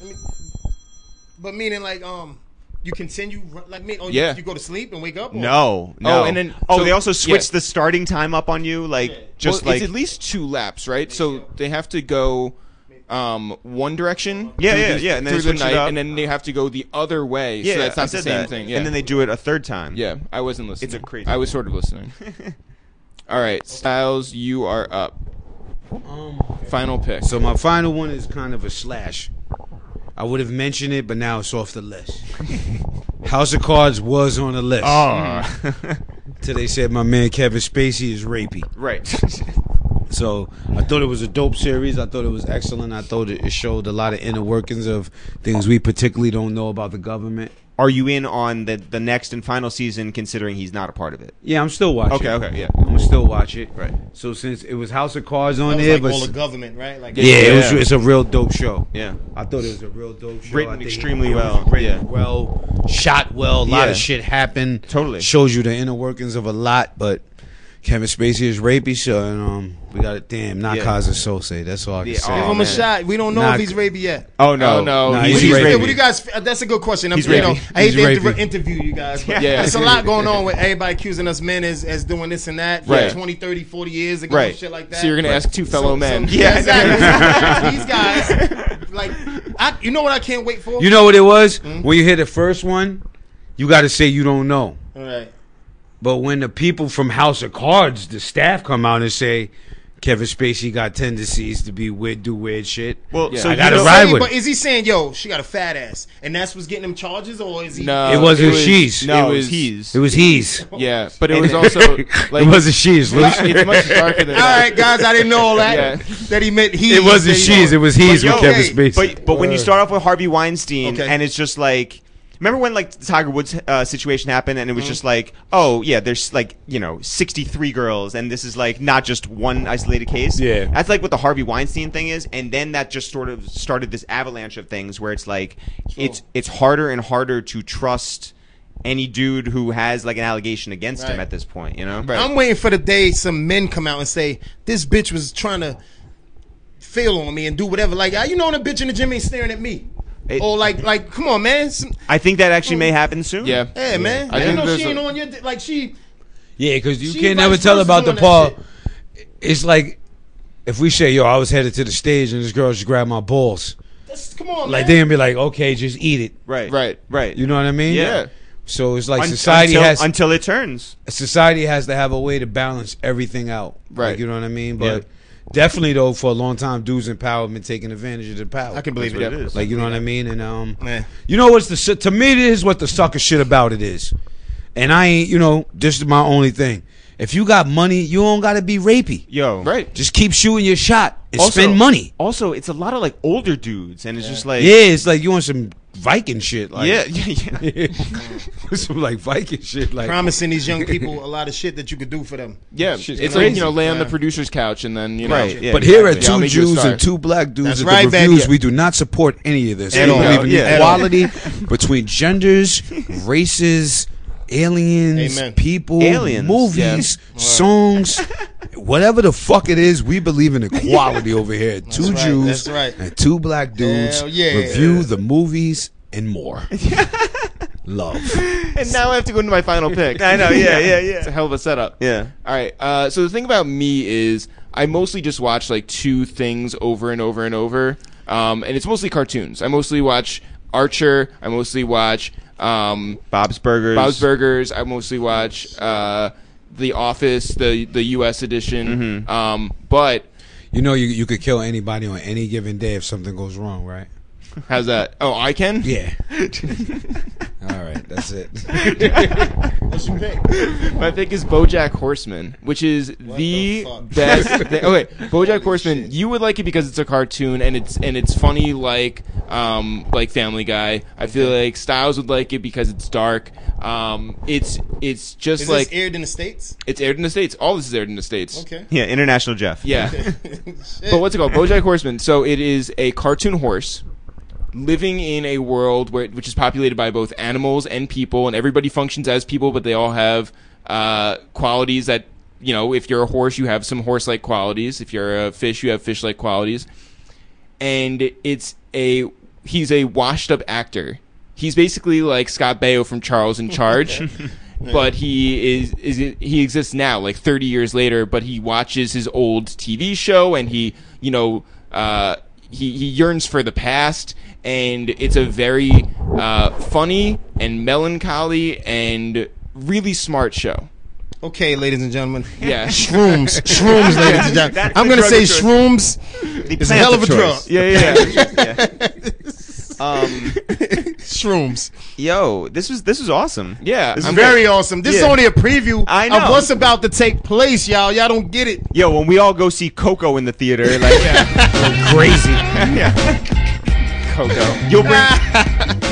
I mean, but meaning like, um, you continue ru- like me. Oh, you-
Yeah.
You, go to sleep and wake up. or-
No, no.
and then-
oh,
so-
they also switched
yeah.
the starting time up on you, like just
Well,
like
it's at least two laps, right? So they have to go um one direction
Yeah,
through
yeah,
the,
yeah, and then
through
they
the
switch it
night
up.
and then they have to go the other way
yeah,
so that's
I
not
said
the same
that.
thing yeah
And then they do it a third time.
yeah i wasn't listening
a crazy-
i was sort of listening all right styles you are up
Um,
final pick
So my final one is kind of a slash. I would have mentioned it, but
Oh. Mm-hmm.
now it's off the list. House of Cards was on the list. till they said my man Kevin Spacey is rapey.
Right.
So I thought it was a dope series. I thought it was excellent. I thought it it showed a lot of inner workings of things we particularly don't know about the government.
Are you in on the the next and final season? Considering he's not a part of it.
Yeah, I'm still watching.
Okay, okay, yeah.
I'm gonna still watch it.
Right.
So since it was House of Cards on
That was
there,
like
but
all the government, right? Like
yeah, it was.
Yeah.
It's a real dope show.
Yeah.
I thought it was a real dope show.
Written
I think
extremely
it was
well,
Written
yeah.
well, shot well. A lot
Yeah.
of shit happened.
Totally.
shows you the inner workings of a lot. But Kevin Spacey is rapey, so and um, we got it. Damn, not
Yeah.
Kaza Sose. That's all I can
Yeah,
say.
aw.
Give him
man.
a shot. We don't know
Nah,
if he's rapey yet.
Oh no,
Oh, no.
Nah,
he's,
he's
What do you
rapey.
think- what do you guys? uh, That's a good question. I'm,
He's
you know,
rapey.
I hate
He's
to inter-
rapey.
interview you guys, but
Yeah.
there's a lot going on with everybody accusing us men as, as doing this and that,
Right.
right? 20, 30, 40 years ago,
Right.
and shit like that.
So you're gonna ask two fellow
So-
men.
so-
Yeah.
exactly. These guys, like, I, you know what I can't wait for?
You know what it was
Hmm?
when you hear the first one, you got to say you don't know.
All right.
But when the people from House of Cards, the staff come out and say Kevin Spacey got tendencies to be weird, do weird shit.
Well,
Yeah.
so
I
you
gotta
know-
ride- I
Hey,
would-
but is he saying, "Yo, she got a fat ass," and that's what's getting him charges, or is he?
No,
It wasn't she's.
No,
No,
it was
he's.
It was he's.
Yeah, but it was also like
it wasn't she's. Luce.
it's much darker than
All right, guys, I didn't know all that.
Yeah.
That he meant he.
It wasn't she's. It was he's
But
with
yo,
Kevin Spacey.
But but when you start off with Harvey Weinstein,
Okay.
and it's just like. Remember when like the Tiger Woods uh, situation happened, and it
Mm-hmm.
was just like, oh yeah, there's like you know 63 girls, and this is like not just one isolated case.
Yeah.
that's like what the Harvey Weinstein thing is, and then that just sort of started this avalanche of things where it's like it's it's harder and harder to trust any dude who has like an allegation against him
Right.
at this point, you know?
I'm waiting for the day some men come out and say this bitch was trying to fail on me and do whatever. Like, ah, you know, when a bitch in the gym ain't staring at me,
It-
or like, like, come on, man. Some,
I think that actually may happen soon.
yeah.
yeah, man.
I
I
think
you know
there's
she ain't
a-
on your di- like she.
yeah, because you
She
can't
vice
never tell
versa
about the
doing
Paul.
that
It's like if we say, "Yo, I was headed to the stage and this girl just grabbed my balls,"
That's, come on,
like
man.
they'd be like, "Okay, just eat it."
Right.
Right.
Right.
You know what I mean?
Yeah.
So it's like
Un-
society
until,
has
until it turns.
society has to have a way to balance everything out.
Right.
Like, you know what I mean? But definitely though, for a long time, dudes in power have been taking advantage of the power.
I can believe it.
That's what it is.
Like you know what I mean? And um,
Man.
you know what's the su- to me this is what the sucker shit about it is. And I ain't you know this is my only thing. If you got money, you don't gotta be rapey.
Yo.
Right.
Just keep shooting your shot and
Also-
spend money.
Also, it's a lot of like older dudes, and it's just like
Yeah, it's like you want some Viking shit. Like,
yeah, yeah, yeah.
some like Viking shit. Like
promising these young people a lot of shit that you could do for them.
Yeah,
Shit's
it's like
crazy.
you know, lay on the
Yeah.
producer's couch and then you know.
Right, yeah.
But here are
exactly. I'll
two
make you a
Jews
star.
and two black dudes
That's
at
right,
the
baby.
reviews. We do not support any of this.
At
we
all.
believe in
Yeah. At all.
equality between genders, races, aliens,
Amen.
people,
Aliens,
movies, songs. Whatever the fuck it is, we believe in equality over here. two
right,
Jews
that's right.
and two black dudes
Hell yeah.
review the movies and more. Love.
And now I have to go into my final pick.
I know, yeah, yeah, yeah.
It's a hell of a setup.
Yeah.
All right. Uh, so the thing about me is I mostly just watch like two things over and over and over, um, and it's mostly cartoons. I mostly watch Archer. I mostly watch um,
Bob's Burgers.
Bob's Burgers. I mostly watch uh, The Office, the the U.S. edition. Um, but
You know, you, you could kill anybody on any given day if something goes wrong, right?
how's that? Oh, I can.
Yeah. All right, that's it.
What's your pick?
My pick is BoJack Horseman, which is the,
the fuck?
best. Thing. Okay, BoJack Horseman. You would like it because it's a cartoon and it's and it's funny like um like Family Guy. I feel like Styles would like it because it's dark. Um, it's it's just
Is
like
this aired in the states?
it's aired in the states. All this is aired in the states.
Okay.
Yeah, International Jeff.
Yeah.
Shit.
But what's it called? BoJack Horseman. So it is a cartoon horse living in a world where which is populated by both animals and people, and everybody functions as people, but they all have uh, qualities that you know. If you're a horse, you have some horse-like qualities. If you're a fish, you have fish-like qualities. And it's a he's a washed-up actor. He's basically like Scott Baio from Charles in Charge. But he is, is he exists now, like 30 years later. But he watches his old TV show, and he, you know, uh, he, he yearns for the past and it's a very uh, funny and melancholy and really smart show
Okay, ladies and gentlemen.
yeah
Shrooms, shrooms, ladies and gentlemen.
That's
I'm
the
gonna
drug
say
of choice.
shrooms
The
is a hell of a
choice.
drug.
Yeah, yeah. yeah. Um,
mushrooms.
Yo, this was this was awesome.
Yeah,
This
I'm
is
very.
Very awesome. This is
Yeah.
only a preview
I know.
of what's about to take place, y'all. Y'all don't get it.
Yo, when we all go see Coco in the theater, like crazy.
Coco.
You'll bring,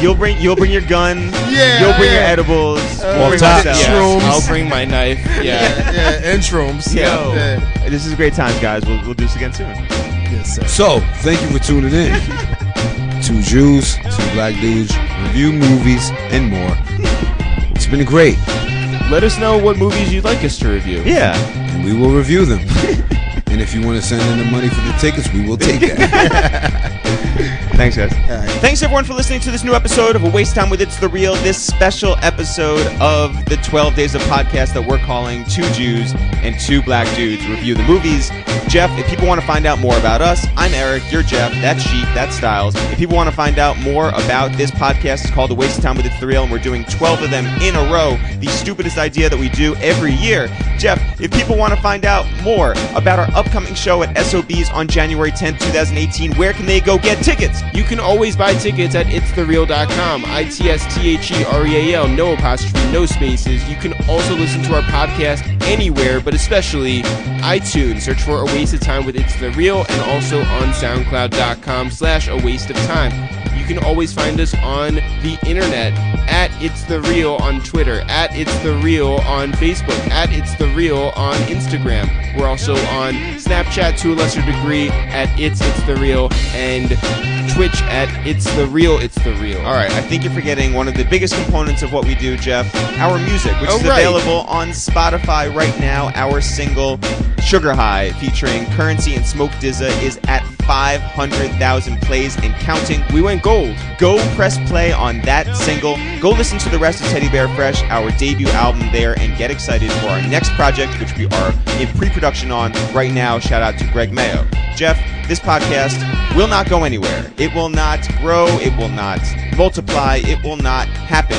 you'll bring, you'll bring your gun.
Yeah, Uh,
You'll bring your
yeah.
edibles.
Well,
we'll bring
top-
myself.
yeah. Shrooms.
I'll bring my knife. Yeah.
Yeah, introoms.
Yo,
Yeah.
this is great times, guys. We'll, we'll do this again soon.
Yes, sir.
So, thank you for tuning in. two Jews, two black dudes, review movies, and more. It's been great,
Let us know what movies you'd like us to review.
Yeah,
and we will review them. and if you want to send in the money for the tickets, we will take that.
thanks, guys. Thanks everyone for listening to this new episode of A Waste Time with It's the Real. This special episode of the 12 Days of Podcast that we're calling Two Jews and Two Black Dudes Review the Movies. Jeff, if people want to find out more about us, I'm Eric. You're Jeff. That's Sheep. That's Styles. If people want to find out more about this podcast, it's called A Waste of Time with It's the Real, and we're doing 12 of them in a row. The stupidest idea that we do every year. Jeff, if people want to find out more about our upcoming show at SOBs on January 10th, 2018, where can they go get tickets?
You can always buy tickets at itsthereal.com. I T S T H E R E A L, no apostrophe, no spaces. You can also listen to our podcast anywhere, but especially iTunes. Search for A Waste of Time with It's the Real and also on SoundCloud.com slash A Waste of Time. You can always find us on the internet at It's the Real on Twitter, at It's the Real on Facebook, at It's the Real on Instagram. We're also on Snapchat to a lesser degree at It's It's the Real and Twitch at It's the Real, It's the Real.
All right, I think you're forgetting one of the biggest components of what we do, Jeff. Our music, which
Oh,
is
right.
available on Spotify right now. Our single "Sugar High" featuring Currency and Smoke Dizza is at 500,000 plays and counting.
We went gold.
Go press play on that single. Go listen to the rest of Teddy Bear Fresh, our debut album there, and get excited for our next project, which we are in pre production on right now. Shout out to Greg Mayo. Jeff, this podcast will not go anywhere. It will not grow. It will not multiply. It will not happen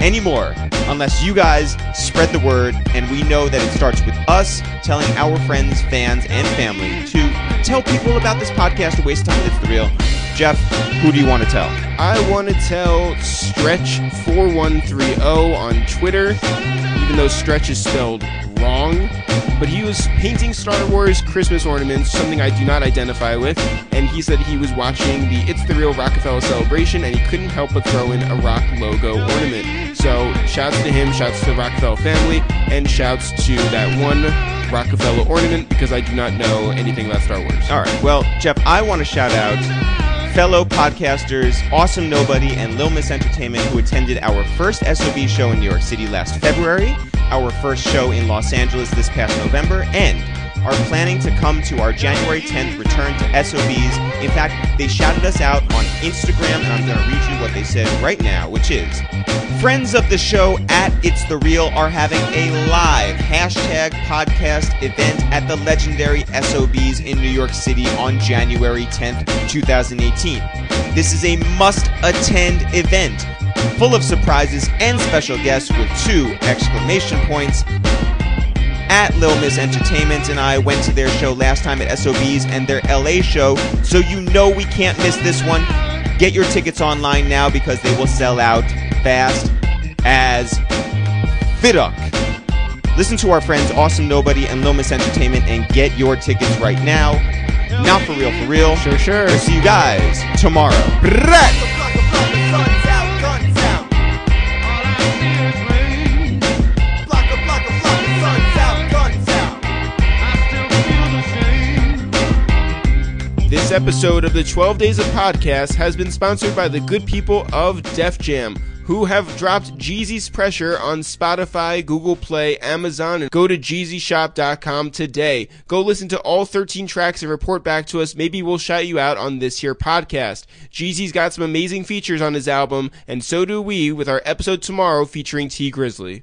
anymore unless you guys spread the word. And we know that it starts with us telling our friends, fans, and family to tell people about this podcast, A Waste of Time, It's the Real. Jeff, who do you want to tell?
I want to tell Stretch4130 on Twitter, even though Stretch is spelled wrong, but he was painting Star Wars Christmas ornaments, something I do not identify with, and he said he was watching the It's the Real Rockefeller celebration and he couldn't help but throw in a rock logo ornament. So, shouts to him, shouts to the Rockefeller family, and shouts to that one Rockefeller ornament because I do not know anything about Star Wars.
All right. Well, Jeff, I want to shout out fellow podcasters Awesome Nobody and Lil Miss Entertainment who attended our first SOB show in New York City last February, our first show in Los Angeles this past November, and are planning to come to our January 10th return to SOBs. In fact, they shouted us out on Instagram, and I'm going to read you what they said right now, which is Friends of the show at It's The Real are having a live hashtag podcast event at the legendary SOBs in New York City on January 10th, 2018. This is a must attend event full of surprises and special guests with two exclamation points at Lil Miss Entertainment, and I went to their show last time at SOB's and their LA show, so you know we can't miss this one. Get your tickets online now because they will sell out fast as fiduck. Listen to our friends Awesome Nobody and Lil Miss Entertainment and get your tickets right now. Not for real, for real.
Sure, sure.
We'll see you guys tomorrow.
This episode of the 12 Days of Podcast has been sponsored by the good people of Def Jam, who have dropped Jeezy's Pressure on Spotify, Google Play, Amazon, and go to JeezyShop.com today. Go listen to all 13 tracks and report back to us. Maybe we'll shout you out on this here podcast. Jeezy's got some amazing features on his album, and so do we with our episode tomorrow featuring T Grizzly.